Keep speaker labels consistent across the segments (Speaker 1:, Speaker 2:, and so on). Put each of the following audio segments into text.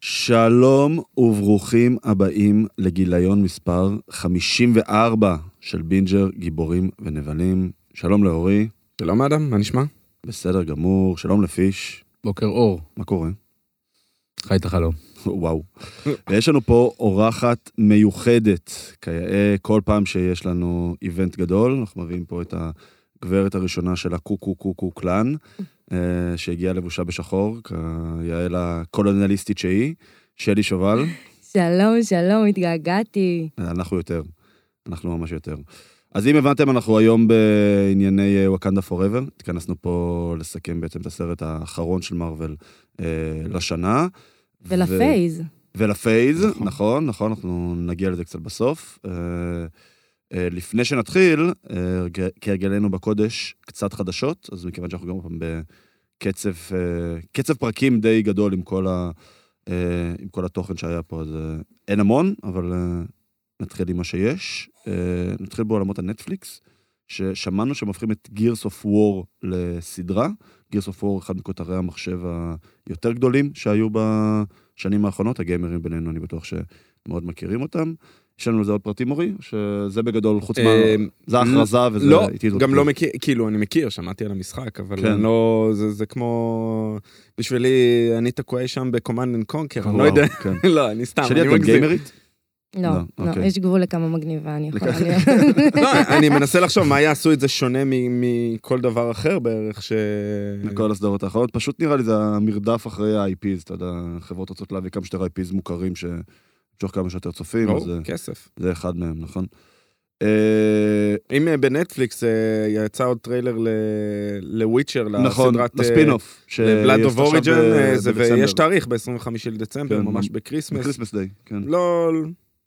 Speaker 1: שלום וברוכים הבאים לגיליון מספר 54 של בינג'ר גיבורים ונבלים. שלום לאורי,
Speaker 2: שלום אדם, מה נשמע?
Speaker 1: בסדר גמור, שלום לפיש,
Speaker 3: בוקר אור,
Speaker 1: מה קורה?
Speaker 3: חי את החלום.
Speaker 1: וואו. ויש לנו פה אורחת מיוחדת, כיאה כל פעם שיש לנו איבנט גדול, אנחנו מביאים פה את הגברת הראשונה של הקו-קו-קו-קו קלאן, אה, שהגיעה לבושה בשחור, כיאה לקולונליסטית שהיא, שלי שובל.
Speaker 4: שלום, שלום, התגעגעתי.
Speaker 1: אנחנו יותר. אנחנו ממש יותר. אז אם הבנתם, אנחנו היום בענייני אה, וואקנדה פוראבר. התכנסנו פה לסכם בעצם את הסרט האחרון של מארוול אה, לשנה. ו-
Speaker 4: ולפייז.
Speaker 1: ולפייז,
Speaker 3: נכון.
Speaker 1: נכון, נכון, אנחנו נגיע לזה קצת בסוף. אה, אה, לפני שנתחיל, אה, רגע- כהרגלנו בקודש, קצת חדשות, אז מכיוון שאנחנו גם פעם בקצב אה, קצב פרקים די גדול עם כל, ה, אה, עם כל התוכן שהיה פה, אז אה, אין המון, אבל אה, נתחיל עם מה שיש. אה, נתחיל בעולמות הנטפליקס, ששמענו שהם הופכים את Gears of War לסדרה. Gears of War, אחד מכותרי המחשב היותר גדולים שהיו בשנים האחרונות, הגיימרים בינינו, אני בטוח שמאוד מכירים אותם. יש לנו על זה עוד פרטים, אורי? שזה בגדול, חוץ מה...
Speaker 2: אה,
Speaker 1: זה ההכרזה וזה...
Speaker 2: לא,
Speaker 1: התעדות.
Speaker 2: גם לא מכיר, כאילו אני מכיר, שמעתי על המשחק, אבל
Speaker 1: כן.
Speaker 2: אני לא, זה, זה כמו, בשבילי, אני תקוע שם בקומנד אנד קונקר, אני לא
Speaker 1: וואו,
Speaker 2: יודע,
Speaker 1: כן.
Speaker 2: לא, אני סתם,
Speaker 1: שלי,
Speaker 2: אני
Speaker 1: את גם
Speaker 2: מגזים.
Speaker 1: גיימרית?
Speaker 4: לא,
Speaker 1: לא,
Speaker 4: לא,
Speaker 1: אוקיי.
Speaker 4: יש גבול לכמה מגניבה אני יכולה
Speaker 1: לכמה-
Speaker 4: להיות.
Speaker 2: לא, אני מנסה לחשוב מה יעשו את זה שונה מ- מכל דבר אחר בערך, ש... אה.
Speaker 1: מכל הסדרות האחרונות. פשוט נראה לי זה המרדף אחרי ה-IPs, אתה יודע, חברות רוצות להביא כמה שיותר IPs מוכרים שמשוך כמה שיותר צופים,
Speaker 2: ברור,
Speaker 1: אז זה-
Speaker 2: כסף.
Speaker 1: זה אחד מהם, נכון? אה,
Speaker 2: אם אה, בנטפליקס אה, יצא עוד טריילר ל- לוויצ'ר,
Speaker 1: נכון,
Speaker 2: לסדרת... אה,
Speaker 1: לספינוף.
Speaker 2: לבלאד אוף אוריג'ן, אה, זה- ויש
Speaker 1: את
Speaker 2: תאריך ב-25 לדצמבר,
Speaker 1: כן,
Speaker 2: ממש בקריסמס.
Speaker 1: קריסמס דיי, כן.
Speaker 2: לא,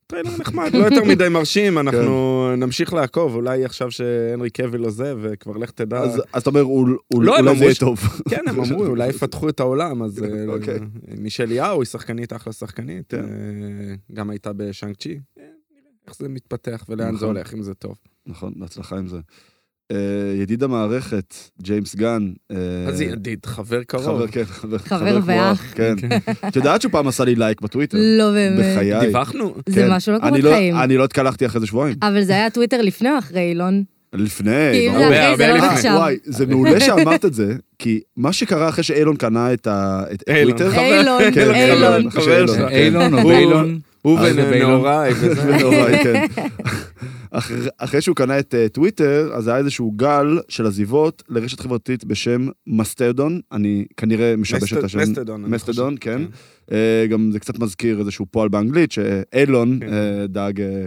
Speaker 2: טריילר נחמד, לא יותר מדי מרשים, אנחנו
Speaker 1: כן.
Speaker 2: נמשיך לעקוב, אולי עכשיו שהנרי קוויל עוזב, וכבר לך תדע.
Speaker 1: אז אז אתה אומר, אול- אול-
Speaker 2: לא, הם
Speaker 1: אולי זה
Speaker 2: אמרו
Speaker 1: יהיה
Speaker 2: ש-
Speaker 1: טוב.
Speaker 2: כן, הם אמרו, אולי יפתחו את העולם, אז אה,
Speaker 1: אוקיי.
Speaker 2: מישל יאו היא שחקנית, אחלה שחקנית,
Speaker 1: כן.
Speaker 2: אה, גם הייתה בשאנג צ'י. אה, נראה איך זה מתפתח ולאן זה
Speaker 1: נכון.
Speaker 2: הולך, אם זה טוב.
Speaker 1: נכון, בהצלחה עם זה. אה, ידיד המערכת, ג'יימס גן. אה,
Speaker 2: אז ידיד, חבר קרוב.
Speaker 1: חבר, כן, חבר
Speaker 4: חבר
Speaker 1: כמו
Speaker 4: ואח.
Speaker 1: אח, כן. את יודעת שהוא פעם עשה לי לייק בטוויטר?
Speaker 4: לא באמת.
Speaker 1: בחיי.
Speaker 2: דיווחנו?
Speaker 4: זה
Speaker 1: כן.
Speaker 4: משהו לא
Speaker 1: אני
Speaker 4: קורה
Speaker 1: לא-
Speaker 4: בחיים.
Speaker 1: אני לא התקלחתי אחרי זה שבועיים.
Speaker 4: אבל זה היה טוויטר לפני או אחרי אילון?
Speaker 1: לפני,
Speaker 4: כי אם
Speaker 1: אה, ברור.
Speaker 4: זה אחרי
Speaker 2: הרבה,
Speaker 4: זה לא
Speaker 2: הרבה
Speaker 1: אה,
Speaker 4: נחשב.
Speaker 1: וואי, זה מעולה שאמרת את זה, כי מה שקרה אחרי שאילון קנה את ה- את
Speaker 2: אילון.
Speaker 1: טוויטר,
Speaker 2: חבר-
Speaker 4: אילון,
Speaker 1: כן,
Speaker 2: אילון,
Speaker 4: אילון.
Speaker 1: חבר של אילון. כן.
Speaker 2: חבר שלך.
Speaker 3: אה,
Speaker 2: כן.
Speaker 3: אילון או
Speaker 2: הוא-
Speaker 3: ביילון,
Speaker 2: הוא
Speaker 3: אה, זה
Speaker 1: לא?
Speaker 3: ביילון.
Speaker 2: ונאורי וזה.
Speaker 1: זה נוראי, כן. אחר- אחרי שהוא קנה את אה, טוויטר, אז היה איזשהו גל של עזיבות לרשת חברתית בשם מסטדון, אני כנראה משבש את
Speaker 2: מסטד-
Speaker 1: השם.
Speaker 2: מסטדון, אני
Speaker 1: מסטדון,
Speaker 2: חושב,
Speaker 1: כן. אה, גם זה קצת מזכיר איזשהו פועל באנגלית, שאילון
Speaker 2: כן.
Speaker 1: אה, דאג אה,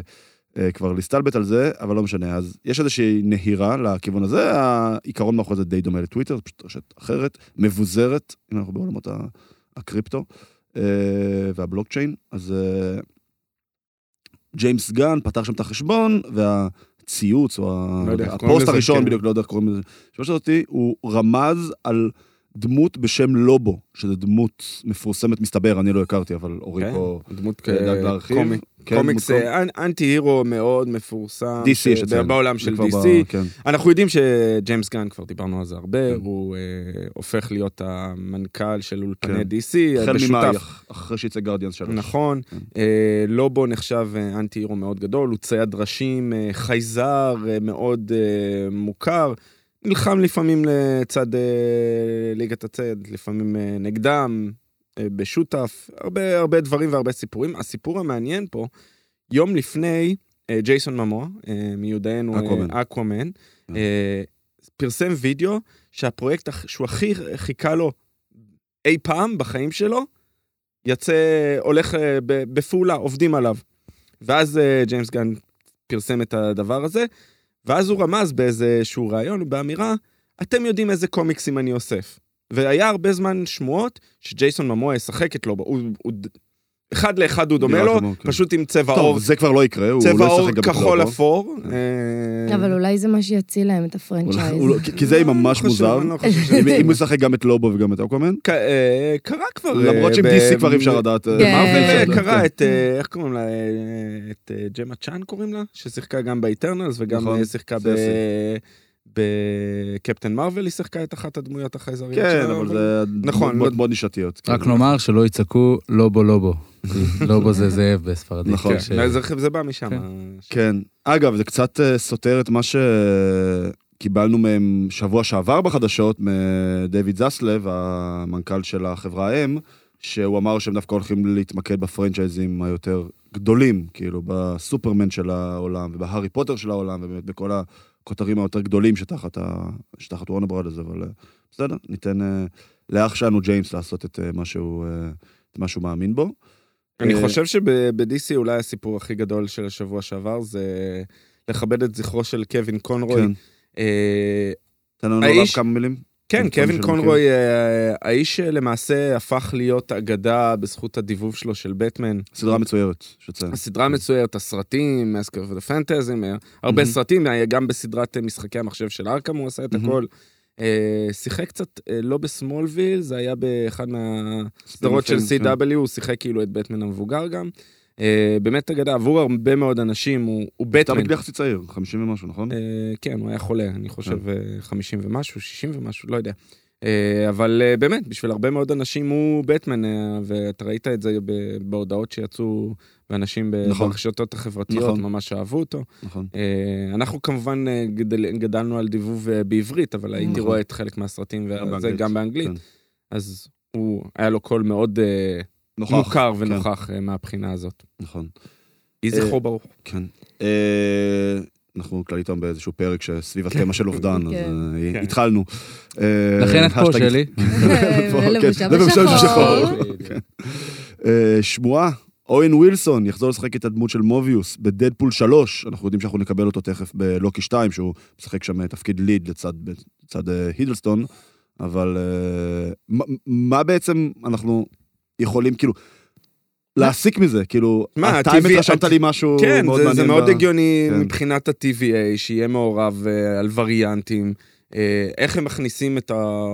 Speaker 1: אה, כבר להסתלבט על זה, אבל לא משנה. אז יש איזושהי נהירה לכיוון הזה, העיקרון מאחורי זה די דומה לטוויטר, זה פשוט רשת אחרת, מבוזרת, אם אנחנו בעולמות ה- הקריפטו אה, והבלוקצ'יין, אז אה, ג'יימס גן פתח שם את החשבון, וה... ציוץ או ה-
Speaker 2: לא יודע, איך קוראים
Speaker 1: הפוסט
Speaker 2: לזה,
Speaker 1: הראשון,
Speaker 2: כן.
Speaker 1: בדיוק, לא יודע איך קוראים לזה. השאלה הזאתי, הוא רמז על דמות בשם לובו, שזו דמות מפורסמת, מסתבר, אני לא הכרתי, אבל אורי
Speaker 2: כן,
Speaker 1: פה
Speaker 2: דמות
Speaker 1: ידעת
Speaker 2: כ-
Speaker 1: להרחיב.
Speaker 2: קומי.
Speaker 1: כן,
Speaker 2: קומיקס
Speaker 1: דמות
Speaker 2: אה, אנ- אנטי הירו מאוד מפורסם.
Speaker 1: DC
Speaker 2: ש-
Speaker 1: יש אצלנו.
Speaker 2: בעולם
Speaker 1: זה
Speaker 2: של
Speaker 1: כבר ב-
Speaker 2: DC.
Speaker 1: כן,
Speaker 2: אנחנו יודעים שג'יימס גן, כבר דיברנו על זה הרבה,
Speaker 1: כן.
Speaker 2: הוא אה, הופך להיות המנכ"ל של אולפני
Speaker 1: כן.
Speaker 2: DC,
Speaker 1: החל ממאי,
Speaker 2: בשותף.
Speaker 1: אח- אחרי שיצא גרדיאנס 3.
Speaker 2: נכון,
Speaker 1: כן.
Speaker 2: אה, לובו נחשב אה, אנטי הירו מאוד גדול, הוא צייד ראשים, אה, חייזר אה, מאוד אה, מוכר, נלחם לפעמים לצד אה, ליגת הצייד, לפעמים אה, נגדם, אה, בשותף, הרבה הרבה דברים והרבה סיפורים. הסיפור המעניין פה, יום לפני, אה, ג'ייסון ממוע, אה, מיודענו
Speaker 1: אקוואמן.
Speaker 2: אה, אקוואמן,
Speaker 1: כן.
Speaker 2: אה, פרסם וידאו שהפרויקט הכ- שהוא הכי חיכה לו אי פעם בחיים שלו, יצא, הולך אה, ב- בפעולה, עובדים עליו. ואז אה, ג'יימס גן פרסם את הדבר הזה, ואז הוא רמז באיזשהו ראיון, באמירה, אתם יודעים איזה קומיקסים אני אוסף. והיה הרבה זמן שמועות שג'ייסון ממוע ישחק את לובו, הוא, הוא ד- אחד לאחד הוא דומה
Speaker 1: נראה
Speaker 2: לו,
Speaker 1: כמו, כן.
Speaker 2: פשוט עם צבע
Speaker 1: טוב,
Speaker 2: עור,
Speaker 1: זה כבר לא יקרה, הוא
Speaker 2: צבע
Speaker 1: לא
Speaker 2: עור
Speaker 1: ישחק גם
Speaker 2: כחול
Speaker 1: בקרבו.
Speaker 2: אפור.
Speaker 1: כן.
Speaker 2: אה,
Speaker 4: אבל אולי זה מה שיציל להם את
Speaker 1: אולי-
Speaker 4: הפרנצ'ייז.
Speaker 1: הוא לא- כי- כי זה יהיה
Speaker 2: לא,
Speaker 1: ממש
Speaker 2: לא חושב,
Speaker 1: מוזר.
Speaker 2: אני לא חושב שזה-
Speaker 1: אם- אם הוא ישחק גם את לובו וגם את אוקומן,
Speaker 2: ק- אה, קרה כבר. אה,
Speaker 1: למרות שעם
Speaker 2: ב-
Speaker 1: DC כבר אי אפשר לדעת. אה,
Speaker 4: כן.
Speaker 1: מה
Speaker 2: מארוול,
Speaker 1: אי אפשר
Speaker 2: אה,
Speaker 1: לדעת,
Speaker 2: קרה
Speaker 1: כן.
Speaker 2: את, אה, איך קוראים לה? אה, את אה, ג'מה צ'אן קוראים לה? ששיחקה גם באיטרנלס וגם
Speaker 1: נכון,
Speaker 2: אה, שיחקה ב...
Speaker 1: ססי.
Speaker 2: בקפטן מרוויל היא שיחקה את אחת הדמויות החייזריות
Speaker 1: כן,
Speaker 2: שלה,
Speaker 1: אבל זה
Speaker 2: נכון,
Speaker 1: מאוד
Speaker 2: לא-
Speaker 1: מאוד נישתיות.
Speaker 3: רק
Speaker 1: כן.
Speaker 3: נאמר שלא יצעקו "לא לובו לובו. כי לובו "לא זה זאב בספרדית. כן,
Speaker 1: נכון.
Speaker 3: ש-
Speaker 2: אולי כן, זה- זה בא משם. אה,
Speaker 1: כן. אגב, זה קצת אה, סותר את מה שקיבלנו מהם שבוע שעבר בחדשות, מדויד זסלב, המנכ"ל של החברה האם, שהוא אמר שהם דווקא הולכים להתמקד בפרנצ'ייזים היותר גדולים, כאילו בסופרמן של העולם ובהארי פוטר של העולם, ובאמת בכל הכותרים היותר גדולים שתחת, ה... שתחת וורנה ברודרס, אבל אה, בסדר, ניתן אה, לאח שלנו ג'יימס לעשות את אה, מה שהוא, אה, את מה שהוא מאמין בו.
Speaker 2: אני
Speaker 1: אה,
Speaker 2: חושב שב-DC אולי הסיפור הכי גדול של השבוע שעבר זה לכבד את זכרו של קווין קונרוי.
Speaker 1: כן,
Speaker 2: אה,
Speaker 1: תן לנו עליו
Speaker 2: האיש-
Speaker 1: כמה מילים.
Speaker 2: כן,
Speaker 1: כן,
Speaker 2: קווין
Speaker 1: קונרוי.
Speaker 2: קונרוי, אה, האיש שלמעשה הפך להיות אגדה בזכות הדיבוב שלו של בטמן.
Speaker 1: סדרה מצוירת, שצריך.
Speaker 2: הסדרה מצוירת, הסרטים, מאסק אוף דה פנטזי, הרבה
Speaker 1: Mhm.
Speaker 2: סרטים, היה גם בסדרת אה, משחקי המחשב של ארקם הוא עשה את
Speaker 1: Mhm.
Speaker 2: הכל. אה, שיחק קצת, אה, לא בסמולוויל, זה היה באחד מהסדרות של
Speaker 1: כן.
Speaker 2: CW, הוא שיחק כאילו את בטמן המבוגר גם. אה, באמת אגדה, עבור הרבה מאוד אנשים, הוא הוא
Speaker 1: אתה
Speaker 2: בטמן.
Speaker 1: מגדל יחסית צעיר, 50 ומשהו, נכון?
Speaker 2: אה, כן, הוא היה חולה, אני חושב אה, 50 ומשהו, 60 ומשהו, לא יודע. אה, אבל אה, באמת, בשביל הרבה מאוד אנשים הוא בטמן, אה, ואתה ראית את זה ב- בהודעות שיצאו, ואנשים ב-
Speaker 1: נכון.
Speaker 2: ברשתות החברתיות
Speaker 1: נכון.
Speaker 2: ממש אהבו אותו.
Speaker 1: נכון.
Speaker 2: אה, אנחנו כמובן אה, גדל, גדלנו על דיבוב אה, בעברית, אבל הייתי
Speaker 1: נכון.
Speaker 2: רואה את חלק מהסרטים, וזה
Speaker 1: באנגלית,
Speaker 2: גם באנגלית.
Speaker 1: כן.
Speaker 2: אז הוא, היה לו קול מאוד אה,
Speaker 1: נוכח. כן.
Speaker 2: מוכר ונוכח אה, מהבחינה הזאת.
Speaker 1: נכון,
Speaker 2: יהי זכרו ברוך.
Speaker 1: כן. אה, אנחנו כללית היום באיזשהו פרק שסביב התמה של אובדן, אז
Speaker 4: כן.
Speaker 1: אה,
Speaker 2: כן.
Speaker 1: התחלנו. אה,
Speaker 3: לכן את פה
Speaker 1: השטג-
Speaker 3: שלי.
Speaker 1: פה, כן.
Speaker 4: לבושה
Speaker 1: לבושה
Speaker 4: בשחור.
Speaker 1: בשחור.
Speaker 2: אה,
Speaker 1: אה, שמועה, אוהן ווילסון יחזור לשחק את הדמות של מוביוס בדדפול 3, אנחנו יודעים שאנחנו נקבל אותו תכף בלוקי 2, שהוא משחק שם תפקיד ליד לצד, לצד אה, הידלסטון, אבל אה, מה, מה בעצם אנחנו יכולים, כאילו, להסיק מזה, כאילו,
Speaker 2: מה,
Speaker 1: אתה
Speaker 2: הטבעי-
Speaker 1: התרשמת לי משהו
Speaker 2: כן,
Speaker 1: מאוד
Speaker 2: זה,
Speaker 1: מעניין.
Speaker 2: זה מאוד
Speaker 1: ב-
Speaker 2: הגיוני
Speaker 1: כן.
Speaker 2: מבחינת ה-TVA, שיהיה מעורב אה, על וריאנטים, אה, איך הם מכניסים את ה...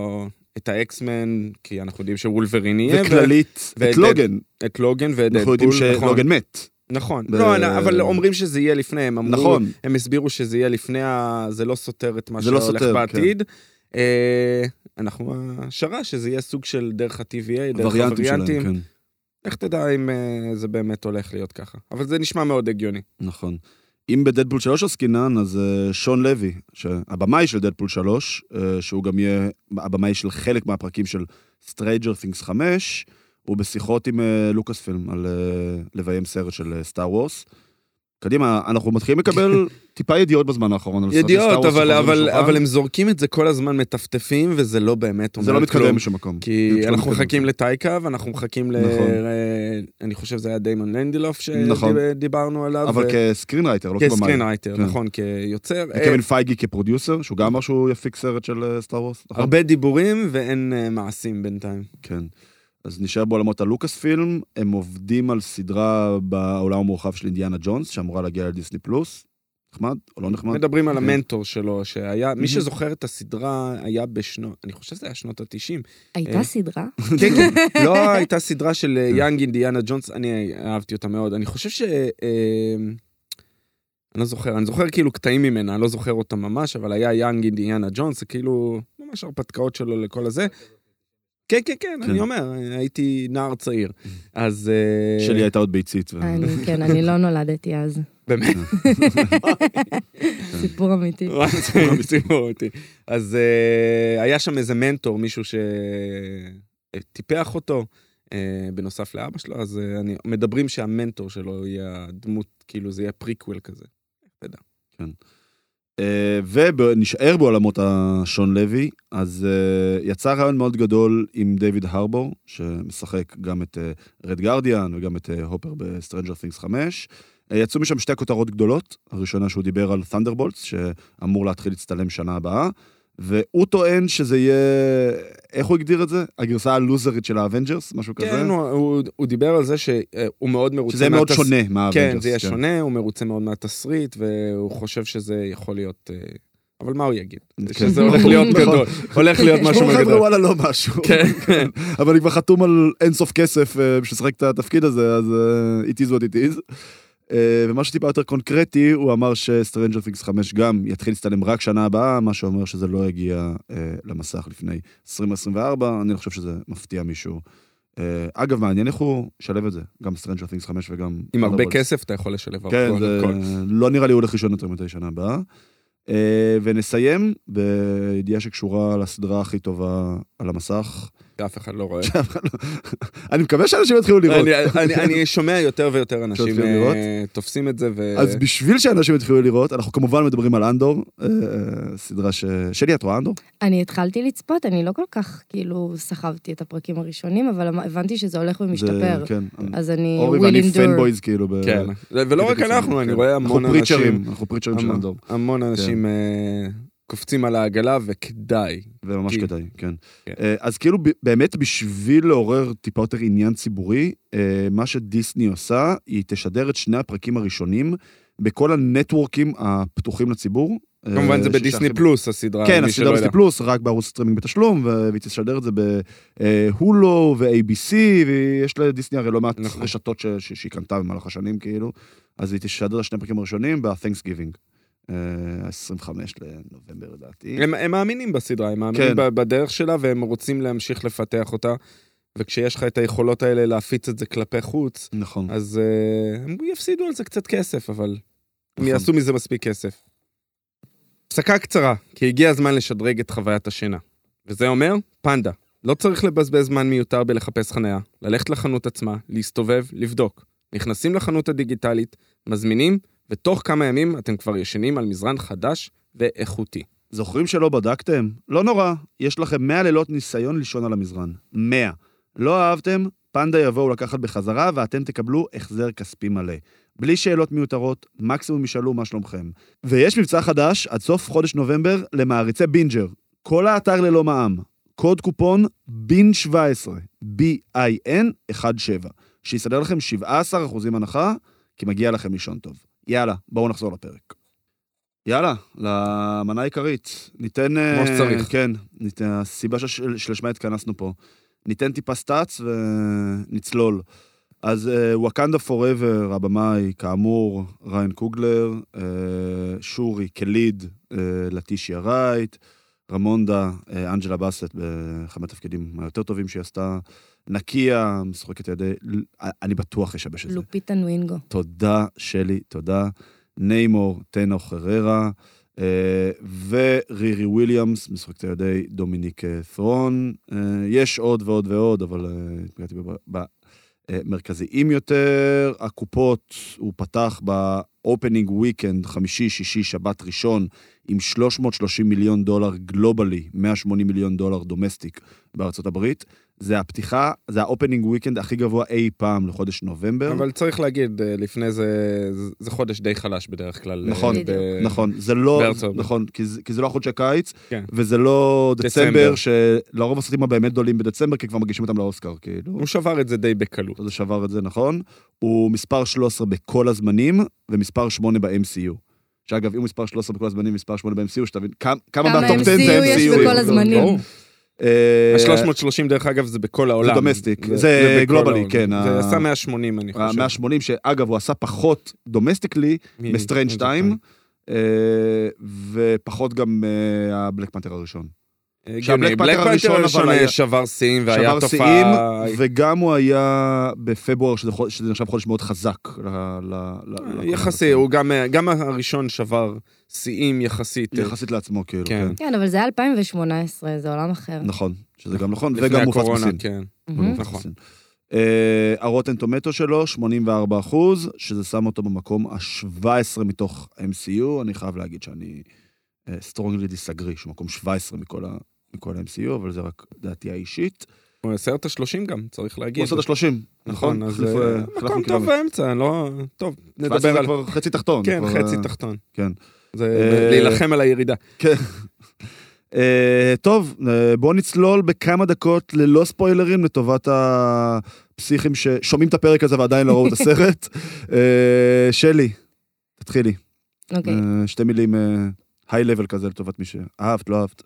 Speaker 2: את האקסמן, כי אנחנו יודעים שוולברין יהיה,
Speaker 1: וכללית,
Speaker 2: ו-
Speaker 1: את
Speaker 2: ו-
Speaker 1: לוגן,
Speaker 2: את לוגן ואת
Speaker 1: אנחנו יודעים
Speaker 2: דדפול, נכון,
Speaker 1: שלוגן מת,
Speaker 2: נכון,
Speaker 1: ב-
Speaker 2: לא, אני- אבל אומרים שזה יהיה לפני, הם אמרו,
Speaker 1: נכון,
Speaker 2: הם הסבירו שזה יהיה לפני, ה... זה לא סותר את מה
Speaker 1: זה לא
Speaker 2: שהולך
Speaker 1: סותר,
Speaker 2: בעתיד. אה, אנחנו השערה שזה יהיה סוג של דרך ה-TVA, דרך
Speaker 1: הווריאנטים
Speaker 2: הווריאנטים,
Speaker 1: שלהם, כן.
Speaker 2: איך תדע אם אה, זה באמת הולך להיות ככה, אבל זה נשמע מאוד הגיוני.
Speaker 1: נכון. אם בדדפול 3 עסקינן, אז אה, שון לוי, הבמאי של דדפול 3, אה, שהוא גם יהיה הבמאי של חלק מהפרקים של סטרייג'ר פינגס 5, הוא בשיחות עם אה, לוקאס פילם על אה, לביים סרט של סטאר וורס. קדימה, אנחנו מתחילים לקבל טיפה ידיעות בזמן האחרון על סרטי Star Wars
Speaker 2: ידיעות, אבל,
Speaker 1: שחוזרים
Speaker 2: אבל,
Speaker 1: לשולחן.
Speaker 2: אבל הם זורקים את זה כל הזמן, מטפטפים, וזה לא באמת אומר
Speaker 1: זה לא מתקדם
Speaker 2: כלום.
Speaker 1: משום מקום. זה פשוט
Speaker 2: כי
Speaker 1: לא
Speaker 2: אנחנו
Speaker 1: מתקדם.
Speaker 2: מחכים לטייקה, ואנחנו מחכים ל...
Speaker 1: נכון.
Speaker 2: אה, אני חושב שזה היה דיימון לנדילוף
Speaker 1: נכון.
Speaker 2: שדיברנו עליו.
Speaker 1: אבל
Speaker 2: ו-
Speaker 1: כסקרינרייטר, לא כבמאי.
Speaker 2: כסקרינרייטר,
Speaker 1: כן.
Speaker 2: נכון, כיוצר. אה,
Speaker 1: וקווין פייגי כפרודיוסר, שהוא גם אמר שהוא יפיק סרט של אה, סטאר וורס.
Speaker 2: הרבה דיבורים ואין אה, מעשים בינתיים.
Speaker 1: כן. אז נשאר בעולמות הלוקאס פילם, הם עובדים על סדרה בעולם המורחב של אינדיאנה ג'ונס, שאמורה להגיע לדיסני פלוס. נחמד או לא נחמד?
Speaker 2: מדברים על
Speaker 1: כן.
Speaker 2: המנטור שלו, שהיה, מי
Speaker 1: Mhm.
Speaker 2: שזוכר את הסדרה היה בשנות, אני חושב שזה היה שנות ה-90.
Speaker 1: אה?
Speaker 4: הייתה סדרה?
Speaker 2: כן, כן. לא, הייתה סדרה של אה, יאנג אינדיאנה ג'ונס, אני אהבתי אותה מאוד. אני חושב ש... אה, אני לא זוכר, אני זוכר כאילו קטעים ממנה, אני לא זוכר אותה ממש, אבל היה יאנג אינדיאנה ג'ונס, זה כאילו ממש הרפתקאות שלו לכל הזה. כן, כן, כן,
Speaker 1: כן.
Speaker 2: אני אומר, הייתי נער צעיר. אז... אה,
Speaker 1: שלי הייתה עוד ביצית. ו-
Speaker 4: אני, כן, אני לא נולדתי אז.
Speaker 1: אה.
Speaker 2: באמת?
Speaker 4: סיפור אמיתי.
Speaker 2: וואי, זה מציבור אותי. אז אה, היה שם איזה מנטור, מישהו שטיפח אותו, אה, בנוסף לאבא שלו, אז אה, אני- מדברים שהמנטור שלו יהיה הדמות, כאילו זה יהיה פריקוול כזה.
Speaker 1: אה, ונשאר בעולמות השון לוי, אז אה, יצא רעיון מאוד גדול עם דיוויד הרבור, שמשחק גם את רד גרדיאן וגם את אה, הופר בסטרנג'ר פינגס 5. אה, יצאו משם שתי כותרות גדולות, הראשונה שהוא דיבר על תנדרבולטס, שאמור להתחיל להצטלם שנה הבאה, והוא טוען שזה יהיה, איך הוא הגדיר את זה? הגרסה הלוזרית של האבנג'רס, משהו כזה?
Speaker 2: כן, הוא- הוא- הוא דיבר על זה שהוא מאוד מרוצה.
Speaker 1: שזה יהיה מאוד
Speaker 2: מהתס-
Speaker 1: שונה מהאבנג'רס.
Speaker 2: כן, זה יהיה שונה, הוא מרוצה מאוד מהתסריט, והוא חושב שזה יכול להיות... אה, אבל מה הוא יגיד?
Speaker 1: כן.
Speaker 2: שזה הולך להיות
Speaker 1: נכון.
Speaker 2: גדול, הולך להיות משהו
Speaker 1: תשמעו, חבר'ה,
Speaker 2: גדול.
Speaker 1: וואלה, לא משהו.
Speaker 2: כן.
Speaker 1: אבל אני כבר חתום על אינסוף כסף אה, בשביל לשחק את התפקיד הזה, אז אה, it is what it is. אה, ומשהו טיפה יותר קונקרטי, הוא אמר ש-Stranger Things 5 גם יתחיל להצטלם רק שנה הבאה, מה שאומר שזה לא יגיע אה, למסך לפני 2024, אני לא חושב שזה מפתיע מישהו. אה, אגב, מעניין איך הוא ישלב את זה, גם Stranger Things 5 וגם...
Speaker 2: עם הרבה
Speaker 1: Thunderbolts.
Speaker 2: כסף אתה יכול לשלב הרבה
Speaker 1: כן,
Speaker 2: הון
Speaker 1: זה
Speaker 2: הכל.
Speaker 1: לא נראה לי הוא הולך לישון יותר מדי שנה הבאה. אה, ונסיים בידיעה שקשורה לסדרה הכי טובה על המסך.
Speaker 2: אף אחד לא רואה.
Speaker 1: אני מקווה שאנשים יתחילו לראות.
Speaker 2: אני- אני- אני שומע יותר ויותר אנשים
Speaker 1: שרוצים
Speaker 2: אה,
Speaker 1: לראות?
Speaker 2: תופסים את זה ו...
Speaker 1: אז בשביל שאנשים יתחילו לראות, אנחנו כמובן מדברים על אנדור, אה, אה, סדרה ש... שלי, את רואה אנדור?
Speaker 4: אני התחלתי לצפות, אני לא כל כך, כאילו, סחבתי את הפרקים הראשונים, אבל אמ- הבנתי שזה הולך ומשתפר.
Speaker 1: זה- כן.
Speaker 4: אז אני
Speaker 1: אורי
Speaker 4: will
Speaker 1: ואני
Speaker 4: endure.
Speaker 1: פיינבויז, כאילו. ב-
Speaker 2: כן. ולא רק
Speaker 1: בקיצור,
Speaker 2: אנחנו, אני
Speaker 1: כן.
Speaker 2: רואה המון
Speaker 1: אנחנו פריצ'רים,
Speaker 2: אנשים.
Speaker 1: אנחנו פריצ'רים של כן.
Speaker 2: המון-
Speaker 1: אנדור,
Speaker 2: המון אנשים אה, קופצים על העגלה, וכדאי.
Speaker 1: וממש
Speaker 2: כן.
Speaker 1: כדאי, כן.
Speaker 2: כן.
Speaker 1: אה, אז כאילו, ב- באמת בשביל לעורר טיפה יותר עניין ציבורי, אה, מה שדיסני עושה, היא תשדר את שני הפרקים הראשונים בכל הנטוורקים הפתוחים לציבור. אה,
Speaker 2: כמובן זה
Speaker 1: ש-
Speaker 2: בדיסני
Speaker 1: שהכי-
Speaker 2: פלוס הסדרה,
Speaker 1: כן,
Speaker 2: מי
Speaker 1: הסדרה
Speaker 2: שלא יודע.
Speaker 1: בסטי פלוס, רק בערוץ סטרימינג בתשלום, ו- והיא תשדר את זה אה, בהולו ו-ABC, ויש לדיסני הרי לא מעט
Speaker 2: נכון.
Speaker 1: רשתות ש- ש- שהיא קנתה במהלך השנים, כאילו, אז היא תשדר את שני הפרקים הראשונים ב-Thanks ה-25 לנובמבר לדעתי.
Speaker 2: הם, הם מאמינים בסדרה, הם מאמינים
Speaker 1: כן.
Speaker 2: ב- בדרך שלה והם רוצים להמשיך לפתח אותה. וכשיש לך את היכולות האלה להפיץ את זה כלפי חוץ,
Speaker 1: נכון.
Speaker 2: אז uh, הם יפסידו על זה קצת כסף, אבל הם
Speaker 1: נכון.
Speaker 2: יעשו מזה מספיק כסף. הפסקה קצרה, כי הגיע הזמן לשדרג את חוויית השינה. וזה אומר, פנדה. לא צריך לבזבז זמן מיותר בלחפש חניה, ללכת לחנות עצמה, להסתובב, לבדוק. נכנסים לחנות הדיגיטלית, מזמינים, ותוך כמה ימים אתם כבר ישנים על מזרן חדש ואיכותי.
Speaker 1: זוכרים שלא בדקתם? לא נורא, יש לכם 100 לילות ניסיון לישון על המזרן. 100. לא אהבתם? פנדה יבואו לקחת בחזרה ואתם תקבלו החזר כספי מלא. בלי שאלות מיותרות, מקסימום ישאלו מה שלומכם. ויש מבצע חדש עד סוף חודש נובמבר למעריצי בינג'ר. כל האתר ללא מע"מ. קוד קופון בין 17, B-I-N 1-7, שיסדר לכם 17% הנחה, כי מגיע לכם לישון טוב. יאללה, בואו נחזור לפרק. יאללה, למנה העיקרית. ניתן...
Speaker 2: כמו
Speaker 1: אה,
Speaker 2: שצריך.
Speaker 1: כן, ניתן, הסיבה שש- שלשמה התכנסנו פה. ניתן טיפה סטאצ ונצלול. אז וואקנדה פוראבר, הבמאי, כאמור, ריין קוגלר, אה, שורי כליד, אה, לטישיה רייט, רמונדה, אה, אנג'לה באסט באחד מהתפקידים היותר טובים שהיא עשתה, נקיה, משחקת על ידי, אני בטוח אשבש את זה.
Speaker 4: לופיטה נוינגו.
Speaker 1: תודה, שלי, תודה. ניימור, טנו חררה, אה, ורירי וויליאמס, משחקת על ידי דומיניק אה, ת'רון. אה, יש עוד ועוד ועוד, אבל אה, התפגעתי במרכזיים אה, יותר. הקופות, הוא פתח באופנינג וויקנד, חמישי, שישי, שבת, ראשון, עם 330 מיליון דולר גלובלי, 180 מיליון דולר דומסטיק בארצות הברית. זה הפתיחה, זה האופנינג וויקנד הכי גבוה אי פעם לחודש נובמבר.
Speaker 2: אבל צריך להגיד, אה, לפני זה, זה- זה חודש די חלש בדרך כלל. אה,
Speaker 1: נכון,
Speaker 2: ב-
Speaker 1: נכון, זה לא,
Speaker 2: בארצות הברית.
Speaker 1: נכון, כי זה, כי זה לא חודשי קיץ,
Speaker 2: כן.
Speaker 1: וזה לא דצמבר,
Speaker 2: דצמבר.
Speaker 1: שלרוב הסרטים הבאמת גדולים בדצמבר, כי כבר מגישים אותם לאוסקר, כאילו.
Speaker 2: הוא שבר את זה די בקלות.
Speaker 1: אז זה שבר את זה, נכון? הוא מספר 13 בכל הזמנים, ומספר 8 ב-MCU. שאגב, אם הוא מספר 13 בכל הזמנים, מספר 8 ב-MCU, שתבין כמה, כמה
Speaker 4: כמה
Speaker 1: מהטופ 10 זה MCU.
Speaker 4: MCU יש בכל
Speaker 1: לא,
Speaker 4: הזמנים.
Speaker 1: ברור. אה,
Speaker 2: ה-330 דרך אגב זה בכל העולם.
Speaker 1: דומסטיק, זה
Speaker 2: בכל
Speaker 1: גלובלי,
Speaker 2: העולם.
Speaker 1: כן, ה-
Speaker 2: זה עשה 180 אני חושב.
Speaker 1: ה-180, שאגב, הוא עשה פחות דומסטיקלי,
Speaker 2: מ-
Speaker 1: בסטרנג' 2,
Speaker 2: מ-
Speaker 1: אה, ופחות גם אה, הבלק פנתר הראשון.
Speaker 2: הגיוני.
Speaker 1: שהבלק
Speaker 2: בלק
Speaker 1: פנתר
Speaker 2: פנתר
Speaker 1: הראשון,
Speaker 2: אה, הראשון
Speaker 1: אבל היה-
Speaker 2: שבר שיאים והיה
Speaker 1: שבר שיאים,
Speaker 2: תופעה...
Speaker 1: וגם הוא היה בפברואר, שזה חוד- שזה נחשב חודש מאוד חזק. ל- ל- כן. ל-
Speaker 2: יחסי, הוא גם, אה, גם הראשון שבר שיאים יחסית. אה,
Speaker 1: יחסית לעצמו, כאילו, כן.
Speaker 2: כן.
Speaker 4: כן, אבל זה 2018, זה עולם אחר.
Speaker 1: נכון, שזה גם נכון,
Speaker 2: לפני
Speaker 1: וגם מופץ
Speaker 2: הקורונה,
Speaker 1: בסין.
Speaker 2: כן.
Speaker 1: הוא
Speaker 4: מהמם.
Speaker 1: מופץ
Speaker 2: נכון.
Speaker 1: בסין. אה, הרוטן טומטו שלו, 84 אחוז, שזה שם אותו במקום ה-17 מתוך MCU. אני חייב להגיד שאני סטרונגלי דיסאגרי, שהוא מקום 17 מכל ה- מכל ה-MCU, אבל זה רק דעתי האישית.
Speaker 2: הוא עשה את השלושים גם, צריך להגיד.
Speaker 1: הוא עושה את ה-30, נכון?
Speaker 2: כן. אז
Speaker 1: החליפו,
Speaker 2: אה,
Speaker 1: אה, החלפנו
Speaker 2: מקום
Speaker 1: קילומטר.
Speaker 2: טוב באמצע, לא... טוב,
Speaker 1: 17
Speaker 2: נדבר
Speaker 1: זה
Speaker 2: על...
Speaker 1: כבר חצי תחתון.
Speaker 2: כן,
Speaker 1: כבר,
Speaker 2: חצי
Speaker 1: אה,
Speaker 2: תחתון.
Speaker 1: כן. אה,
Speaker 2: זה להילחם על הירידה.
Speaker 1: אה, טוב, אה, בואו נצלול בכמה דקות ללא ספוילרים לטובת הפסיכים ששומעים את הפרק הזה ועדיין לא ראו את הסרט. אה, שלי, תתחילי.
Speaker 4: אוקיי,
Speaker 1: אה, שתי מילים היי לבל כזה לטובת מי שאהבת, לא אהבת.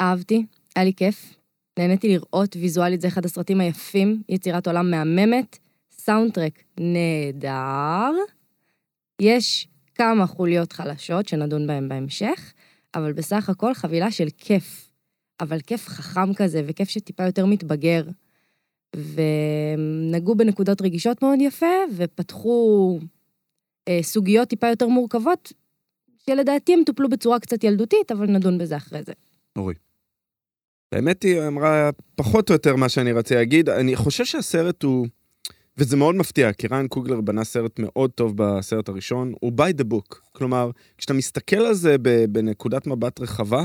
Speaker 4: אהבתי, היה לי כיף. נהניתי לראות ויזואלית, זה אחד הסרטים היפים, יצירת עולם מהממת. סאונד טרק נהדר. יש כמה חוליות חלשות שנדון בהן בהמשך, אבל בסך הכל חבילה של כיף. אבל כיף חכם כזה, וכיף שטיפה יותר מתבגר. ונגעו בנקודות רגישות מאוד יפה, ופתחו אה, סוגיות טיפה יותר מורכבות, שלדעתי הם טופלו בצורה קצת ילדותית, אבל נדון בזה אחרי זה.
Speaker 2: האמת היא, אמרה פחות או יותר מה שאני רציתי להגיד. אני חושב שהסרט הוא... וזה מאוד מפתיע, כי ריין קוגלר בנה סרט מאוד טוב בסרט הראשון, הוא by the book. כלומר, כשאתה מסתכל על זה ב- בנקודת מבט רחבה,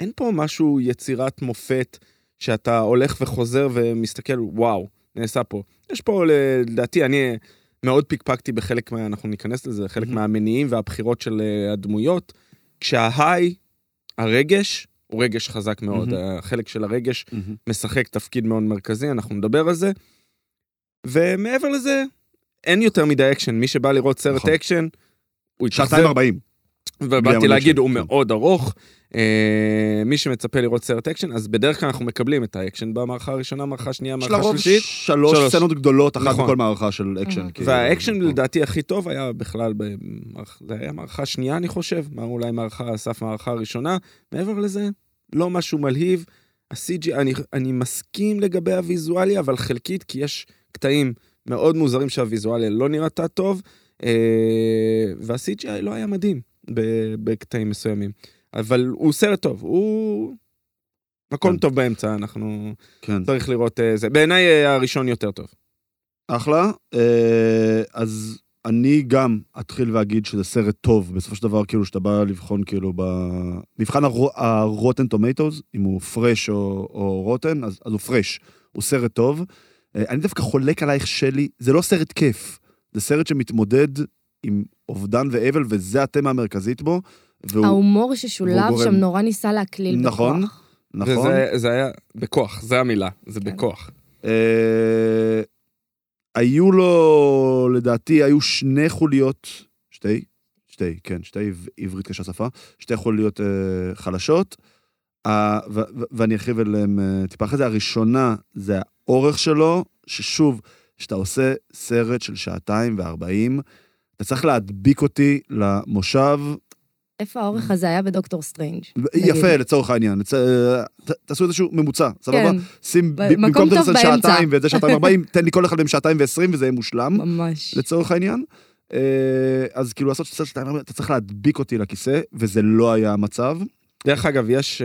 Speaker 2: אין פה משהו יצירת מופת שאתה הולך וחוזר ומסתכל, וואו, נעשה פה. יש פה, לדעתי, אני מאוד פיקפקתי בחלק מה... אנחנו ניכנס לזה, חלק
Speaker 1: מהמם.
Speaker 2: מהמניעים והבחירות של אה, הדמויות, כשההיי, הרגש, הוא רגש חזק מאוד.
Speaker 1: מהמם.
Speaker 2: החלק של הרגש
Speaker 1: מהמם.
Speaker 2: משחק תפקיד מאוד מרכזי, אנחנו נדבר על זה. ומעבר לזה, אין יותר מדי אקשן. מי שבא לראות סרט
Speaker 1: נכון.
Speaker 2: אקשן, הוא
Speaker 1: שעתיים
Speaker 2: יתאכזב,
Speaker 1: ארבעים. בלי
Speaker 2: ובאתי
Speaker 1: המון
Speaker 2: להגיד,
Speaker 1: אקשן,
Speaker 2: הוא
Speaker 1: כן.
Speaker 2: מאוד ארוך. אה, מי שמצפה לראות סרט אקשן, אז בדרך כלל אנחנו מקבלים את האקשן במערכה הראשונה, מערכה שנייה,
Speaker 1: יש
Speaker 2: מערכה
Speaker 1: לרוב
Speaker 2: שלישית.
Speaker 1: שלוש
Speaker 2: שלוש.
Speaker 1: סצנות גדולות, אחת
Speaker 2: נכון.
Speaker 1: בכל מערכה של אקשן.
Speaker 4: אה.
Speaker 1: כאילו.
Speaker 2: והאקשן לדעתי הכי טוב היה בכלל, במערכ- זה היה מערכה שנייה אני חושב, מה אולי מערכה, סף מערכה ראשונה, מעבר לזה, לא משהו מלהיב. ה-CG, אני, אני מסכים לגבי הוויזואליה, אבל חלקית, כי יש קטעים מאוד מוזרים שהוויזואליה לא נראתה טוב, אה, וה-CGI לא היה מדהים ב- בקטעים מסוימים. אבל הוא סרט טוב, הוא... מקום
Speaker 1: כן.
Speaker 2: טוב באמצע, אנחנו
Speaker 1: כן.
Speaker 2: צריך לראות אה, זה. בעיניי אה, הראשון יותר טוב.
Speaker 1: אחלה. אה, אז אני גם אתחיל ואגיד שזה סרט טוב, בסופו של דבר, כאילו, שאתה בא לבחון, כאילו, במבחן הרוטן טומטוס, אם הוא פרש או, או רוטן, אז, אז הוא פרש. הוא סרט טוב. אה, אני דווקא חולק עלייך, שלי, זה לא סרט כיף, זה סרט שמתמודד עם אובדן ואבל, וזה התמה המרכזית בו. והוא,
Speaker 4: ההומור ששולב
Speaker 1: והוא גורם-
Speaker 4: שם נורא ניסה להקליל
Speaker 1: נכון.
Speaker 4: בכוח.
Speaker 1: נכון? כן.
Speaker 2: וזה זה היה בכוח, זה המילה, זה בכוח.
Speaker 1: אה, היו לו, לדעתי, היו שני חוליות, שתי, שתי, כן, שתי עב- עברית כשפה, שתי חוליות אה, חלשות, אה, ו- ו- ואני ארחיב אליהן אה, טיפה אחרי זה. הראשונה זה האורך שלו, ששוב, כשאתה עושה סרט של שעתיים וארבעים, אתה צריך להדביק אותי למושב,
Speaker 4: איפה האורך הזה היה בדוקטור סטרנג'? נגיד.
Speaker 1: יפה לצורך העניין, לצ- אה, ת- תעשו איזשהו ממוצע, סבבה?
Speaker 4: כן,
Speaker 1: שים,
Speaker 4: ב-
Speaker 1: ב-
Speaker 4: מקום
Speaker 1: במקום
Speaker 4: טוב
Speaker 1: תנסה
Speaker 4: באמצע.
Speaker 1: שעתיים וזה שעתיים ארבעים, תן לי כל אחד מהם שעתיים ועשרים וזה יהיה מושלם,
Speaker 4: ממש.
Speaker 1: לצורך העניין. אה, אז כאילו לעשות סרט שעתיים ארבעים, אתה צריך להדביק אותי לכיסא, וזה לא היה המצב.
Speaker 2: דרך אגב, יש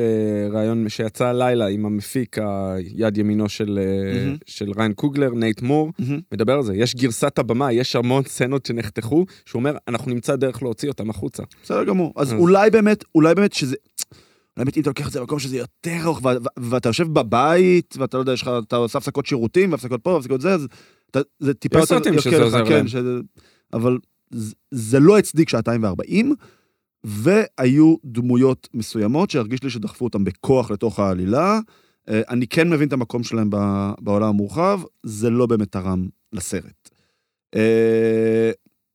Speaker 2: uh, רעיון שיצא הלילה עם המפיק, היד ימינו של,
Speaker 1: מהמם.
Speaker 2: uh, של ריין קוגלר, נייט מור, מדבר על זה. יש גרסת הבמה, יש המון סצנות שנחתכו, שהוא אומר, אנחנו נמצא דרך להוציא אותם החוצה.
Speaker 1: בסדר גמור. אז
Speaker 2: אז-
Speaker 1: אולי באמת, אולי באמת שזה... אולי באמת אם אתה לוקח את זה למקום שזה יותר ארוך, ו- ו- ואתה יושב בבית, ואתה לא יודע, יש לך, אתה עושה הפסקות שירותים, והפסקות פה, והפסקות זה, אז אתה, זה טיפה
Speaker 2: יש
Speaker 1: יותר...
Speaker 2: סרטים
Speaker 1: יוקר
Speaker 2: שזה
Speaker 1: לך,
Speaker 2: עוזר
Speaker 1: כן,
Speaker 2: להם.
Speaker 1: שזה- אבל זה- זה לא הצדיק שעתיים וארבעים, והיו דמויות מסוימות שהרגיש לי שדחפו אותם בכוח לתוך העלילה. אה, אני כן מבין את המקום שלהם ב- בעולם המורחב, זה לא באמת תרם לסרט. אה,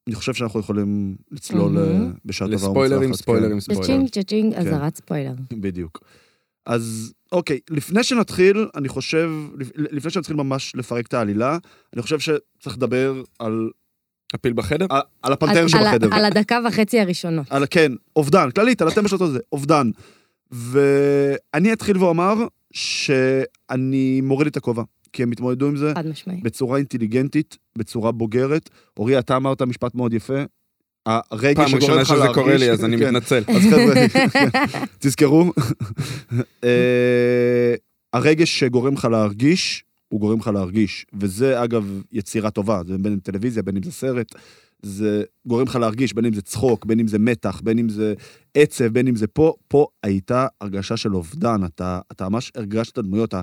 Speaker 1: אני חושב שאנחנו יכולים לצלול
Speaker 4: מהמם.
Speaker 1: אה, בשעה טובה ומוצלחת.
Speaker 2: לספוילרים,
Speaker 1: כן.
Speaker 2: ספוילרים, ספוילרים.
Speaker 4: צ'צ'ינג, צ'צ'ינג,
Speaker 1: כן.
Speaker 4: אזהרת ספוילר.
Speaker 1: בדיוק. אז אוקיי, לפני שנתחיל, אני חושב, לפ- לפני שנתחיל ממש לפרק את העלילה, אני חושב שצריך לדבר על,
Speaker 2: הפיל בחדר?
Speaker 1: על, על הפנתר
Speaker 4: על-
Speaker 1: שבחדר.
Speaker 4: על ה- על הדקה וחצי הראשונות.
Speaker 1: על, כן, אובדן, כללית, על הטמא של אותו זה, אובדן. ואני אתחיל ואומר שאני מוריד את הכובע, כי הם התמודדו עם זה
Speaker 4: חד משמעית.
Speaker 1: בצורה אינטליגנטית, בצורה בוגרת. אורי, אתה אמרת משפט מאוד יפה. הרגש
Speaker 2: פעם
Speaker 1: שגורם
Speaker 2: ראשונה
Speaker 1: לך
Speaker 2: שזה קורה לי,
Speaker 1: להרגיש-
Speaker 2: אז אני
Speaker 1: כן.
Speaker 2: מתנצל.
Speaker 1: אז חבר'ה, תזכרו, אה, הרגש שגורם לך להרגיש, הוא גורם לך להרגיש. וזה, אגב, יצירה טובה, זה בין אם טלוויזיה, בין אם זה סרט, זה גורם לך להרגיש, בין אם זה צחוק, בין אם זה מתח, בין אם זה עצב, בין אם זה פה. פה הייתה הרגשה של אובדן, אתה, אתה ממש הרגשת את הדמויות. ה-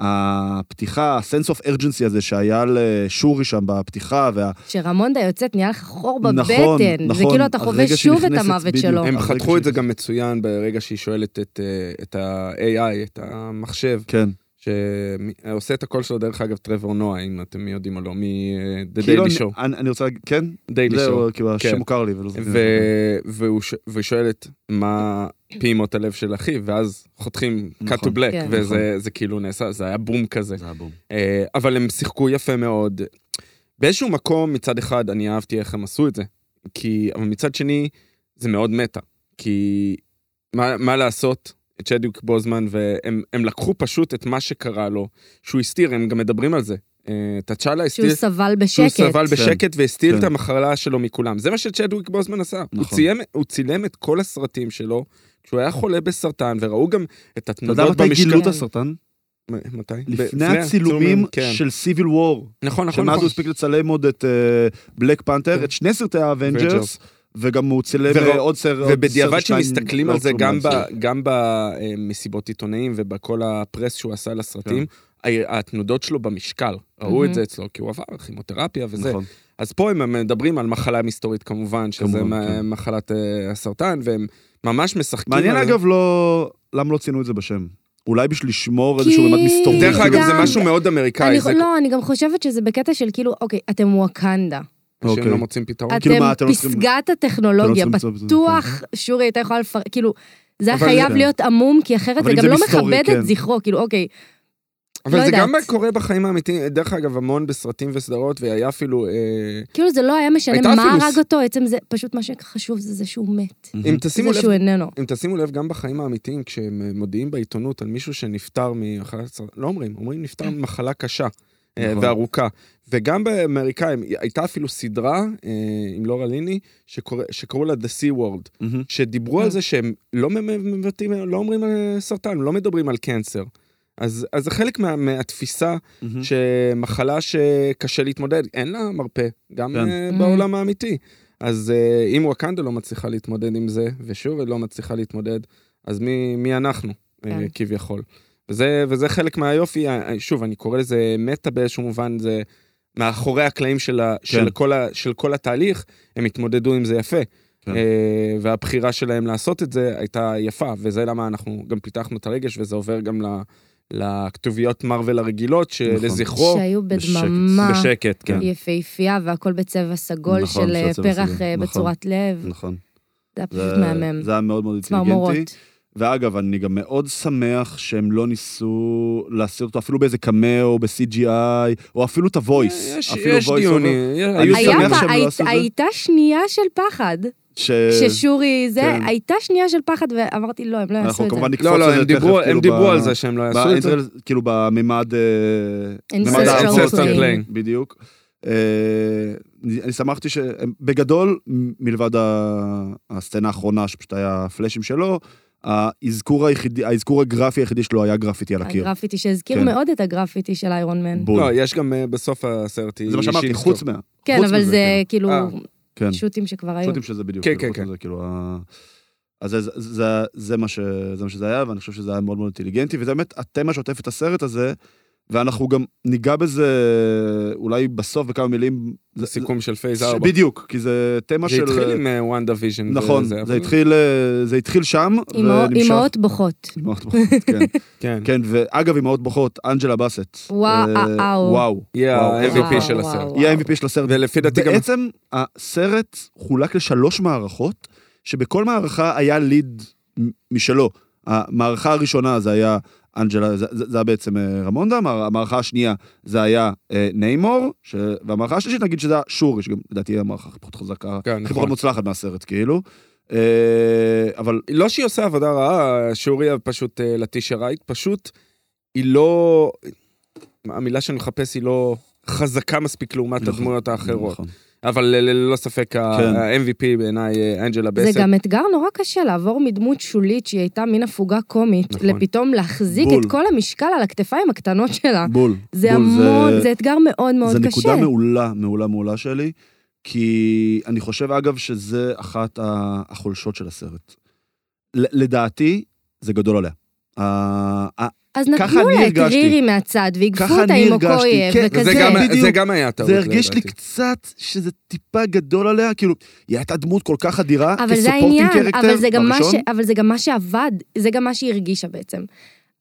Speaker 1: הפתיחה, הסנס אוף ארג'נסי הזה שהיה לשורי שם בפתיחה, וה...
Speaker 4: כשרמונדה יוצאת, נהיה לך חור בבטן.
Speaker 1: נכון,
Speaker 4: זה
Speaker 1: נכון,
Speaker 4: כאילו אתה
Speaker 1: הרגע
Speaker 4: חווה
Speaker 1: שהיא
Speaker 4: שוב את
Speaker 1: נכנסת
Speaker 4: המוות
Speaker 1: בדיוק.
Speaker 4: שלו.
Speaker 2: הם
Speaker 1: הרגע
Speaker 2: חתכו את זה
Speaker 1: שנכנס.
Speaker 2: גם מצוין ברגע שהיא שואלת את, אה, את ה-AI, את המחשב,
Speaker 1: כן.
Speaker 2: שעושה את הקול שלו, דרך אגב, טרוור נועה, אם אתם יודעים או לא, מ-The
Speaker 1: כאילו,
Speaker 2: Daily Show.
Speaker 1: אני, אני רוצה להגיד, כן?
Speaker 2: Daily Show.
Speaker 1: זהו, כאילו, השם
Speaker 2: כן.
Speaker 1: מוכר לי. ולא זוכר.
Speaker 2: ו- והוא ש- והיא שואלת מה פעימות הלב של אחיו, ואז חותכים cut to
Speaker 1: נכון.
Speaker 2: black,
Speaker 4: כן.
Speaker 2: וזה זה כאילו נעשה, זה היה בום כזה.
Speaker 1: זה היה בום.
Speaker 2: אה, אבל הם שיחקו יפה מאוד. באיזשהו מקום, מצד אחד, אני אהבתי איך הם עשו את זה. כי, אבל מצד שני, זה מאוד מטה. כי מה, מה לעשות, צ'דיק בוזמן, והם הם לקחו פשוט את מה שקרה לו, שהוא הסתיר, הם גם מדברים על זה. אה, תצ'אלה
Speaker 4: שהוא
Speaker 2: הסתיר,
Speaker 4: סבל
Speaker 2: שהוא
Speaker 4: בשקט.
Speaker 2: סבל בשקט והסתיר
Speaker 1: כן.
Speaker 2: את המחלה שלו מכולם. זה מה שצ'דוויק בוזמן עשה. הוא,
Speaker 1: נכון.
Speaker 2: ציים, הוא צילם את כל הסרטים שלו כשהוא היה חולה בסרטן, וראו גם את
Speaker 1: אתה יודע
Speaker 2: התנודות
Speaker 1: מתי גילו
Speaker 2: במשקל.
Speaker 1: את הסרטן?
Speaker 2: מ- מתי?
Speaker 1: לפני הצילומים
Speaker 2: כן.
Speaker 1: של סיביל וור.
Speaker 2: נכון, נכון,
Speaker 1: שמאז הוא
Speaker 2: נכון.
Speaker 1: הספיק לצלם עוד את בלק פנתר,
Speaker 2: כן.
Speaker 1: את שני סרטי האבנג'רס,
Speaker 2: Avengers.
Speaker 1: וגם הוא צילם
Speaker 2: ורא-
Speaker 1: אה, עוד סרט. עוד
Speaker 2: ובדיעבד
Speaker 1: סרט שניים,
Speaker 2: שמסתכלים
Speaker 1: לא
Speaker 2: על זה
Speaker 1: כלום
Speaker 2: גם,
Speaker 1: לא
Speaker 2: ב,
Speaker 1: הצליח.
Speaker 2: גם במסיבות עיתונאים ובכל הפרס שהוא עשה לסרטים,
Speaker 1: כן.
Speaker 2: ה- התנודות שלו במשקל, ראו
Speaker 4: מהמם.
Speaker 2: את זה אצלו, כי הוא עבר כימותרפיה וזה.
Speaker 1: נכון.
Speaker 2: אז פה הם מדברים על מחלה מסתורית כמובן, שזה
Speaker 1: כמובן,
Speaker 2: מה-
Speaker 1: כן.
Speaker 2: מחלת אה, הסרטן, והם ממש משחקים.
Speaker 1: מעניין
Speaker 2: על-
Speaker 1: אגב, לא... למה לא ציינו את זה בשם? אולי בשביל לשמור איזשהו באמת מסתורי. כאילו, לא
Speaker 2: דרך אגב, זה
Speaker 4: גם-
Speaker 2: משהו מאוד
Speaker 4: אני,
Speaker 2: אמריקאי, זה
Speaker 4: לא, אני גם חושבת שזה בקטע של כאילו, אוקיי, אתם וואקנדה.
Speaker 1: אוקיי.
Speaker 2: שהם לא מוצאים פתרון.
Speaker 4: אתם
Speaker 1: כאילו מה, אתם לא צריכים-
Speaker 4: פסגת
Speaker 1: אתם לא
Speaker 4: הטכנולוגיה.
Speaker 1: צריכים למצוא בזה,
Speaker 4: בטוח
Speaker 1: אוקיי.
Speaker 4: שורי הייתה יכולה לפרק, כאילו, זה היה
Speaker 2: אבל-
Speaker 4: חייב
Speaker 1: כן.
Speaker 4: להיות עמום, כי אחרת
Speaker 1: אבל
Speaker 4: זה
Speaker 1: אם
Speaker 4: גם
Speaker 1: זה
Speaker 4: לא
Speaker 1: מסתורי,
Speaker 4: מכבד
Speaker 1: כן.
Speaker 4: את זכרו, כאילו, אוקיי,
Speaker 2: אבל
Speaker 4: לא
Speaker 2: זה גם
Speaker 4: יודעת.
Speaker 2: קורה בחיים האמיתיים, דרך אגב, המון בסרטים וסדרות, והיה אפילו, אה,
Speaker 4: כאילו זה לא היה משנה
Speaker 2: הייתה
Speaker 4: מה
Speaker 2: אפילו
Speaker 4: הרג
Speaker 2: ס-
Speaker 4: אותו, עצם זה, פשוט מה שחשוב זה זה שהוא מת.
Speaker 1: כן.
Speaker 2: אם
Speaker 4: זה
Speaker 2: תשימו לב,
Speaker 4: שהוא איננו.
Speaker 2: אם תשימו לב, גם בחיים האמיתיים, כשהם אה, מודיעים בעיתונות על מישהו שנפטר מאחת עשרה, לא אומרים, אומרים נפטר ממחלה קשה אה,
Speaker 1: נכון.
Speaker 2: וארוכה. וגם באמריקאים, הייתה אפילו סדרה אה, עם לורה ליני, שקורא- שקראו לה The Sea World,
Speaker 1: מהמם.
Speaker 2: שדיברו על זה שהם לא מ- מ- מבטאים, לא אומרים אה, סרטן, לא מדברים על קנסר. אז, אז זה חלק מה, מהתפיסה
Speaker 1: מהמם.
Speaker 2: שמחלה שקשה להתמודד, אין לה מרפא, גם
Speaker 1: כן.
Speaker 2: אה,
Speaker 4: Mm.
Speaker 2: בעולם האמיתי. אז אה, אם וואקנדה לא מצליחה להתמודד עם זה, ושוב היא לא מצליחה להתמודד, אז מי, מי אנחנו, אה,
Speaker 4: כן.
Speaker 2: כביכול? וזה, וזה חלק מהיופי, אה, אה, שוב, אני קורא לזה מטה באיזשהו מובן, זה מאחורי הקלעים של, ה, של, כל, ה, של כל התהליך, הם התמודדו עם זה יפה.
Speaker 1: כן.
Speaker 2: אה, והבחירה שלהם לעשות את זה הייתה יפה, וזה למה אנחנו גם פיתחנו את הרגש, וזה עובר גם ל- לכתוביות מארוול הרגילות,
Speaker 1: נכון.
Speaker 2: שלזכרו,
Speaker 4: שהיו
Speaker 1: בשקט.
Speaker 4: בדממה
Speaker 2: בשקט, כן.
Speaker 4: יפהפייה והכל בצבע סגול
Speaker 1: נכון,
Speaker 4: של
Speaker 1: של
Speaker 4: אה,
Speaker 1: צבע
Speaker 4: פרח
Speaker 1: סגול,
Speaker 4: אה,
Speaker 1: נכון.
Speaker 4: בצורת לב.
Speaker 1: נכון.
Speaker 4: זה היה פשוט
Speaker 1: זה-
Speaker 4: מהמם.
Speaker 1: זה היה מאוד מאוד אינטליגנטי.
Speaker 4: צמרמורות.
Speaker 1: ואגב, אני גם מאוד שמח שהם לא ניסו להסיר אותו אפילו באיזה קמאו, ב-CGI, או אפילו את ה-voice.
Speaker 2: אה, יש-
Speaker 1: אפילו
Speaker 2: יש
Speaker 1: voice over,
Speaker 2: דיונים, יש-
Speaker 1: אני
Speaker 2: היו
Speaker 4: היה
Speaker 1: שמח
Speaker 2: דיונים.
Speaker 1: שהם לא
Speaker 4: פ- היית-
Speaker 1: עשו את זה.
Speaker 4: הייתה שנייה של פחד,
Speaker 1: ש...
Speaker 4: כששורי זה,
Speaker 1: כן.
Speaker 4: הייתה שנייה של פחד, ואמרתי, לא, הם לא יעשו
Speaker 1: אנחנו
Speaker 4: את זה.
Speaker 1: כמובן נקפוץ
Speaker 2: לא,
Speaker 1: על
Speaker 2: לא,
Speaker 1: זה
Speaker 2: הם
Speaker 1: תכף,
Speaker 2: דיברו-
Speaker 1: כאילו,
Speaker 2: הם
Speaker 1: ב-
Speaker 2: דיברו על זה שהם לא יעשו את זה.
Speaker 1: באינטרל- כאילו בממד... אה, ממד
Speaker 4: Ancestral
Speaker 1: האבות,
Speaker 4: plane.
Speaker 1: כן, בדיוק. אה, אני אני שמחתי שהם, בגדול, מ- מלבד ה- הסצנה האחרונה, שפשוט היה הפלאשים שלו, האזכור היחידי, האזכור הגרפי היחידי שלו היה גרפיטי על הקיר.
Speaker 4: הגרפיטי שהזכיר
Speaker 1: כן.
Speaker 4: מאוד את הגרפיטי של איירון מן.
Speaker 1: בול.
Speaker 2: לא, יש גם אה, בסוף הסרט, היא
Speaker 1: זה מה שאמרתי,
Speaker 2: שהיא
Speaker 1: חוץ
Speaker 2: טוב.
Speaker 1: מה...
Speaker 4: כן,
Speaker 1: חוץ
Speaker 4: אבל
Speaker 1: מזה,
Speaker 4: זה כאילו
Speaker 2: אה,
Speaker 1: כן,
Speaker 4: שו"תים שכבר היו.
Speaker 1: שוטים שזה בדיוק.
Speaker 2: כן,
Speaker 1: כאילו,
Speaker 2: כן,
Speaker 1: חוץ
Speaker 2: כן.
Speaker 1: מזה, כאילו, ה- אז זה- זה- זה- זה מה ש- זה מה שזה היה, ואני חושב שזה היה מאוד מאוד אינטליגנטי, וזה באמת התמה שעוטפת את הסרט הזה, ואנחנו גם ניגע בזה אולי בסוף בכמה מילים. זה-
Speaker 2: סיכום של פייז
Speaker 1: זה-
Speaker 2: 4.
Speaker 1: בדיוק, כי זה תמה
Speaker 2: זה
Speaker 1: של...
Speaker 2: התחיל עם אה, וואנדה ויז'ן.
Speaker 1: נכון,
Speaker 2: וזה,
Speaker 1: זה
Speaker 2: אבל-
Speaker 1: התחיל, אה, זה התחיל שם,
Speaker 4: אימהות-
Speaker 1: ונמשך.
Speaker 4: אימהות בוכות.
Speaker 1: אמהות בוכות, כן.
Speaker 2: כן.
Speaker 1: כן, ואגב, אמהות בוכות, אנג'לה באסט.
Speaker 4: וואו,
Speaker 1: אה,
Speaker 4: וואו.
Speaker 1: וואו.
Speaker 2: היא
Speaker 1: וואו,
Speaker 2: ה-MVP
Speaker 1: וואו,
Speaker 2: של
Speaker 4: וואו.
Speaker 2: הסרט.
Speaker 1: היא ה-MVP של הסרט.
Speaker 2: ולפי דעתי גם...
Speaker 1: בעצם הסרט חולק לשלוש מערכות, שבכל מערכה היה ליד מ- משלו. המערכה הראשונה זה היה אנג'לה, זה, זה זה היה בעצם אה, רמונדה, המער- המערכה השנייה זה היה אה, ניימור, ש... והמערכה השלישית נגיד שזה היה שורי, שגם לדעתי היא המערכה הכי פחות חזקה,
Speaker 2: כן,
Speaker 1: הכי
Speaker 2: נכון.
Speaker 1: פחות מוצלחת מהסרט כאילו. אה, אבל
Speaker 2: לא שהיא עושה עבודה רעה, שאוריה פשוט אה, לטישה רייט, פשוט היא לא... המילה שאני מחפש היא לא חזקה מספיק לעומת
Speaker 1: נכון,
Speaker 2: הדמויות האחרות.
Speaker 1: נכון.
Speaker 2: אבל ל- ל- ללא ספק
Speaker 1: כן.
Speaker 2: ה-MVP בעיניי אה, אנג'לה
Speaker 4: זה
Speaker 2: בסט.
Speaker 4: גם אתגר נורא קשה לעבור מדמות שולית שהיא הייתה מין הפוגה קומית,
Speaker 2: נכון.
Speaker 4: לפתאום להחזיק
Speaker 1: בול.
Speaker 4: את כל המשקל על הכתפיים הקטנות שלה.
Speaker 1: בול.
Speaker 4: זה
Speaker 1: בול,
Speaker 4: המון, זה אתגר מאוד מאוד
Speaker 1: זו
Speaker 4: קשה.
Speaker 1: נקודה מעולה, מעולה, מעולה שלי, כי אני חושב, אגב, שזה אחת ה- החולשות של הסרט. ל- לדעתי, זה גדול עליה. ה- ה-
Speaker 4: אז
Speaker 1: ככה
Speaker 4: נתנו
Speaker 1: אני
Speaker 4: לה את
Speaker 1: הרגשתי.
Speaker 4: רירי מהצד, והגפו
Speaker 1: ככה
Speaker 4: אותה
Speaker 1: אני
Speaker 4: עם
Speaker 1: הרגשתי,
Speaker 4: אוקויה,
Speaker 1: כן,
Speaker 2: זה
Speaker 4: וכזה.
Speaker 2: גם-
Speaker 1: בדיוק.
Speaker 2: זה גם היה טעות. לא
Speaker 1: זה הרגיש לי
Speaker 2: לדעתי.
Speaker 1: קצת שזה טיפה גדול עליה, כאילו, היא הייתה דמות כל כך אדירה,
Speaker 4: אבל זה
Speaker 1: כסופורטינג
Speaker 4: העניין,
Speaker 1: קרקטר
Speaker 4: אבל זה, גם מה ש,
Speaker 1: בראשון.
Speaker 4: אבל זה גם מה שעבד, זה גם מה שהיא הרגישה בעצם.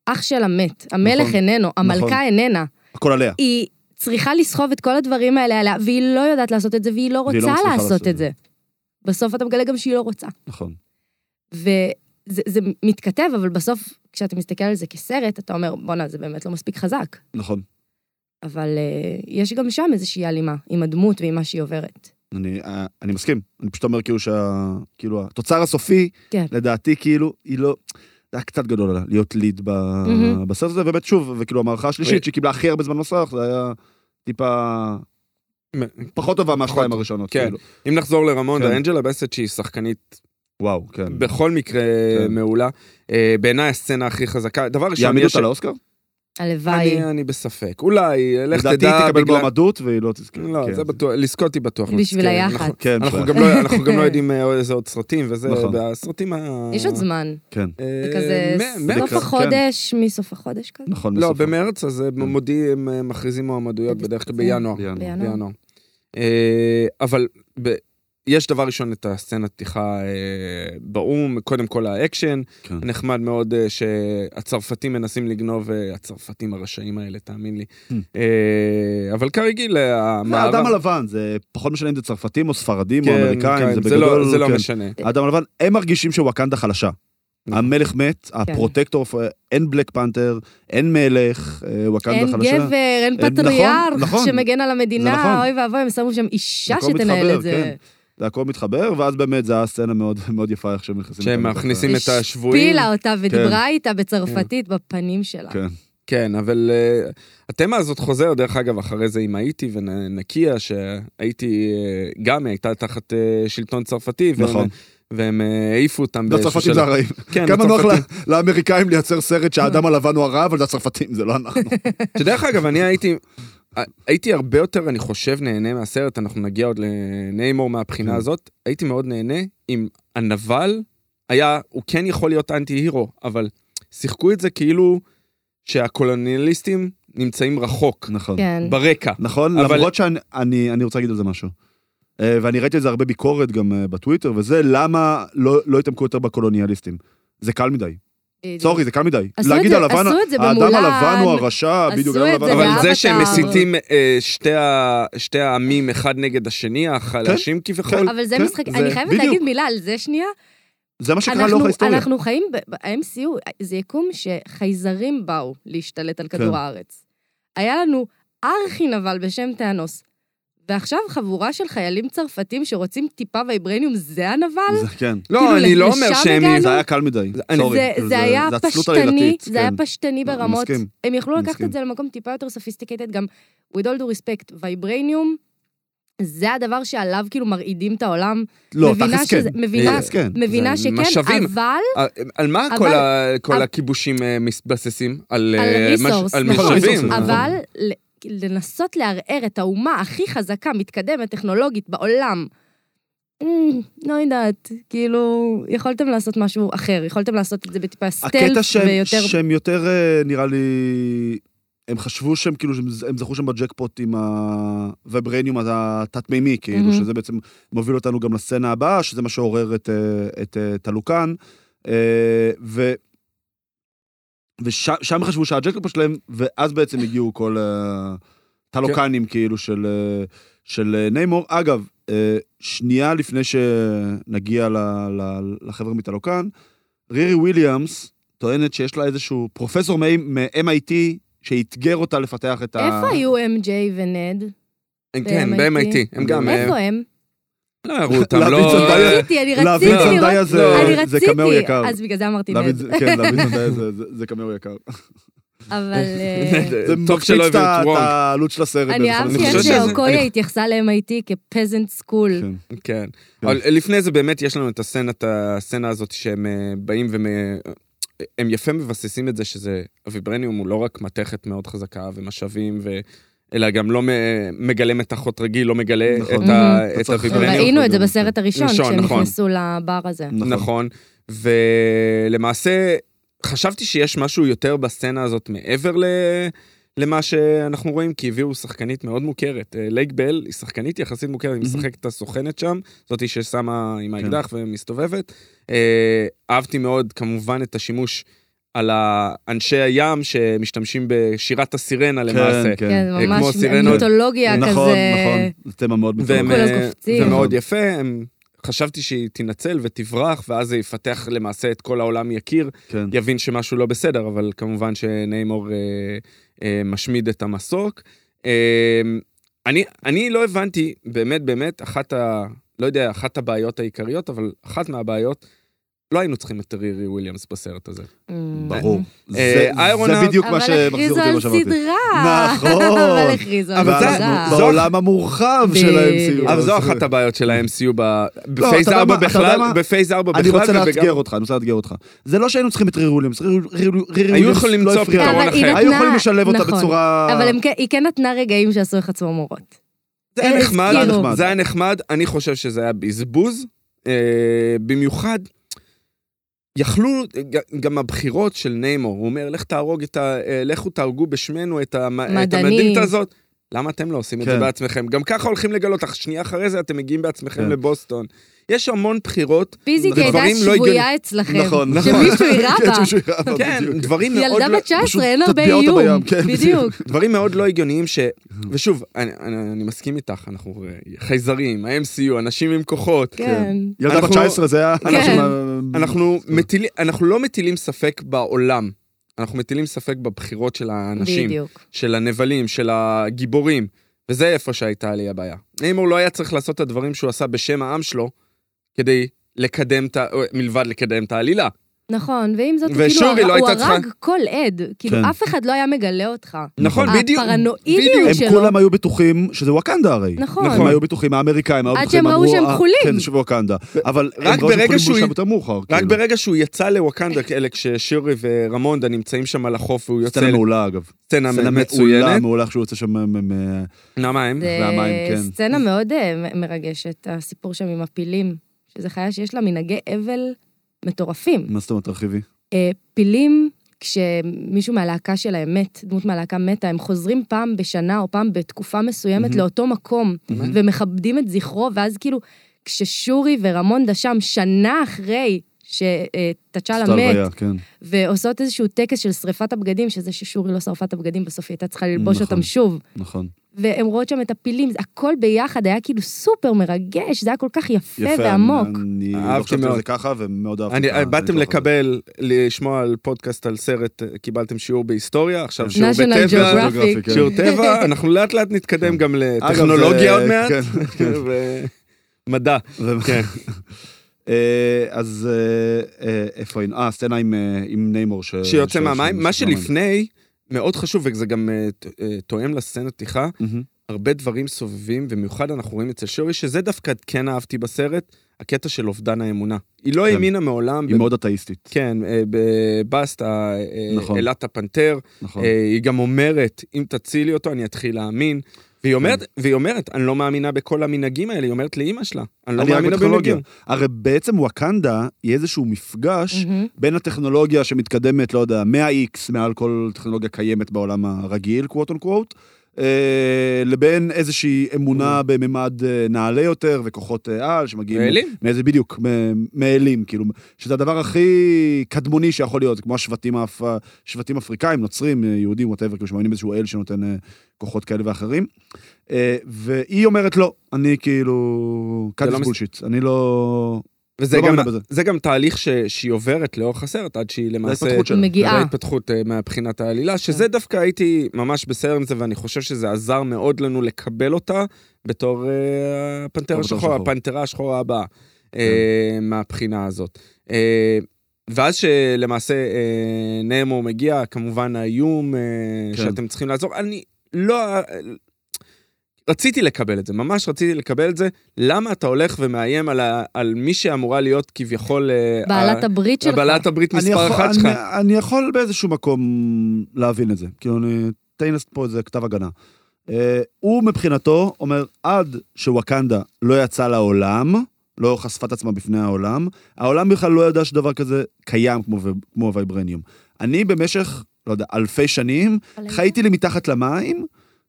Speaker 4: אח שלה מת, המלך
Speaker 1: נכון,
Speaker 4: איננו, המלכה
Speaker 1: נכון.
Speaker 4: איננה.
Speaker 1: הכל עליה.
Speaker 4: היא צריכה לסחוב את כל הדברים האלה עליה, והיא לא יודעת לעשות את זה, והיא לא
Speaker 1: והיא
Speaker 4: רוצה
Speaker 1: לא מצליחה לעשות
Speaker 4: לעשות
Speaker 1: את
Speaker 4: את זה. בסוף אתה מגלה גם שהיא לא רוצה.
Speaker 1: נכון.
Speaker 4: וזה זה מתכתב, אבל בסוף, כשאתה מסתכל על זה כסרט, אתה אומר, בואנה, זה באמת לא מספיק חזק. אה,
Speaker 1: נכון.
Speaker 4: אבל uh, יש גם שם איזושהי הלימה עם הדמות ועם מה שהיא עוברת.
Speaker 1: אני, אה, אני מסכים, אני פשוט אומר כאילו שה... כאילו, התוצר הסופי,
Speaker 4: כן.
Speaker 1: לדעתי, כאילו, היא לא... זה היה קצת גדול עליה, להיות ליד ב...
Speaker 4: מהמם.
Speaker 1: בסרט הזה, ובאמת שוב, וכאילו המערכה השלישית שהיא קיבלה הכי הרבה זמן מסך, זה היה טיפה
Speaker 2: מ-
Speaker 1: פחות טובה מהשתיים
Speaker 2: פחות,
Speaker 1: הראשונות,
Speaker 2: כן.
Speaker 1: כאילו.
Speaker 2: אם נחזור לרמונדה,
Speaker 1: כן.
Speaker 2: אנג'לה בסט שהיא שחקנית
Speaker 1: וואו, כן.
Speaker 2: בכל מקרה
Speaker 1: כן.
Speaker 2: מעולה. אה, בעיניי הסצנה הכי חזקה, דבר ראשון,
Speaker 1: יעמידו
Speaker 2: יש-
Speaker 1: אותה לאוסקר?
Speaker 4: הלוואי.
Speaker 2: אני, אני בספק, אולי, אה, לך תדע,
Speaker 1: לדעתי היא תקבל מועמדות והיא לא תזכה.
Speaker 2: לא,
Speaker 1: כן.
Speaker 2: זה בטוח, לזכות היא בטוח. לא
Speaker 4: בשביל
Speaker 2: תזכה.
Speaker 4: היח"צ.
Speaker 2: אנחנו-
Speaker 1: כן,
Speaker 2: אנחנו
Speaker 1: בסדר.
Speaker 2: גם לא- אנחנו גם לא יודעים אה, איזה עוד סרטים וזה,
Speaker 1: נכון.
Speaker 2: והסרטים ה...
Speaker 4: יש עוד זמן.
Speaker 1: כן,
Speaker 2: אה,
Speaker 4: זה כזה
Speaker 2: מ- מ-
Speaker 4: סוף
Speaker 1: כן.
Speaker 4: החודש, מסוף החודש כזה.
Speaker 1: נכון.
Speaker 2: לא,
Speaker 1: בסוף. כן.
Speaker 2: במרץ, אז אה, מודיעים, אה, מכריזים מועמדויות בדרך כלל בינואר.
Speaker 1: בינואר.
Speaker 4: בינואר.
Speaker 2: בינואר. אה, אבל ב- יש דבר ראשון את הסצנת פתיחה אה, באו"ם, קודם כל האקשן.
Speaker 1: כן.
Speaker 2: נחמד מאוד אה, שהצרפתים מנסים לגנוב, אה, הצרפתים הרשעים האלה, תאמין לי.
Speaker 1: Hmm.
Speaker 2: אה, אבל כרגיל,
Speaker 1: זה
Speaker 2: המערב...
Speaker 1: האדם הלבן, זה פחות משנה אם זה צרפתים או ספרדים או
Speaker 2: כן,
Speaker 1: אמריקאים,
Speaker 2: כן,
Speaker 1: זה
Speaker 2: לא-
Speaker 1: בגדול...
Speaker 2: זה לא
Speaker 1: כן.
Speaker 2: משנה.
Speaker 1: האדם הלבן, הם מרגישים שוואקנדה חלשה.
Speaker 2: נכון.
Speaker 1: המלך מת,
Speaker 4: כן.
Speaker 1: הפרוטקטור, אין בלק פנתר, אין מלך, אה, וואקנדה
Speaker 4: אין
Speaker 1: חלשה.
Speaker 4: גבר, אין
Speaker 1: נכון,
Speaker 4: פטריארך
Speaker 1: נכון.
Speaker 4: שמגן
Speaker 1: זה
Speaker 4: על
Speaker 1: נכון.
Speaker 4: המדינה, אוי ואבוי, הם שמו שם אישה
Speaker 1: הכל
Speaker 4: שתנהל
Speaker 1: מתחבר, כן.
Speaker 4: את זה.
Speaker 1: זה הכל מתחבר, ואז באמת זו הייתה סצנה מאוד מאוד יפה איך שהם נכנסים.
Speaker 2: שהם
Speaker 1: לתוך-
Speaker 2: מכניסים את השבויים.
Speaker 4: הפילה אותה ודיברה איתה בצרפתית בפנים שלה.
Speaker 1: כן.
Speaker 2: כן, אבל אה, התמה הזאת חוזרת, דרך אגב, אחרי זה עם האיטי ונקיה, שהאיטי אה, גם היא הייתה תחת אה, שלטון צרפתי. והם-
Speaker 1: נכון. לא
Speaker 2: והם אה, העיפו אותם באיזשהו
Speaker 1: והצרפתים זה
Speaker 2: שלב.
Speaker 1: הרעים.
Speaker 2: כן,
Speaker 1: כמה נוח
Speaker 2: הצרפתים.
Speaker 1: ל- לאמריקאים לייצר סרט שהאדם
Speaker 4: כן.
Speaker 1: הלבן הוא הרע, אבל זה הצרפתים, זה לא אנחנו.
Speaker 2: שדרך אגב, אני הייתי, הייתי הרבה יותר, אני חושב, נהנה מהסרט, אנחנו נגיע עוד לניימור מהבחינה
Speaker 1: כן.
Speaker 2: הזאת, הייתי מאוד נהנה אם הנבל היה, הוא כן יכול להיות אנטי הירו, אבל שיחקו את זה כאילו שהקולוניאליסטים נמצאים רחוק,
Speaker 1: נכון.
Speaker 4: כן.
Speaker 2: ברקע.
Speaker 1: נכון?
Speaker 2: אבל-
Speaker 1: למרות שאני אני- אני רוצה להגיד על זה משהו. אה, ואני ראיתי על זה הרבה ביקורת גם אה, בטוויטר, וזה למה לא לא התעמקו יותר בקולוניאליסטים. זה קל מדי.
Speaker 4: בדיוק.
Speaker 1: סורי, זה קל מדי.
Speaker 4: עשו את
Speaker 1: להגיד
Speaker 4: זה-
Speaker 1: הלבן,
Speaker 4: עשו את זה
Speaker 1: האדם
Speaker 4: במולן,
Speaker 1: הלבן הוא הרשע,
Speaker 4: עשו
Speaker 1: בדיוק,
Speaker 4: את
Speaker 1: האדם
Speaker 4: זה
Speaker 1: הלבן.
Speaker 2: אבל
Speaker 4: באבטאר.
Speaker 2: זה שהם מסיתים אה, שתי ה- שתי העמים אחד נגד השני, החלשים כביכול,
Speaker 4: אבל זה
Speaker 1: כן,
Speaker 4: משחק,
Speaker 1: זה-
Speaker 4: אני חייבת
Speaker 1: בדיוק.
Speaker 4: להגיד מילה על זה שנייה.
Speaker 1: זה מה שקרה
Speaker 4: אנחנו-
Speaker 1: לאורך ההיסטוריה.
Speaker 4: אנחנו חיים, ב- ב- ה-MCU זה יקום שחייזרים באו להשתלט על
Speaker 1: כן.
Speaker 4: כדור הארץ. היה לנו ארכי נבל בשם טאנוס, ועכשיו חבורה של חיילים צרפתים שרוצים טיפה וייברניום, זה הנבל?
Speaker 1: זה- כן.
Speaker 2: לא,
Speaker 4: כאילו,
Speaker 2: אני לא אומר
Speaker 4: לשם
Speaker 2: שהם...
Speaker 4: הגענו?
Speaker 1: זה היה קל מדי,
Speaker 2: זה- אני-
Speaker 1: סורי.
Speaker 4: זה,
Speaker 1: כאילו,
Speaker 4: זה היה
Speaker 1: זה עצלות
Speaker 4: פשטני,
Speaker 1: עלילתית,
Speaker 4: זה היה
Speaker 1: כן.
Speaker 4: פשטני
Speaker 1: לא, אני
Speaker 4: ברמות.
Speaker 1: מסכים.
Speaker 4: הם יכלו
Speaker 1: אני
Speaker 4: לקחת
Speaker 1: מסכים.
Speaker 4: את זה למקום טיפה יותר sophisticated, גם with all due respect, וייברניום, זה הדבר שעליו כאילו מרעידים את העולם.
Speaker 1: לא,
Speaker 4: מבינה
Speaker 1: תכלס כן.
Speaker 4: שזה- מבינה-
Speaker 1: תכלס כן.
Speaker 4: מבינה
Speaker 2: זה
Speaker 4: שכן,
Speaker 2: משאבים.
Speaker 4: אבל
Speaker 2: על- אה, על מה
Speaker 4: אבל-
Speaker 2: כל, ה, כל
Speaker 4: אבל-
Speaker 2: הכיבושים אה, מתבססים? על,
Speaker 4: על
Speaker 2: אה, מש-
Speaker 4: ריסורס,
Speaker 2: על אה,
Speaker 4: נכון.
Speaker 2: משאבים.
Speaker 1: נכון.
Speaker 4: אבל ל- לנסות לערער את האומה הכי חזקה, מתקדמת, טכנולוגית בעולם. אה, לא יודעת, כאילו, יכולתם לעשות משהו אחר, יכולתם לעשות את זה בטיפה
Speaker 1: הקטע
Speaker 4: סטלף
Speaker 1: שהם,
Speaker 4: ויותר...
Speaker 1: שהם יותר, אה, נראה לי, הם חשבו שהם כאילו, שהם- הם זכו שם בג'קפוט עם הוויברניום התת-מימי, כאילו,
Speaker 4: מהמם.
Speaker 1: שזה בעצם מוביל אותנו גם לסצנה הבאה, שזה מה שעורר את, אה, את אה, טלוקן. אה, ו... ושם הם חשבו שהג'קפוט שלהם, ואז בעצם הגיעו כל אה,
Speaker 2: כן.
Speaker 1: טלוקנים, כאילו, של, אה, של אה, ניימור. אגב, אה, שנייה לפני שנגיע ל- ל- לחבר'ה מטלוקן, רירי וויליאמס טוענת שיש לה איזשהו פרופסור מ-MIT שאתגר אותה לפתח את ה...
Speaker 4: איפה היו MJ ונד?
Speaker 2: הם כן,
Speaker 4: ב-
Speaker 2: ב-MIT. הם גם... אה,
Speaker 4: איפה הם?
Speaker 2: לא הראו אותם,
Speaker 1: להביא
Speaker 2: לא...
Speaker 1: צנדליה.
Speaker 4: רציתי, אני
Speaker 1: אה, להביא
Speaker 4: רציתי
Speaker 1: את זנדאיה
Speaker 4: לראות...
Speaker 1: זה,
Speaker 2: לא,
Speaker 4: אני
Speaker 1: זה קמאו
Speaker 4: רציתי,
Speaker 1: יקר.
Speaker 4: אז בגלל זה אמרתי
Speaker 1: להביא את
Speaker 4: נד.
Speaker 1: זה- כן, להביא את זנדאיה זה- זה- זה קמאו יקר.
Speaker 4: אבל אה,
Speaker 1: זה
Speaker 2: טוב שלא
Speaker 1: מקפיץ את
Speaker 2: הביאו את
Speaker 1: ה- את
Speaker 2: וונג.
Speaker 1: העלות של הסרט.
Speaker 4: אני
Speaker 1: ב-
Speaker 4: אהבתי
Speaker 2: אני
Speaker 4: איך
Speaker 2: חושב שזה-
Speaker 4: שאוקויה
Speaker 2: אני-
Speaker 4: התייחסה ל-MIT כפזנט סקול.
Speaker 1: כן.
Speaker 2: כן. אבל לפני זה באמת יש לנו את הסצנת- הסצנה הזאת שהם אה, באים ומ... הם יפה מבססים את זה שזה... הוויברניום הוא לא רק מתכת מאוד חזקה ומשאבים ו... אלא גם לא מ- מגלה מתכות רגיל, לא מגלה
Speaker 1: נכון.
Speaker 2: את ה-
Speaker 1: Mhm. אתה
Speaker 2: את
Speaker 1: צריך-
Speaker 2: הוויברניום.
Speaker 4: ראינו את זה
Speaker 1: נכון.
Speaker 4: בסרט הראשון,
Speaker 2: ראשון,
Speaker 4: כשהם
Speaker 2: נכון.
Speaker 4: נכנסו לבר הזה.
Speaker 1: כן.
Speaker 2: נכון. ולמעשה, חשבתי שיש משהו יותר בסצנה הזאת מעבר ל... למה שאנחנו רואים, כי הביאו שחקנית מאוד מוכרת. אה, לייק בל היא שחקנית יחסית מוכרת, היא
Speaker 1: מהמם. כן.
Speaker 2: משחקת את הסוכנת שם, זאתי ששמה עם האקדח ומסתובבת. אה, אהבתי מאוד, כמובן, את השימוש על אנשי הים שמשתמשים בשירת הסירנה נכון, למעשה.
Speaker 1: כן, כן.
Speaker 4: כן,
Speaker 2: אה,
Speaker 4: ממש
Speaker 2: כמו סירנות.
Speaker 4: מיתולוגיה כזה.
Speaker 1: נכון, נכון. זה תמה מאוד
Speaker 2: והם,
Speaker 1: מתוקה.
Speaker 4: כולם
Speaker 2: אה,
Speaker 4: קופצים.
Speaker 2: זה מאוד יפה, הם... חשבתי שהיא תנצל ותברח, ואז זה יפתח למעשה את כל העולם יכיר,
Speaker 1: כן.
Speaker 2: יבין שמשהו לא בסדר, אבל כמובן שניימור אה, אה, משמיד את המסוק. אה, אני, אני לא הבנתי, באמת, באמת, אחת ה... לא יודע, אחת הבעיות העיקריות, אבל אחת מהבעיות, לא היינו צריכים את רירי וויליאמס בסרט הזה.
Speaker 1: ברור.
Speaker 2: אה,
Speaker 1: זה-
Speaker 2: איירונאוט-
Speaker 1: זה בדיוק מה
Speaker 4: Mm. אבל
Speaker 1: שמחזיר
Speaker 4: הכריזו
Speaker 1: אותי
Speaker 4: על
Speaker 1: למה שאמרתי.
Speaker 4: סדרה.
Speaker 1: נכון.
Speaker 4: אבל הכריזו על
Speaker 2: אבל זה-
Speaker 4: סדרה.
Speaker 1: ואנחנו בעולם המורחב של
Speaker 4: בדיוק.
Speaker 1: ה-MCU.
Speaker 2: אבל זו אחת הבעיות של ה-MCU ב- בפייס
Speaker 1: לא, אתה יודע
Speaker 2: 4
Speaker 1: מה- אתה יודע
Speaker 2: בכלל,
Speaker 1: מה?
Speaker 2: בפייס 4 בכלל.
Speaker 1: אני רוצה
Speaker 2: ובגם-
Speaker 1: לאתגר אותך, אני רוצה לאתגר אותך. זה לא שהיינו צריכים את רירי וויליאמס, רירי וויליאמס לא הפריע.
Speaker 2: היו יכולים למצוא פתרון
Speaker 4: אבל היא
Speaker 2: אחר.
Speaker 4: נתנה-
Speaker 1: היו יכולים לשלב אותה
Speaker 4: נכון.
Speaker 1: בצורה...
Speaker 4: אבל הם כן- היא כן נתנה רגעים שעשו לך צמרמורות.
Speaker 2: זה היה
Speaker 4: ארז,
Speaker 2: נחמד,
Speaker 4: כאילו.
Speaker 1: נחמד.
Speaker 2: זה היה נחמד, אני חושב שזה היה בזבוז. אה, במיוחד, יכלו, ג- גם הבחירות של ניימור, הוא אומר, לך תהרוג את ה... אה, לכו תהרגו בשמנו את, המ... את
Speaker 4: מדענים."
Speaker 2: המדינית הזאת. למה אתם לא עושים את זה
Speaker 1: כן.
Speaker 2: בעצמכם? גם ככה הולכים לגלות, אך שנייה אחרי זה אתם מגיעים בעצמכם
Speaker 1: כן.
Speaker 2: לבוסטון. יש המון בחירות,
Speaker 4: פיזיק
Speaker 2: דברים
Speaker 4: הייתה
Speaker 2: לא
Speaker 4: שבויה אצלכם.
Speaker 1: נכון, נכון.
Speaker 4: שמישהו יירה
Speaker 1: כן,
Speaker 4: בה.
Speaker 1: שמישהו יירה בה,
Speaker 2: כן,
Speaker 1: בדיוק.
Speaker 2: דברים מאוד...
Speaker 4: ילדה
Speaker 2: לא-
Speaker 4: בת 19, אין
Speaker 1: פשוט
Speaker 4: הרבה
Speaker 1: תטביע אותה
Speaker 4: איום.
Speaker 1: בים, כן,
Speaker 4: בדיוק.
Speaker 2: דברים מאוד לא הגיוניים ש... ושוב, אני, אני, אני מסכים איתך, אנחנו אה, חייזרים, ה-MCU, אנשים עם כוחות.
Speaker 4: כן.
Speaker 1: ילדה בת
Speaker 2: אנחנו-
Speaker 1: 19 זה היה...
Speaker 4: כן.
Speaker 2: אנחנו, מטילים, אנחנו לא מטילים ספק בעולם, אנחנו מטילים ספק בבחירות של האנשים, בדיוק.
Speaker 4: בדיוק.
Speaker 2: של הנבלים, של הגיבורים, וזה איפה שהייתה לי הבעיה. ניימור לא היה צריך לעשות את הדברים שהוא עשה בשם העם שלו, כדי לקדם את ה... או, מלבד לקדם את העלילה.
Speaker 4: נכון, ועם זאת, הוא
Speaker 2: ושורי
Speaker 4: כאילו,
Speaker 2: לא
Speaker 4: הוא
Speaker 2: הייתה
Speaker 4: הרג כל עד. כאילו,
Speaker 1: כן.
Speaker 4: אף אחד לא היה מגלה אותך.
Speaker 2: נכון, בדיוק.
Speaker 4: הפרנואידיות
Speaker 1: הם
Speaker 4: שלו.
Speaker 1: כולם היו בטוחים שזה וואקנדה הרי.
Speaker 4: נכון.
Speaker 1: הם היו בטוחים, האמריקאים היו
Speaker 4: עד
Speaker 1: בטוחים.
Speaker 4: שהם ראו
Speaker 1: אמרו,
Speaker 4: שהם
Speaker 1: "אה,
Speaker 4: כחולים."
Speaker 1: כן, זה של וואקנדה. אבל הם
Speaker 2: רק
Speaker 1: ראו שהם
Speaker 2: ברגע
Speaker 1: כחולים
Speaker 2: שהוא-
Speaker 1: בשלב יותר מאוחר.
Speaker 2: רק
Speaker 1: כאילו.
Speaker 2: ברגע שהוא יצא לווקנדה, אלה כששירי ורמונדה נמצאים שם על החוף והוא יוצא
Speaker 1: סצנה מעולה אגב. סצנה
Speaker 2: לסצנה
Speaker 1: מעולה,
Speaker 2: מצוינת.
Speaker 1: מעולה, איך שהוא יוצא שם מ- מ-
Speaker 2: למה הם?
Speaker 4: זה
Speaker 1: והמים, כן.
Speaker 4: סצנה מאוד אה, מ- מרגשת, הסיפור שם עם הפילים, שזה חיה שיש לה מנהגי אבל מטורפים.
Speaker 1: מה זאת אומרת, תרחיבי?
Speaker 4: אה, פילים, כשמישהו מהלהקה שלהם מת, דמות מהלהקה מתה, הם חוזרים פעם בשנה או פעם בתקופה מסוימת
Speaker 1: מהמם.
Speaker 4: לאותו מקום,
Speaker 1: מהמם.
Speaker 4: ומכבדים את זכרו, ואז כאילו, כששורי ורמונדה שם, שנה אחרי שתצ'אלה
Speaker 1: סטל
Speaker 4: מת,
Speaker 1: ויה, כן.
Speaker 4: ועושות איזשהו טקס של שריפת הבגדים, שזה ששורי לא שרפה את הבגדים, בסוף היא הייתה צריכה ללבוש
Speaker 1: נכון.
Speaker 4: אותם שוב.
Speaker 1: נכון.
Speaker 4: והן רואות שם את הפילים, זה הכל ביחד, היה כאילו סופר מרגש, זה היה כל כך יפה,
Speaker 1: יפה.
Speaker 4: ועמוק.
Speaker 1: אני אני
Speaker 2: אהבתי
Speaker 1: לא חשבתי על
Speaker 2: מאוד.
Speaker 1: זה ככה, ומאוד אהבתי.
Speaker 2: אני, אה,
Speaker 1: את ה- לא
Speaker 2: באתם
Speaker 1: הניתוח הזה.
Speaker 2: לקבל, לשמוע על פודקאסט על סרט, אה, קיבלתם שיעור בהיסטוריה, עכשיו שיעור
Speaker 4: National
Speaker 2: בטבע,
Speaker 4: Geographic.
Speaker 1: גאוגרפי, כן.
Speaker 2: שיעור טבע, אנחנו לאט לאט נתקדם גם
Speaker 1: אגב,
Speaker 2: לטכנולוגיה
Speaker 1: זה-
Speaker 2: עוד מעט,
Speaker 1: כן, כן.
Speaker 2: ומדע.
Speaker 1: זה-
Speaker 2: כן.
Speaker 1: אה, אז אה, אה, איפה היינו? אה, הסצנה עם, אה, עם ניימור. ש-
Speaker 2: שיוצא
Speaker 1: ש-
Speaker 2: מהמים,
Speaker 1: ש-
Speaker 2: מה
Speaker 1: ש- מהמים.
Speaker 2: שלפני, מאוד חשוב, וזה גם אה, ת- אה, תואם לסצנת פתיחה,
Speaker 1: מהמם.
Speaker 2: הרבה דברים סובבים, במיוחד אנחנו רואים אצל שורי, שזה דווקא כן אהבתי בסרט, הקטע של אובדן האמונה. היא לא
Speaker 1: כן.
Speaker 2: האמינה מעולם,
Speaker 1: היא מאוד אתאיסטית,
Speaker 2: כן, אה, בבאסט, אה, אה,
Speaker 1: נכון.
Speaker 2: אלת הפנתר,
Speaker 1: נכון.
Speaker 2: אה, היא גם אומרת, אם תצילי אותו, אני אתחיל להאמין. והיא אומרת,
Speaker 1: כן.
Speaker 2: והיא אומרת, אני לא מאמינה בכל המנהגים האלה, היא אומרת לאימא שלה, אני לא
Speaker 1: אני רק
Speaker 2: מאמינה
Speaker 1: בטכנולוגיה.
Speaker 2: במנהגים.
Speaker 1: הרי בעצם וואקנדה היא איזשהו מפגש
Speaker 4: מהמם.
Speaker 1: בין הטכנולוגיה שמתקדמת, לא יודע, 100x מעל כל טכנולוגיה קיימת בעולם הרגיל, קוואט און קוואט, לבין איזושהי אמונה
Speaker 2: אוקיי.
Speaker 1: בממד אה, נעלה יותר וכוחות אה, על שמגיעים...
Speaker 2: ואלים?
Speaker 1: מאיזה, בדיוק, מ- מאלים, כאילו, שזה הדבר הכי קדמוני שיכול להיות, כמו השבטים, האפ... שבטים אפריקאים, נוצרים, אה, יהודים, ווטאבר, כאילו שמאמינים באיזשהו אל שנותן אה, כוחות כאלה ואחרים. אה, והיא אומרת לא, אני כאילו,
Speaker 2: זה
Speaker 1: קאט
Speaker 2: לא
Speaker 1: איז
Speaker 2: מס-
Speaker 1: בולשיט, אני לא...
Speaker 2: וזה
Speaker 1: לא
Speaker 2: גם,
Speaker 1: מאמינה בזה.
Speaker 2: זה גם תהליך ש, שהיא עוברת לאורך הסרט, עד שהיא למעשה...
Speaker 1: ההתפתחות שלה.
Speaker 4: מגיעה.
Speaker 2: ההתפתחות מבחינת אה,
Speaker 4: כן.
Speaker 2: העלילה, שזה דווקא הייתי ממש בסדר עם זה, ואני חושב שזה עזר מאוד לנו לקבל אותה בתור אה, הפנתר
Speaker 1: בתור
Speaker 2: השחור,
Speaker 1: שחור.
Speaker 2: הפנתרה השחורה הבאה,
Speaker 1: כן.
Speaker 2: אה, מהבחינה הזאת. אה, ואז שלמעשה אה, נמו מגיע, כמובן האיום אה,
Speaker 1: כן.
Speaker 2: שאתם צריכים לעזור, אני לא... רציתי לקבל את זה, ממש רציתי לקבל את זה. למה אתה הולך ומאיים על, ה, על מי שאמורה להיות כביכול... אה,
Speaker 4: בעלת הברית שלך.
Speaker 2: בעלת הברית
Speaker 1: אני
Speaker 2: מספר
Speaker 1: יכול-
Speaker 2: אחת
Speaker 1: אני-
Speaker 2: שלך?
Speaker 1: אני יכול באיזשהו מקום להבין את זה. כאילו, אני- תן לי פה איזה כתב הגנה. אה, הוא מבחינתו אומר, עד שוואקנדה לא יצא לעולם, לא חשפה את עצמה בפני העולם, העולם בכלל לא ידע שדבר כזה קיים כמו ו- כמו הוויברניום. אני במשך, לא יודע, אלפי שנים, חייתי לי מתחת למים,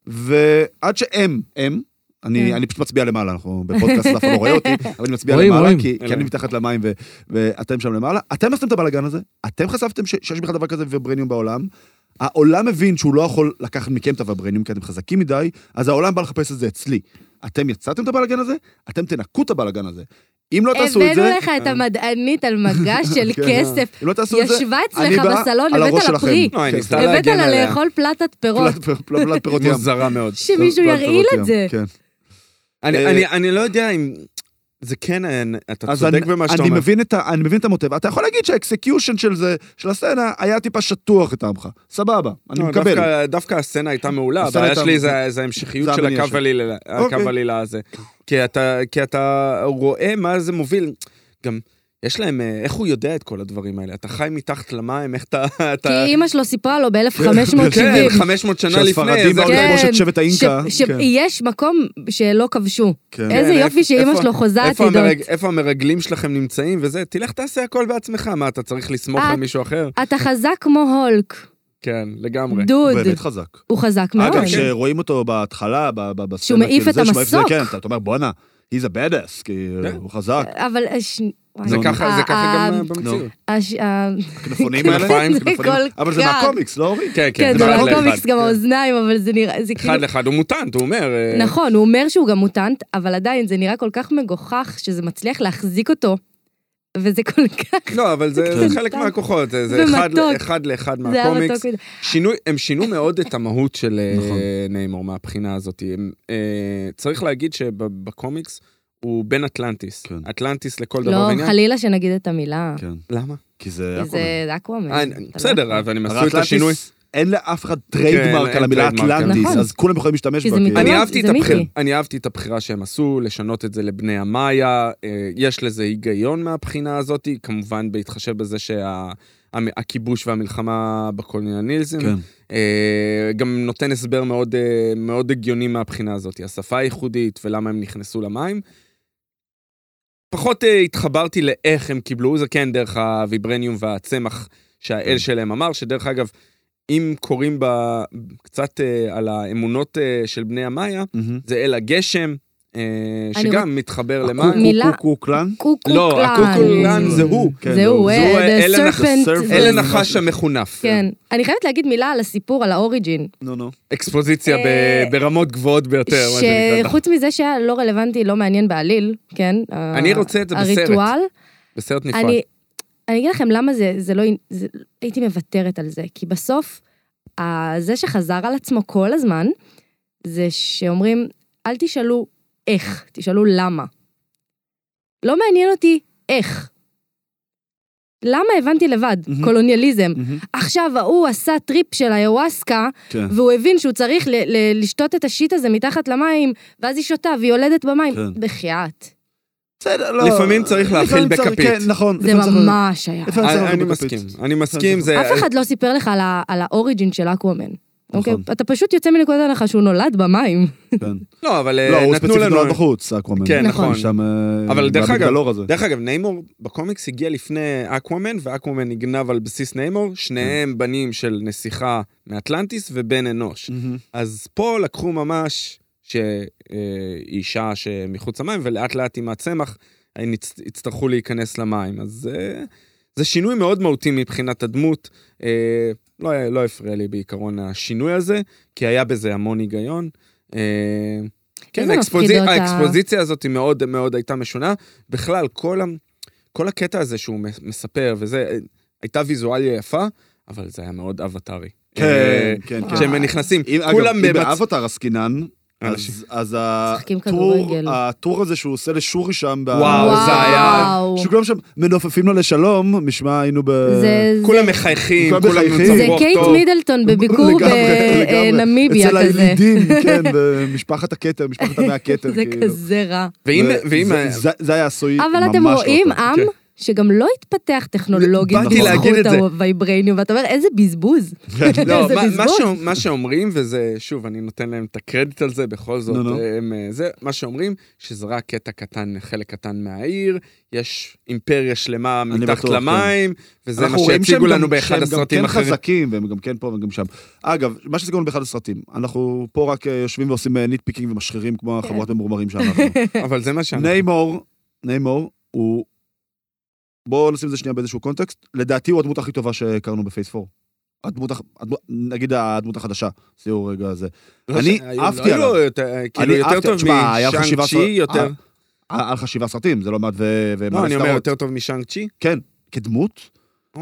Speaker 1: ועד שהם, הם, אני,
Speaker 4: כן.
Speaker 1: אני פשוט מצביע למעלה, אנחנו בפודקאסט, אף אחד לא רואה אותי, אבל אני מצביע
Speaker 3: רואים,
Speaker 1: למעלה,
Speaker 3: רואים.
Speaker 1: כי, כי אני מתחת למים ו, ואתם שם למעלה. אתם עשיתם את הבלאגן הזה, אתם חשפתם ש, שיש בכלל דבר כזה וברניום בעולם. העולם מבין שהוא לא יכול לקחת מכם את הווברניום, כי אתם חזקים מדי, אז העולם בא לחפש את זה אצלי. אתם יצאתם את הבלאגן הזה, אתם תנקו את הבלאגן הזה. אם לא תעשו את
Speaker 4: הבאנו
Speaker 1: זה,
Speaker 4: לך את המדענית על מגש של
Speaker 1: כן.
Speaker 4: כסף.
Speaker 1: אם לא תעשו את זה,
Speaker 4: ישבה
Speaker 1: אני
Speaker 4: אצלך
Speaker 1: בא
Speaker 4: בסלון,
Speaker 1: על
Speaker 4: הבאת
Speaker 1: הראש
Speaker 4: לה
Speaker 1: שלכם. כן,
Speaker 4: פרי.
Speaker 2: לא, היא ניסתה
Speaker 4: הבאת
Speaker 2: להגן
Speaker 4: לה
Speaker 2: עליה.
Speaker 4: לאכול פלטת פירות.
Speaker 1: פלט- פלט- פלט פירות ים.
Speaker 2: מוזרה מאוד.
Speaker 4: שמישהו
Speaker 1: פלט
Speaker 4: ירעיל
Speaker 1: פירות
Speaker 4: את זה.
Speaker 1: ים, כן.
Speaker 2: אני-
Speaker 1: אה,
Speaker 2: אני- אני לא יודע אם... זה כן, אה, אתה
Speaker 1: אז
Speaker 2: צודק
Speaker 1: אני-
Speaker 2: במה שאתה
Speaker 1: אני
Speaker 2: אומר.
Speaker 1: מבין את ה- אני מבין את המוטב. אתה יכול להגיד שהאקסקיושן של זה, של הסצנה, היה טיפה שטוח לטעמך. סבבה, אני
Speaker 2: לא,
Speaker 1: מקבל.
Speaker 2: דווקא- דווקא הסצנה הייתה מעולה,
Speaker 1: הסצנה
Speaker 2: הבעיה
Speaker 1: הייתה-
Speaker 2: שלי זה- זה ההמשכיות
Speaker 1: זה
Speaker 2: של
Speaker 1: המניע
Speaker 2: הקו
Speaker 1: שלה.
Speaker 2: עלילה-
Speaker 1: אוקיי.
Speaker 2: הקו עלילה הזה. כי אתה- כי אתה רואה מה זה מוביל. גם, יש להם, אה, איך הוא יודע את כל הדברים האלה? אתה חי מתחת למים, איך אתה...
Speaker 4: כי
Speaker 2: אתה-
Speaker 4: אימא שלו סיפרה לו
Speaker 2: כן,
Speaker 4: ב-1570.
Speaker 2: 500 שנה לפני.
Speaker 1: שהספרדים
Speaker 2: זה
Speaker 1: באו
Speaker 2: הכל-
Speaker 4: כן.
Speaker 1: לכבוש את שבט האינקה. כן.
Speaker 4: שיש מקום שלא כבשו.
Speaker 1: כן.
Speaker 4: איזה
Speaker 2: כן,
Speaker 4: יופי
Speaker 2: איפה-
Speaker 4: שאימא
Speaker 2: איפה-
Speaker 4: שלו חוזה
Speaker 2: איפה
Speaker 4: עתידות.
Speaker 2: המרג- איפה המרגלים שלכם נמצאים וזה? תלך תעשה הכל בעצמך, מה, אתה צריך לסמוך
Speaker 1: אה,
Speaker 4: את-
Speaker 2: על מישהו אחר?
Speaker 4: אתה חזק כמו הולק,
Speaker 2: כן, לגמרי.
Speaker 1: הוא
Speaker 4: דוד.
Speaker 1: באמת חזק.
Speaker 4: הוא חזק מאוד.
Speaker 1: אגב,
Speaker 2: כן.
Speaker 1: שרואים אותו בהתחלה, ב- ב- בסצנה,
Speaker 4: שהוא מעיף
Speaker 1: כאילו,
Speaker 4: את
Speaker 1: זה שמעיף
Speaker 4: המסוק.
Speaker 1: כן, אתה אתה אומר, בואנה, he's a badass, כאילו,
Speaker 2: כן.
Speaker 1: הוא חזק.
Speaker 4: אבל... הש- וואי.
Speaker 2: זה ככה זה ככה
Speaker 4: ה- ה-
Speaker 2: גם במציאות.
Speaker 4: הש- ה-
Speaker 1: הכנפונים האלה,
Speaker 2: כנפיים,
Speaker 4: זה
Speaker 1: הכנפונים-
Speaker 4: כל
Speaker 1: אבל זה
Speaker 4: כך.
Speaker 1: מהקומיקס, לא אורי?
Speaker 2: כן,
Speaker 4: כן,
Speaker 2: זה
Speaker 4: זה
Speaker 2: אחד
Speaker 1: לא
Speaker 2: לאחד.
Speaker 4: לקומיקס גם
Speaker 2: כן.
Speaker 4: האוזניים, אבל זה נראה... זה כאילו...
Speaker 2: אחד לאחד, הוא מוטנט, הוא אומר. אה,
Speaker 4: נכון, הוא אומר שהוא גם מוטנט, אבל עדיין זה נראה כל כך מגוחך, שזה מצליח להחזיק אותו, וזה כל כך...
Speaker 2: לא, אבל זה,
Speaker 4: כן.
Speaker 2: זה חלק מהכוחות, זה, זה
Speaker 4: ומתוק.
Speaker 2: אחד, ל- אחד לאחד
Speaker 4: זה היה
Speaker 2: מהקומיקס.
Speaker 4: מתוק מדי.
Speaker 2: שינוי, הם שינו מאוד את המהות של אה,
Speaker 3: נכון.
Speaker 2: ניימור מהבחינה הזאת. הם, אה, צריך להגיד שבקומיקס הוא בן אטלנטיס.
Speaker 1: כן.
Speaker 2: אטלנטיס לכל דבר
Speaker 4: לא,
Speaker 2: ועניין.
Speaker 4: חלילה שנגיד את המילה.
Speaker 1: כן,
Speaker 2: למה?
Speaker 1: כי זה...
Speaker 2: כן,
Speaker 4: כי
Speaker 1: אקוואמן.
Speaker 4: זה זה אקוואמן.
Speaker 2: אה,
Speaker 4: אתה לא יכול.
Speaker 2: בסדר, אבל הם עשו את
Speaker 1: האטלנטיס,
Speaker 2: השינוי.
Speaker 1: אין לאף אחד טריידמרק
Speaker 2: אין
Speaker 1: על המילה
Speaker 2: טריידמרק, כן.
Speaker 1: אטלנטיס,
Speaker 4: נכון.
Speaker 1: אז כולם יכולים להשתמש
Speaker 4: כי
Speaker 1: בה.
Speaker 4: זה
Speaker 1: כאילו.
Speaker 2: אני
Speaker 4: לא,
Speaker 2: אהבתי, את
Speaker 4: זה
Speaker 2: הבחיר,
Speaker 4: מיתי.
Speaker 2: אני אהבתי את הבחירה שהם עשו, לשנות את זה לבני המאיה, אה, יש לזה היגיון מהבחינה הזאת, כמובן בהתחשב בזה שהכיבוש והמלחמה בקולוניאליזם,
Speaker 1: כן.
Speaker 2: אה, גם נותן הסבר מאוד, אה, מאוד הגיוני מהבחינה הזאת, השפה הייחודית ולמה הם נכנסו למים. פחות אה, התחברתי לאיך הם קיבלו, זה כן דרך הוויברניום והצמח שהאל
Speaker 1: כן.
Speaker 2: שלהם אמר, שדרך אגב, אם קוראים ב... קצת אה, על האמונות אה, של בני המאיה,
Speaker 1: מהמם.
Speaker 2: זה אל הגשם, אה,
Speaker 4: אני
Speaker 2: שגם מתחבר למים.
Speaker 4: הקוקו- מילה-
Speaker 1: הקוקוקלן?
Speaker 4: קוקוקלן.
Speaker 2: לא, הקוקולן זה הוא.
Speaker 1: כן,
Speaker 4: זה הוא,
Speaker 2: זהו,
Speaker 4: אה,
Speaker 2: אל
Speaker 4: The
Speaker 2: הנח-
Speaker 4: Serpent.
Speaker 1: serpent.
Speaker 4: זה-
Speaker 2: אל הנחש המחונף.
Speaker 4: כן. אני חייבת להגיד מילה על הסיפור, על האוריג'ין.
Speaker 1: נו, נו.
Speaker 2: אקספוזיציה ב-
Speaker 4: אה,
Speaker 2: ברמות גבוהות ביותר, מה שנקרא.
Speaker 4: שחוץ מזה שהיה לא רלוונטי, לא מעניין בעליל, כן?
Speaker 2: אני רוצה את זה בסרט.
Speaker 4: הריטואל.
Speaker 2: בסרט נפרד.
Speaker 4: אני, אני אגיד לכם למה זה, זה לא... זה, הייתי מוותרת על זה, כי בסוף, ה- זה שחזר על עצמו כל הזמן, זה שאומרים, אל תשאלו איך, תשאלו למה. לא מעניין אותי איך. למה הבנתי לבד,
Speaker 1: מהמם.
Speaker 4: קולוניאליזם.
Speaker 1: מהמם.
Speaker 4: עכשיו ההוא עשה טריפ של איוואסקה,
Speaker 1: כן.
Speaker 4: והוא הבין שהוא צריך ל- ל- לשתות את השיט הזה מתחת למים, ואז היא שותה והיא יולדת במים.
Speaker 1: כן.
Speaker 4: בחייאת.
Speaker 1: בסדר, לא.
Speaker 2: לפעמים צריך להאכיל
Speaker 1: לפעמים צריך-
Speaker 2: בכפית. אה,
Speaker 1: כן, נכון.
Speaker 4: זה
Speaker 1: לפעמים צריך-
Speaker 4: ממש היה.
Speaker 1: לפעמים צריך
Speaker 2: אני אני
Speaker 1: להאכיל בכפית.
Speaker 2: מסכים, אני מסכים, זה...
Speaker 4: אף אחד לא סיפר לך על ה- על האוריג'ין של אקוואמן. אוקיי?
Speaker 1: אה, נכון.
Speaker 4: אתה פשוט יוצא מנקודת הנחה שהוא נולד במים.
Speaker 1: כן.
Speaker 2: לא, אבל אה,
Speaker 1: לא, הוא
Speaker 2: נתנו
Speaker 1: ספציפית
Speaker 2: לנו...
Speaker 1: נולד בחוץ, אקוואמן.
Speaker 2: כן,
Speaker 4: נכון.
Speaker 1: שם, אה,
Speaker 2: אבל דרך אגב-
Speaker 1: בבגדלור הזה.
Speaker 2: דרך אגב, ניימור בקומיקס הגיע לפני אקוואמן, ואקוואמן נגנב על בסיס ניימור, שניהם בנים של נסיכה מאטלנטיס ובן אנוש.
Speaker 1: מהמם.
Speaker 2: אז פה לקחו ממש שאישה שמחוץ למים, ולאט לאט עם הצמח הן יצ- יצטרכו להיכנס למים. אז אה, זה שינוי מאוד מהותי מבחינת הדמות. אה, לא, היה- לא הפריע לי בעיקרון השינוי הזה, כי היה בזה המון היגיון. אה, כן,
Speaker 4: איזה
Speaker 2: האקספוזי...
Speaker 4: מפחידות ה-
Speaker 2: האקספוזיציה הזאת היא מאוד מאוד הייתה משונה. בכלל, כל, ה... כל הקטע הזה שהוא מס- מספר וזה, אה, הייתה ויזואליה יפה, אבל זה היה מאוד אבטארי. אה,
Speaker 1: כן, כן, כן.
Speaker 2: כשהם נכנסים,
Speaker 1: אם,
Speaker 2: כולם
Speaker 1: אגב, אם
Speaker 2: במצב...
Speaker 1: באבוטר עסקינן,
Speaker 2: אנשים-
Speaker 1: אז, אז
Speaker 4: משחקים
Speaker 1: הטור,
Speaker 4: כדורגל.
Speaker 1: הטור הזה שהוא עושה לשורי שם, ב-
Speaker 2: וואו, זה היה-
Speaker 4: וואו.
Speaker 1: שכולם שם מנופפים לו לשלום, משמע היינו ב...
Speaker 4: זה-
Speaker 2: כולם מחייכים,
Speaker 1: כולם
Speaker 2: כולם
Speaker 1: מחייכים.
Speaker 2: מצב
Speaker 4: זה
Speaker 2: רוח
Speaker 4: קייט
Speaker 2: טוב.
Speaker 4: מידלטון בביקור
Speaker 1: לגמרי, לגמרי.
Speaker 4: בנמיביה
Speaker 1: אצל
Speaker 4: אה, כזה.
Speaker 1: הילידים, כן, במשפחת הכתר, משפחת המאה הכתר,
Speaker 4: זה
Speaker 1: כאילו.
Speaker 4: כזה רע.
Speaker 2: ואם...
Speaker 1: זה-
Speaker 2: ואם...
Speaker 1: זה- זה- זה היה עשוי ממש לא כן.
Speaker 4: אבל אתם רואים אה,
Speaker 1: טוב.
Speaker 4: עם שגם לא התפתח טכנולוגית
Speaker 2: באתי להגיד את
Speaker 4: בזכות
Speaker 2: זה.
Speaker 4: הווייברניום, ואתה אומר, איזה בזבוז.
Speaker 2: לא,
Speaker 4: זה
Speaker 2: מה- מה
Speaker 4: בזבוז.
Speaker 2: שאומ- מה שאומרים, וזה, שוב, אני נותן להם את הקרדיט על זה, בכל זאת,
Speaker 1: נו, נו.
Speaker 2: הם, אה, זה, מה שאומרים, שזה רק קטע קטן, חלק קטן מהעיר, יש אימפריה שלמה מתחת
Speaker 1: בטוח, כן.
Speaker 2: לאמים, וזה מה
Speaker 1: אנחנו רואים
Speaker 2: שהציגו
Speaker 1: שהם
Speaker 2: לנו
Speaker 1: גם-
Speaker 2: באחד
Speaker 1: שהם
Speaker 2: הסרטים
Speaker 1: גם כן
Speaker 2: אחרים.
Speaker 1: חזקים, והם גם כן פה וגם שם. אגב, מה שזה קורה באחד הסרטים, אנחנו פה רק אה, יושבים ועושים ניטפיקים ומשחירים כמו
Speaker 4: כן.
Speaker 1: החבורת ממורמרים שאנחנו.
Speaker 2: אבל זה מה שאנחנו...
Speaker 1: ניימור, ניימור הוא... בואו נשים את זה שנייה באיזשהו קונטקסט. לדעתי הוא הדמות הכי טובה שהכרנו בפייס 4. הדמות, הח- הדמות, נגיד הדמות החדשה, סיור רגע זה.
Speaker 2: לא
Speaker 1: אני
Speaker 2: ש- לא, היו-
Speaker 1: אהבתי
Speaker 2: היו
Speaker 1: עליו.
Speaker 2: יותר- כאילו, יותר
Speaker 1: אהבתי-
Speaker 2: טוב
Speaker 1: תשמע, היה חשיבה- אה,
Speaker 2: משאנג צ'י, יותר...
Speaker 1: היה לך שבעה סרטים, זה לא מעט ו...
Speaker 2: לא,
Speaker 1: ומלא
Speaker 2: אני אומר
Speaker 1: סדרות.
Speaker 2: יותר טוב אה, משאנג צ'י.
Speaker 1: כדמות,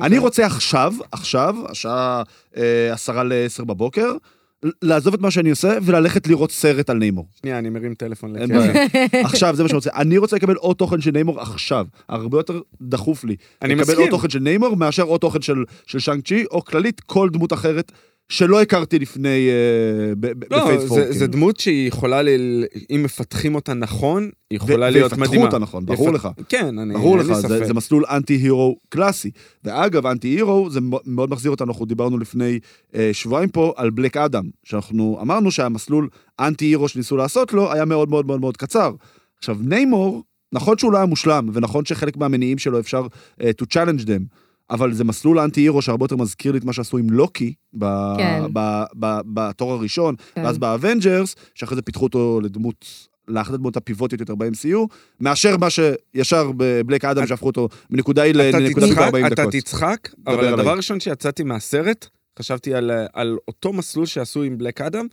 Speaker 1: אני רוצה עכשיו, עכשיו, השעה אה, עשרה לעשר בבוקר, ל- לעזוב את מה שאני עושה וללכת לראות סרט על ניימור.
Speaker 2: שנייה, אני מרים טלפון
Speaker 1: אין
Speaker 2: לקרן.
Speaker 1: בעיה. עכשיו, זה מה שאני רוצה. אני רוצה לקבל עוד תוכן של ניימור עכשיו. הרבה יותר דחוף לי.
Speaker 2: אני
Speaker 1: לקבל
Speaker 2: מסכים.
Speaker 1: עוד תוכן של ניימור מאשר עוד תוכן של, של שאנג צ'י, או כללית כל דמות אחרת שלא הכרתי לפני... אה, ב- ב-
Speaker 2: לא,
Speaker 1: בפייס
Speaker 2: זה-
Speaker 1: פור, כאילו.
Speaker 2: זה דמות שהיא יכולה, ל- אם מפתחים אותה נכון, היא
Speaker 1: ו-
Speaker 2: יכולה להיות
Speaker 1: ויפתחו
Speaker 2: מדהימה.
Speaker 1: אותה נכון, ברור
Speaker 2: יפת-
Speaker 1: לך.
Speaker 2: כן, אני...
Speaker 1: ברור
Speaker 2: אין
Speaker 1: לך,
Speaker 2: לי
Speaker 1: זה,
Speaker 2: ספק.
Speaker 1: זה מסלול אנטי-הירו קלאסי. ואגב, אנטי-הירו, זה מ- מאוד מחזיר אותנו, אנחנו דיברנו לפני אה, שבועיים פה על בלק אדם, שאנחנו אמרנו שהמסלול אנטי-הירו שניסו לעשות לו היה מאוד מאוד מאוד מאוד קצר. עכשיו, ניימור, נכון שהוא לא היה מושלם, ונכון שחלק מהמניעים שלו אפשר אה, to challenge them, אבל זה מסלול אנטי-הירו שהרבה יותר מזכיר לי את מה שעשו עם לוקי, ב-
Speaker 4: כן.
Speaker 1: ב- ב- בתור הראשון,
Speaker 4: כן.
Speaker 1: ואז באבנג'רס, שאחרי זה פיתחו אותו לדמות, לאחת הדמות הפיבוטיות יותר ב-MCU, מאשר מה שישר בבלק אדם
Speaker 2: אתה-
Speaker 1: שהפכו אותו מנקודה היא
Speaker 2: אתה
Speaker 1: לנקודה
Speaker 2: תצחק,
Speaker 1: 40
Speaker 2: אתה
Speaker 1: דקות.
Speaker 2: תצחק,
Speaker 1: דבר
Speaker 2: אבל הדבר
Speaker 1: עליי.
Speaker 2: הראשון שיצאתי מהסרט, חשבתי על- על אותו מסלול שעשו עם בלק אדם,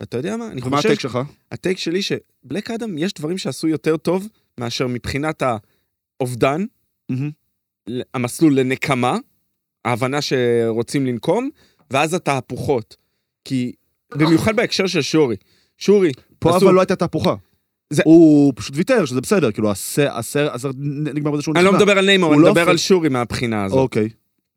Speaker 2: ואתה יודע מה, אני
Speaker 1: ומה
Speaker 2: חושב
Speaker 1: הטק שלך?
Speaker 2: הטייק שלי שבלק אדם יש דברים שעשו יותר טוב מאשר מבחינת האובדן,
Speaker 1: מהמם.
Speaker 2: ל- המסלול לנקמה, ההבנה שרוצים לנקום, ואז התהפוכות. כי במיוחד בהקשר של שורי. שורי,
Speaker 1: פה
Speaker 2: עשו-
Speaker 1: אבל לא הייתה תהפוכה.
Speaker 2: זה-
Speaker 1: הוא פשוט ויתר, שזה בסדר, כאילו הסר- הסר הסר נגמר בזה שהוא
Speaker 2: אני
Speaker 1: נכנע.
Speaker 2: לא מדבר על ניימור,
Speaker 1: הוא
Speaker 2: אני
Speaker 1: לא
Speaker 2: מדבר
Speaker 1: פי-
Speaker 2: על שורי מהבחינה הזאת
Speaker 1: אוקיי.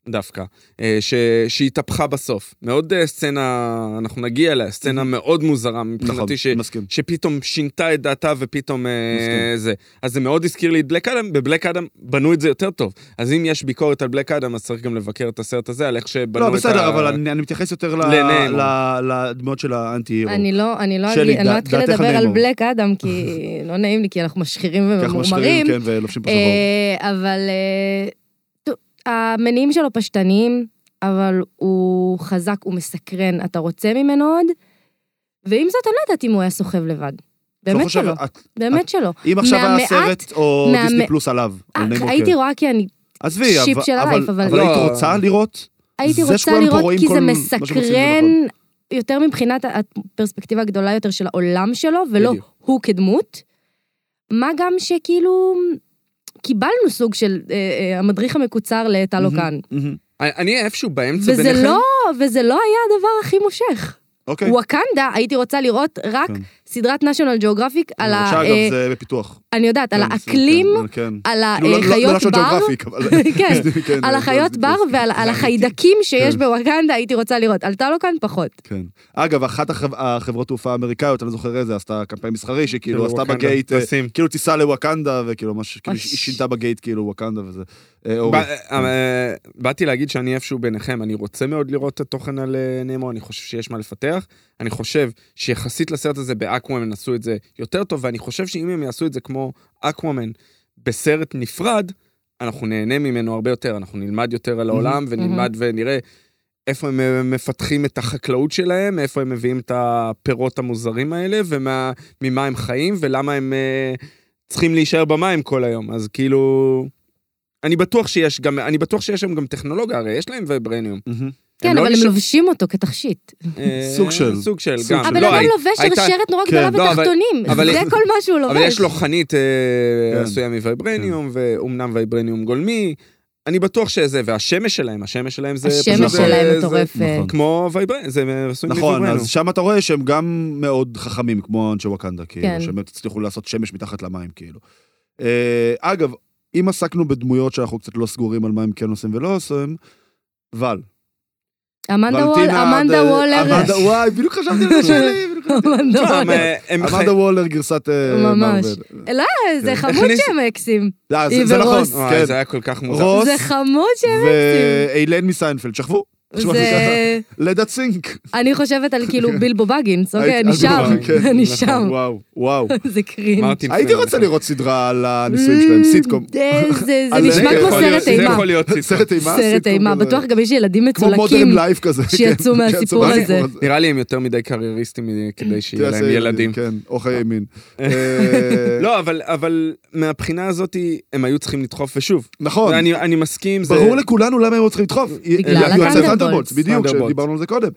Speaker 2: דווקא, אה, ש- שהתהפכה בסוף. מאוד אה, סצנה, אנחנו נגיע אליה, סצנה מאוד מוזרה
Speaker 1: נכון,
Speaker 2: מבחינתי, ש-
Speaker 1: מסכים.
Speaker 2: שפתאום שינתה את דעתה ופתאום אה,
Speaker 1: מסכים.
Speaker 2: זה. אז זה מאוד הזכיר לי את בלק אדם, בבלק אדם בנו את זה יותר טוב. אז אם יש ביקורת על בלק אדם, אז צריך גם לבקר את הסרט הזה, על איך שבנו
Speaker 1: לא,
Speaker 2: את ה...
Speaker 1: בסדר, אבל אני אני מתייחס יותר ל-
Speaker 2: לניימור.
Speaker 1: ל- לדמות של האנטי-הירו.
Speaker 4: אני לא, אני לא,
Speaker 1: שלי,
Speaker 4: אגיד- אני לא
Speaker 1: דע-
Speaker 4: אתחיל
Speaker 1: דעתך
Speaker 4: לדבר על
Speaker 1: נאמור.
Speaker 4: בלק אדם, כי לא נעים לי, כי אנחנו משחירים
Speaker 1: כי אנחנו משחררים,
Speaker 4: וממורמרים.
Speaker 1: כן, ולובשים פה שחור.
Speaker 4: לא אה, אבל אה, טוב, המניעים שלו פשטניים, אבל הוא חזק, הוא מסקרן, אתה רוצה ממנו עוד? ועם זאת, אני לא יודעת אם הוא היה סוחב לבד.
Speaker 1: לא
Speaker 4: באמת
Speaker 1: חושב- אה,
Speaker 4: שלא,
Speaker 1: את-
Speaker 4: באמת שלא.
Speaker 1: אם עכשיו היה
Speaker 4: מהמעט-
Speaker 1: סרט או
Speaker 4: מהמע-
Speaker 1: דיסני פלוס עליו, כן. על
Speaker 4: אה,
Speaker 1: ניימור
Speaker 4: הייתי
Speaker 1: קר.
Speaker 4: רואה כי אני
Speaker 1: עזבי,
Speaker 4: שיפ
Speaker 1: אבל-
Speaker 4: של
Speaker 1: אבל-
Speaker 4: הלייב, אבל-
Speaker 1: אבל
Speaker 2: לא.
Speaker 1: היית רוצה לראות?
Speaker 4: הייתי
Speaker 1: זה
Speaker 4: רוצה
Speaker 1: שכולם פה
Speaker 4: לראות
Speaker 1: רואים
Speaker 4: כי
Speaker 1: כל
Speaker 4: זה
Speaker 1: מה שהם עושים נכון. זה
Speaker 4: מסקרן יותר מבחינת הפרספקטיבה הגדולה יותר של העולם שלו, ולא
Speaker 2: בדיוק.
Speaker 4: הוא כדמות. מה גם שכאילו קיבלנו סוג של אה, אה, המדריך המקוצר לטל
Speaker 1: מהמם,
Speaker 4: אוקן.
Speaker 1: מהמם.
Speaker 2: אני- אני איפשהו באמצע
Speaker 4: וזה
Speaker 2: ביניכם.
Speaker 4: לא, וזה לא היה הדבר הכי מושך.
Speaker 1: אוקיי.
Speaker 4: וואקנדה, הייתי רוצה לראות רק
Speaker 1: כן.
Speaker 4: סדרת national geographic על ה...
Speaker 1: שאגב,
Speaker 4: אה,
Speaker 1: זה בפיתוח.
Speaker 4: אני יודעת, על
Speaker 1: כן,
Speaker 4: האקלים,
Speaker 1: כן, כן.
Speaker 4: על
Speaker 1: כאילו, לא- לא- לא
Speaker 4: החיות
Speaker 1: לשון
Speaker 4: בר.
Speaker 1: גאוגרפיק, אבל-
Speaker 4: כן,
Speaker 1: כן,
Speaker 4: על
Speaker 1: זה-
Speaker 4: החיות
Speaker 1: זה-
Speaker 4: בר ועל על החיידקים שיש
Speaker 1: כן.
Speaker 4: בוואקנדה, הייתי רוצה לראות. על טלוקן פחות.
Speaker 1: כן. אגב, אחת החב- החברות תעופה האמריקאיות, אני לא זוכר איזה, עשתה קמפיין מסחרי, שכאילו עשתה
Speaker 2: וואקנדה,
Speaker 1: בגייט, אה,
Speaker 2: אוקיי, נשים.
Speaker 1: כאילו טיסה לוואקנדה, וכאילו משהו, כאילו
Speaker 4: אוי.
Speaker 1: היא שינתה בגייט, כאילו וואקנדה וזה. אה, אורי.
Speaker 2: ב- אה, אה, באתי להגיד שאני איפשהו ביניכם, אני רוצה מאוד לראות את התוכן על אה, נמו, אני חושב שיש מה לפתח. אני חושב שיחסית לסרט הזה באקוואמן הם עשו את זה יותר טוב, ואני חושב שאם הם יעשו את זה כמו אקוואמן בסרט נפרד, אנחנו נהנה ממנו הרבה יותר, אנחנו נלמד יותר על העולם ונלמד ונראה איפה הם אה, מפתחים את החקלאות שלהם, מאיפה הם מביאים את הפירות המוזרים האלה, וממה הם חיים, ולמה הם אה, צריכים להישאר במים כל היום. אז כאילו... אני בטוח שיש גם, אני בטוח שיש שם גם טכנולוגיה, הרי יש להם וברניום.
Speaker 1: מהמם.
Speaker 4: כן,
Speaker 2: לא
Speaker 4: אבל הם
Speaker 2: נשאר-
Speaker 4: לובשים אותו כתכשיט.
Speaker 2: אה,
Speaker 1: סוג של-
Speaker 2: סוג של,
Speaker 1: סוג
Speaker 2: גם.
Speaker 1: של-
Speaker 4: הבן
Speaker 2: לא,
Speaker 4: אדם
Speaker 2: הי-
Speaker 4: לובש
Speaker 2: הייתה-
Speaker 4: שרשרת נורא
Speaker 1: כן.
Speaker 4: גדולה
Speaker 2: לא, אבל-
Speaker 4: בתחתונים,
Speaker 2: אבל-
Speaker 4: זה כל מה שהוא לובש.
Speaker 2: אבל יש לו חנית אה,
Speaker 1: כן.
Speaker 2: עשויה מוויברניום, ואומנם וייברניום גולמי. אני בטוח שזה, והשמש שלהם, השמש שלהם זה...
Speaker 4: השמש
Speaker 2: פשוט, אה,
Speaker 4: שלהם
Speaker 2: זה-
Speaker 4: מטורפת.
Speaker 1: נכון.
Speaker 2: כמו וייברניום, זה עשוי
Speaker 1: נכון,
Speaker 2: מוויברניום.
Speaker 1: אז שם אתה רואה שהם גם מאוד חכמים, כמו אנשי וואקנדה,
Speaker 4: כן.
Speaker 1: כאילו, שהם הצליחו לעשות שמש מתחת למים, כאילו. אה, אגב, אם עסקנו בדמויות שאנחנו קצת לא סגורים על מה הם כן עושים ולא עושים, ואל.
Speaker 4: אמנדה וול-
Speaker 1: ולנטינה
Speaker 4: אמנדה
Speaker 1: ד-
Speaker 2: אה,
Speaker 4: וולר.
Speaker 1: אמנדה, וואי, בדיוק חשבתי על זה שלי. בדיוק חשבתי.
Speaker 4: אמנדה
Speaker 1: כן.
Speaker 2: תשמע,
Speaker 4: וולר.
Speaker 2: הם- אה, הם חי-
Speaker 1: אמנדה וולר גרסת... אה,
Speaker 4: ממש.
Speaker 1: מארוול.
Speaker 4: אה,
Speaker 1: כן.
Speaker 4: זה חמוד
Speaker 2: הכניס-
Speaker 4: שהם אקסים.
Speaker 1: אה,
Speaker 4: היא
Speaker 1: זה- זה נכון,
Speaker 4: ורוס.
Speaker 2: וואי,
Speaker 1: כן.
Speaker 2: זה היה כל כך מוזר.
Speaker 1: רוס
Speaker 4: זה חמוד שהם אקסים.
Speaker 1: ואיילן מסיינפלד, שכבו. תשמע,
Speaker 4: זה...
Speaker 1: לדעת סינק.
Speaker 4: אני חושבת על כאילו בילבו בגינס, אוקיי?
Speaker 1: הייתי-
Speaker 4: אני
Speaker 1: אז
Speaker 4: שם,
Speaker 1: בוא, כן,
Speaker 4: אני
Speaker 2: נכון,
Speaker 4: שם.
Speaker 1: וואו, וואו.
Speaker 4: זה קרינג'.
Speaker 2: מרטין
Speaker 1: הייתי
Speaker 2: פרימן.
Speaker 1: רוצה לראות סדרה על הנישואים שלהם, סיטקום.
Speaker 4: אה, זה- זה
Speaker 1: על-
Speaker 4: נשמע
Speaker 1: זה
Speaker 4: כמו
Speaker 1: יכול
Speaker 4: סרט
Speaker 1: להיות-
Speaker 2: זה
Speaker 4: אימה.
Speaker 2: יכול להיות סיפור.
Speaker 1: סרט אימה?
Speaker 4: סרט
Speaker 1: סיטקום
Speaker 4: אימה.
Speaker 1: כזה.
Speaker 4: בטוח גם יש ילדים
Speaker 1: כמו
Speaker 4: מצולקים.
Speaker 1: מודרן לייב כזה. כן,
Speaker 4: שיצאו מהסיפור
Speaker 1: מהסיפור
Speaker 4: הזה.
Speaker 1: הזה.
Speaker 2: נראה לי הם יותר מדי קרייריסטים כדי שיהיה להם
Speaker 1: תעשה-
Speaker 2: ילדים.
Speaker 1: כן, או חיי מין. אה,
Speaker 2: לא, אבל, אבל מהבחינה הזאת, הם היו צריכים לדחוף, ושוב,
Speaker 1: נכון.
Speaker 2: אני, אני מסכים, זה...
Speaker 1: ברור לכולנו למה הם היו צריכים לדחוף.
Speaker 4: הטנדרבולטס.
Speaker 1: הטנדרבולטס, בדיוק,
Speaker 2: הטנדרבולטס.
Speaker 1: שדיברנו על זה קודם.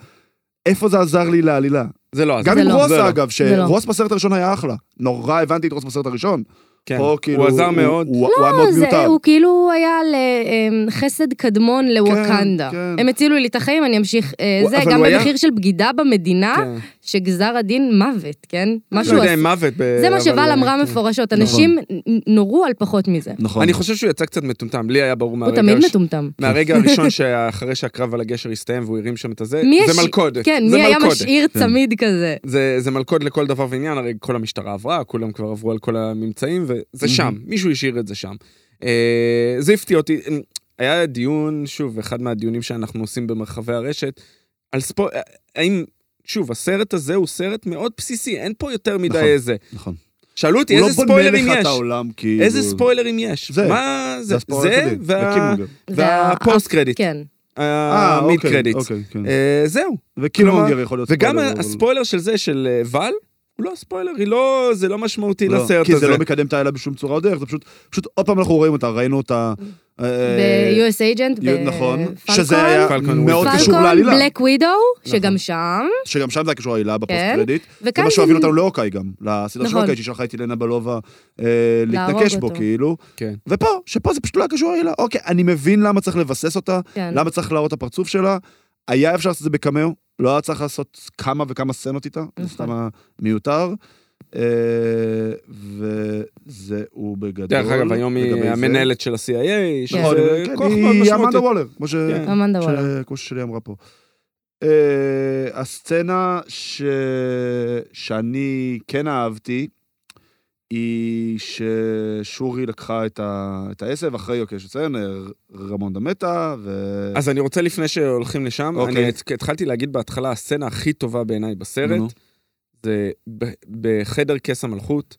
Speaker 1: איפה זה עזר לי לעלילה?
Speaker 2: זה לא,
Speaker 1: גם
Speaker 4: זה
Speaker 1: עם
Speaker 4: לא.
Speaker 1: רוס,
Speaker 2: זה לא.
Speaker 1: אגב,
Speaker 4: זה לא.
Speaker 1: שרוס בסרט הראשון היה אחלה. נורא הבנתי את רוס בסרט הראשון.
Speaker 2: כן.
Speaker 1: פה כאילו...
Speaker 2: הוא עזר מאוד.
Speaker 1: הוא הוא היה מאוד
Speaker 4: לא, זה,
Speaker 1: מיותר.
Speaker 4: הוא כאילו היה לחסד קדמון לווקנדה.
Speaker 1: כן.
Speaker 4: הם הצילו לי את החיים, אני אמשיך... אה,
Speaker 2: הוא-
Speaker 4: זה,
Speaker 2: אבל
Speaker 4: גם
Speaker 2: הוא היה-
Speaker 4: במחיר של בגידה במדינה,
Speaker 2: כן.
Speaker 4: שגזר הדין מוות, כן? מה
Speaker 2: לא
Speaker 4: שהוא
Speaker 2: יודע
Speaker 4: עשה.
Speaker 2: אם מוות. ב-
Speaker 4: זה מה
Speaker 2: אבל-
Speaker 4: שוואל אמרה
Speaker 2: כן.
Speaker 4: מפורשות, אנשים נ- נורו על פחות מזה.
Speaker 1: נכון.
Speaker 2: אני חושב שהוא יצא קצת מטומטם, לי היה ברור
Speaker 4: הוא
Speaker 2: מהרגע
Speaker 4: תמיד
Speaker 2: הראש-
Speaker 4: מטומטם.
Speaker 2: מהרגע הראשון שאחרי שהקרב על הגשר הסתיים והוא הרים שם את הזה,
Speaker 4: מי יש-
Speaker 2: זה מלכודת.
Speaker 4: כן,
Speaker 2: זה
Speaker 4: מי היה
Speaker 2: מלכודת.
Speaker 4: משאיר צמיד כזה?
Speaker 2: זה, זה מלכוד לכל דבר ועניין, הרי כל המשטרה עברה, כולם כבר עברו על כל הממצאים, וזה שם, מישהו השאיר את זה שם. אה, זה הפתיע אותי. אה, היה דיון, שוב, אחד מהדיונים שאנחנו עושים במרחבי הרשת, על ספורט, האם, שוב, הסרט הזה הוא סרט מאוד בסיסי, אין פה יותר מדי
Speaker 1: נכון.
Speaker 2: איזה.
Speaker 1: נכון.
Speaker 2: שאלו אותי
Speaker 1: הוא לא
Speaker 2: איזה
Speaker 1: בונה
Speaker 2: ספוילרים
Speaker 1: לך את
Speaker 2: יש.
Speaker 1: העולם, כאילו...
Speaker 2: איזה ספוילרים יש?
Speaker 1: זה.
Speaker 2: מה זה?
Speaker 1: זה הספוילר
Speaker 2: זה
Speaker 1: הקודם,
Speaker 2: וה-
Speaker 1: וקימונגר.
Speaker 2: והפוסט קרדיט.
Speaker 4: כן.
Speaker 1: אה,
Speaker 2: המיד
Speaker 1: אוקיי,
Speaker 2: קרדיט.
Speaker 1: אוקיי, כאילו- כן.
Speaker 2: זהו.
Speaker 1: וקילמונגר יכול להיות
Speaker 2: אה, וגם
Speaker 1: ספוילר, אבל-
Speaker 2: הספוילר של זה, של אה, ואל, הוא לא ספוילר, היא לא, זה לא משמעותי
Speaker 1: לא,
Speaker 2: לסרט
Speaker 1: כי
Speaker 2: הזה.
Speaker 1: זה לא מקדם את האלה בשום צורה או דרך, זה פשוט, פשוט עוד פעם אנחנו רואים אותה, ראינו אותה... אה,
Speaker 4: ב-US Agent,
Speaker 1: יו- נכון, שזה היה
Speaker 2: פלקון,
Speaker 1: מאוד
Speaker 2: ווילסון.
Speaker 1: קשור
Speaker 4: פלקון,
Speaker 1: לעלילה, נכון.
Speaker 4: בלק ווידו, שגם שם,
Speaker 1: שגם שם זה היה קשור לעלילה בפוסט
Speaker 4: כן.
Speaker 1: קרדיט, זה
Speaker 4: וכאן
Speaker 1: מה
Speaker 4: זה
Speaker 1: שהוביל אותנו לאוקיי גם, לסדרה של
Speaker 4: נכון.
Speaker 1: אוקיי, ששלחה את אילנה בלובה אה,
Speaker 4: להרוג
Speaker 1: להתנקש בו,
Speaker 4: אותו.
Speaker 1: כאילו,
Speaker 2: כן.
Speaker 1: ופה, שפה זה פשוט לא היה קשור לעלילה, אוקיי, אני מבין למה צריך לבסס אותה,
Speaker 4: כן.
Speaker 1: למה צריך להראות את הפרצוף שלה, היה אפשר לעשות את זה בקמאו, לא היה צריך לעשות כמה וכמה סצנות איתה, זה
Speaker 4: נכון.
Speaker 1: סתם היה מיותר. אה, וזהו בגדול.
Speaker 2: דרך אגב, היום היא
Speaker 1: לגבי זה.
Speaker 2: המנהלת של ה-CIA, שזה
Speaker 1: נכון, כן,
Speaker 2: כוח מאוד
Speaker 1: היא אמנדה
Speaker 2: משמעותי.
Speaker 1: וולר, כמו ש-
Speaker 2: כן.
Speaker 4: אמנדה
Speaker 1: ש-
Speaker 4: וואלה.
Speaker 1: כמו ששלי אמרה פה. אה, הסצנה ש- שאני כן אהבתי, היא ששורי לקחה את ה- את העשב, אחרי, אוקיי, שציין, רמונדה מתה, ו...
Speaker 2: אז אני רוצה לפני שהולכים לשם,
Speaker 1: אוקיי.
Speaker 2: אני הת- התחלתי להגיד בהתחלה, הסצנה הכי טובה בעיניי בסרט,
Speaker 1: נו.
Speaker 2: זה ב- בחדר כס המלכות,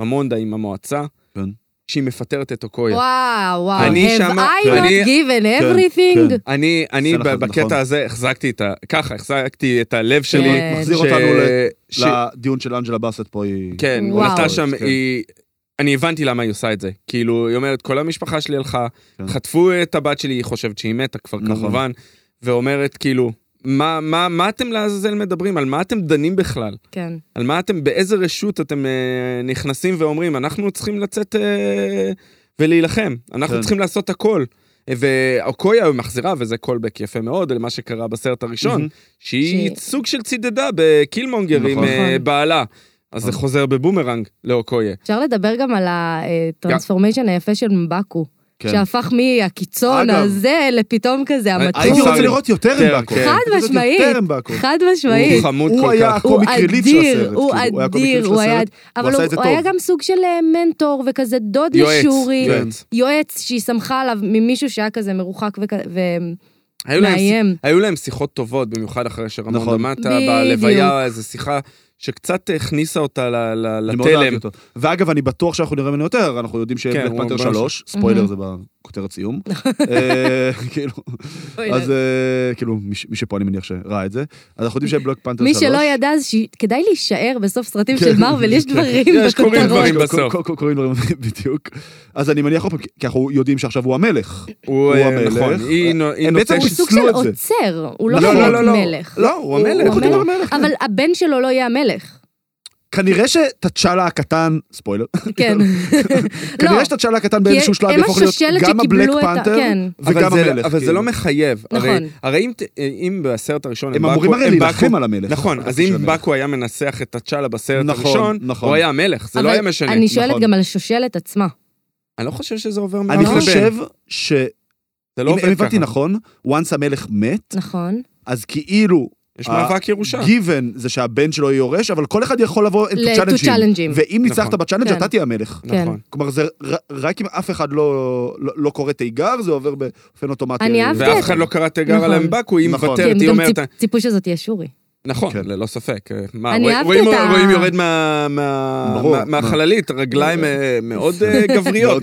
Speaker 2: רמונדה עם המועצה,
Speaker 1: כן.
Speaker 2: שהיא מפטרת את אוקויה.
Speaker 4: וואו, וואו,
Speaker 2: אני
Speaker 4: have
Speaker 2: שמה-
Speaker 4: I
Speaker 2: כן.
Speaker 4: not
Speaker 2: אני-
Speaker 4: given
Speaker 1: כן.
Speaker 4: everything?
Speaker 2: אני, אני
Speaker 1: סצנה אחת,
Speaker 2: ב-
Speaker 1: נכון.
Speaker 2: בקטע הזה החזקתי את ה... ככה, החזקתי את הלב שלי.
Speaker 4: כן.
Speaker 1: מחזיר
Speaker 2: ש-
Speaker 1: אותנו ל-
Speaker 2: ש-
Speaker 1: לדיון של אנג'לה באסט פה היא...
Speaker 2: כן,
Speaker 4: וואו.
Speaker 2: הוא נתן שם,
Speaker 1: כן.
Speaker 2: היא... אני הבנתי למה היא עושה את זה. כאילו, היא אומרת, כל המשפחה שלי הלכה,
Speaker 1: כן.
Speaker 2: חטפו את הבת שלי, היא חושבת שהיא מתה כבר
Speaker 1: נכון.
Speaker 2: כמובן, ואומרת, כאילו, מה, מה, מה אתם לעזאזל מדברים? על מה אתם דנים בכלל?
Speaker 4: כן.
Speaker 2: על מה אתם, באיזה רשות אתם אה, נכנסים ואומרים, אנחנו צריכים לצאת אה, ולהילחם, אנחנו
Speaker 1: כן.
Speaker 2: צריכים לעשות הכל. אה, ואוקויה מחזירה, וזה קולבק יפה מאוד למה שקרה בסרט הראשון,
Speaker 1: מהמם.
Speaker 2: שהיא
Speaker 4: שהיא-
Speaker 2: סוג של צידדה בקילמונגר עם
Speaker 1: נכון.
Speaker 2: אה,
Speaker 4: נכון.
Speaker 2: בעלה. אז זה חוזר בבומרנג לאוקויה.
Speaker 4: אפשר לדבר גם על הטרנספורמיישן היפה של מבקו,
Speaker 1: כן.
Speaker 4: שהפך מהקיצון
Speaker 1: אגב. אה,
Speaker 4: הזה לפתאום כזה,
Speaker 1: הייתי
Speaker 4: המתון.
Speaker 1: רוצה לראות יותר עם
Speaker 2: יותר,
Speaker 1: באקו.
Speaker 2: כן.
Speaker 4: חד
Speaker 1: הייתי רוצה לראות
Speaker 4: משמעית.
Speaker 1: יותר עם באקו.
Speaker 4: חד
Speaker 2: הוא
Speaker 4: משמעית.
Speaker 2: חמוד
Speaker 1: הוא
Speaker 2: כל
Speaker 1: היה
Speaker 2: כך.
Speaker 1: הקומיק רליף של הסרט.
Speaker 4: הוא
Speaker 1: כאילו, היה הקומיק
Speaker 4: אדיר,
Speaker 1: רליף של
Speaker 4: הוא היה
Speaker 1: הסרט.
Speaker 4: אד- אבל
Speaker 1: עשה
Speaker 4: הוא
Speaker 1: את זה
Speaker 4: הוא היה
Speaker 1: טוב.
Speaker 4: גם סוג של אה, מנטור וכזה דוד
Speaker 2: יועץ, כן.
Speaker 4: לשורי.
Speaker 2: יועץ.
Speaker 4: יועץ שהיא סמכה עליו ממישהו שהיה כזה מרוחק וכ-
Speaker 2: היו להם
Speaker 4: ומאיים.
Speaker 2: היו להם שיחות טובות, במיוחד אחרי שרמון
Speaker 1: כן. נכון.
Speaker 2: דמטה,
Speaker 4: בדיוק.
Speaker 2: בלוויה, איזו שיחה שקצת הכניסה אותה ל- ל-
Speaker 1: אני מאוד אהבתי
Speaker 2: לתלם.
Speaker 1: אותו. ואגב, אני בטוח שאנחנו נראה ממנו יותר, אנחנו יודעים
Speaker 2: כן,
Speaker 1: שבלק
Speaker 2: הוא
Speaker 1: פנתר
Speaker 2: ממש-
Speaker 1: 3, ספוילר
Speaker 4: מהמם.
Speaker 1: זה בכותרת סיום. אה, כאילו,
Speaker 2: לא.
Speaker 1: אז אה, כאילו, מי ש- מי שפה אני מניח שראה את זה. אז אנחנו יודעים שבלק פנתר 3.
Speaker 4: מי שלא ידע, אז ש- כדאי להישאר בסוף סרטים
Speaker 1: כן.
Speaker 4: של מארוול, יש דברים
Speaker 2: יש, קורים
Speaker 4: בכותרות.
Speaker 2: דברים. בסוף.
Speaker 1: ק- ק- ק- קוראים דברים בדיוק. אז אני מניח עוד פעם, כי אנחנו יודעים שעכשיו הוא המלך.
Speaker 2: הוא
Speaker 1: הוא
Speaker 2: אה,
Speaker 1: המלך.
Speaker 2: נכון, היא נו- היא
Speaker 1: הם בעצם
Speaker 2: נוטשת-
Speaker 4: הוא סוג של
Speaker 1: חיסלו את
Speaker 4: עוצר, הוא לא
Speaker 1: נכון.
Speaker 4: באמת
Speaker 1: לא,
Speaker 4: מלך.
Speaker 2: לא, הוא
Speaker 4: הוא
Speaker 2: המלך.
Speaker 4: המלך.
Speaker 1: המלך.
Speaker 4: אבל הבן שלו לא יהיה המלך.
Speaker 1: כנראה שתצ'אלה הקטן, ספוילר,
Speaker 2: לא.
Speaker 4: כן. לא,
Speaker 1: כנראה שתצ'אלה הקטן באיזשהו שלב יהפוך להיות גם הבלק פנתר
Speaker 4: כן.
Speaker 2: אבל
Speaker 1: וגם
Speaker 2: זה-
Speaker 1: המלך.
Speaker 2: אבל זה
Speaker 1: כאילו.
Speaker 2: לא מחייב. הרי-
Speaker 4: נכון.
Speaker 2: הרי אם ת- אם בסרט הראשון...
Speaker 1: הם
Speaker 2: באקו-
Speaker 1: אמורים הרי
Speaker 2: הם
Speaker 1: להילחם
Speaker 2: באקו-
Speaker 1: על המלך.
Speaker 2: נכון, אז
Speaker 1: של
Speaker 2: אם
Speaker 1: המלך.
Speaker 2: באקו היה מנסח את תצ'אלה בסרט
Speaker 1: נכון,
Speaker 2: הראשון,
Speaker 1: נכון.
Speaker 2: הוא היה המלך, זה לא
Speaker 4: אבל
Speaker 2: היה משנה.
Speaker 4: אני שואלת
Speaker 1: נכון.
Speaker 4: גם על השושלת עצמה.
Speaker 2: אני לא חושב שזה עובר
Speaker 1: אני
Speaker 2: מהראש.
Speaker 1: חושב ש...
Speaker 2: זה
Speaker 1: אם
Speaker 2: לא עובד
Speaker 1: אם הבנתי
Speaker 2: ככה.
Speaker 1: נכון, once המלך מת,
Speaker 4: נכון.
Speaker 1: אז כאילו,
Speaker 2: יש מאבק ירושה.
Speaker 1: גיוון זה שהבן שלו יהיה יורש, אבל כל אחד יכול לבוא את
Speaker 4: ל- to
Speaker 1: הצ'אלנג'ים.
Speaker 4: challenge'ים.
Speaker 1: ואם ניצחת
Speaker 2: נכון.
Speaker 1: בצ'אלנג'
Speaker 4: כן.
Speaker 1: אתה תהיה המלך.
Speaker 2: נכון.
Speaker 1: כלומר, זה ר- רק אם אף אחד לא לא- לא קורא תיגר, זה עובר באופן אוטומטי.
Speaker 4: אני אהבתי
Speaker 2: ואף אחד לא קרא תיגר
Speaker 4: נכון.
Speaker 2: על אמבקו, היא
Speaker 1: נכון.
Speaker 4: כי
Speaker 2: מוותרת,
Speaker 4: הם
Speaker 2: היא
Speaker 4: כן, גם
Speaker 2: אומרת...
Speaker 4: ציפ- ציפו שזאת תהיה שורי.
Speaker 2: נכון,
Speaker 1: כן.
Speaker 2: ללא ספק. מה,
Speaker 4: אני
Speaker 2: רואים-
Speaker 4: אהבתי
Speaker 2: רואים-
Speaker 4: את ה-
Speaker 2: רואים יורד מה- מה-
Speaker 1: ברור,
Speaker 2: מה-
Speaker 1: מה.
Speaker 2: מהחללית, רגליים אה, מאוד אה, גבריות,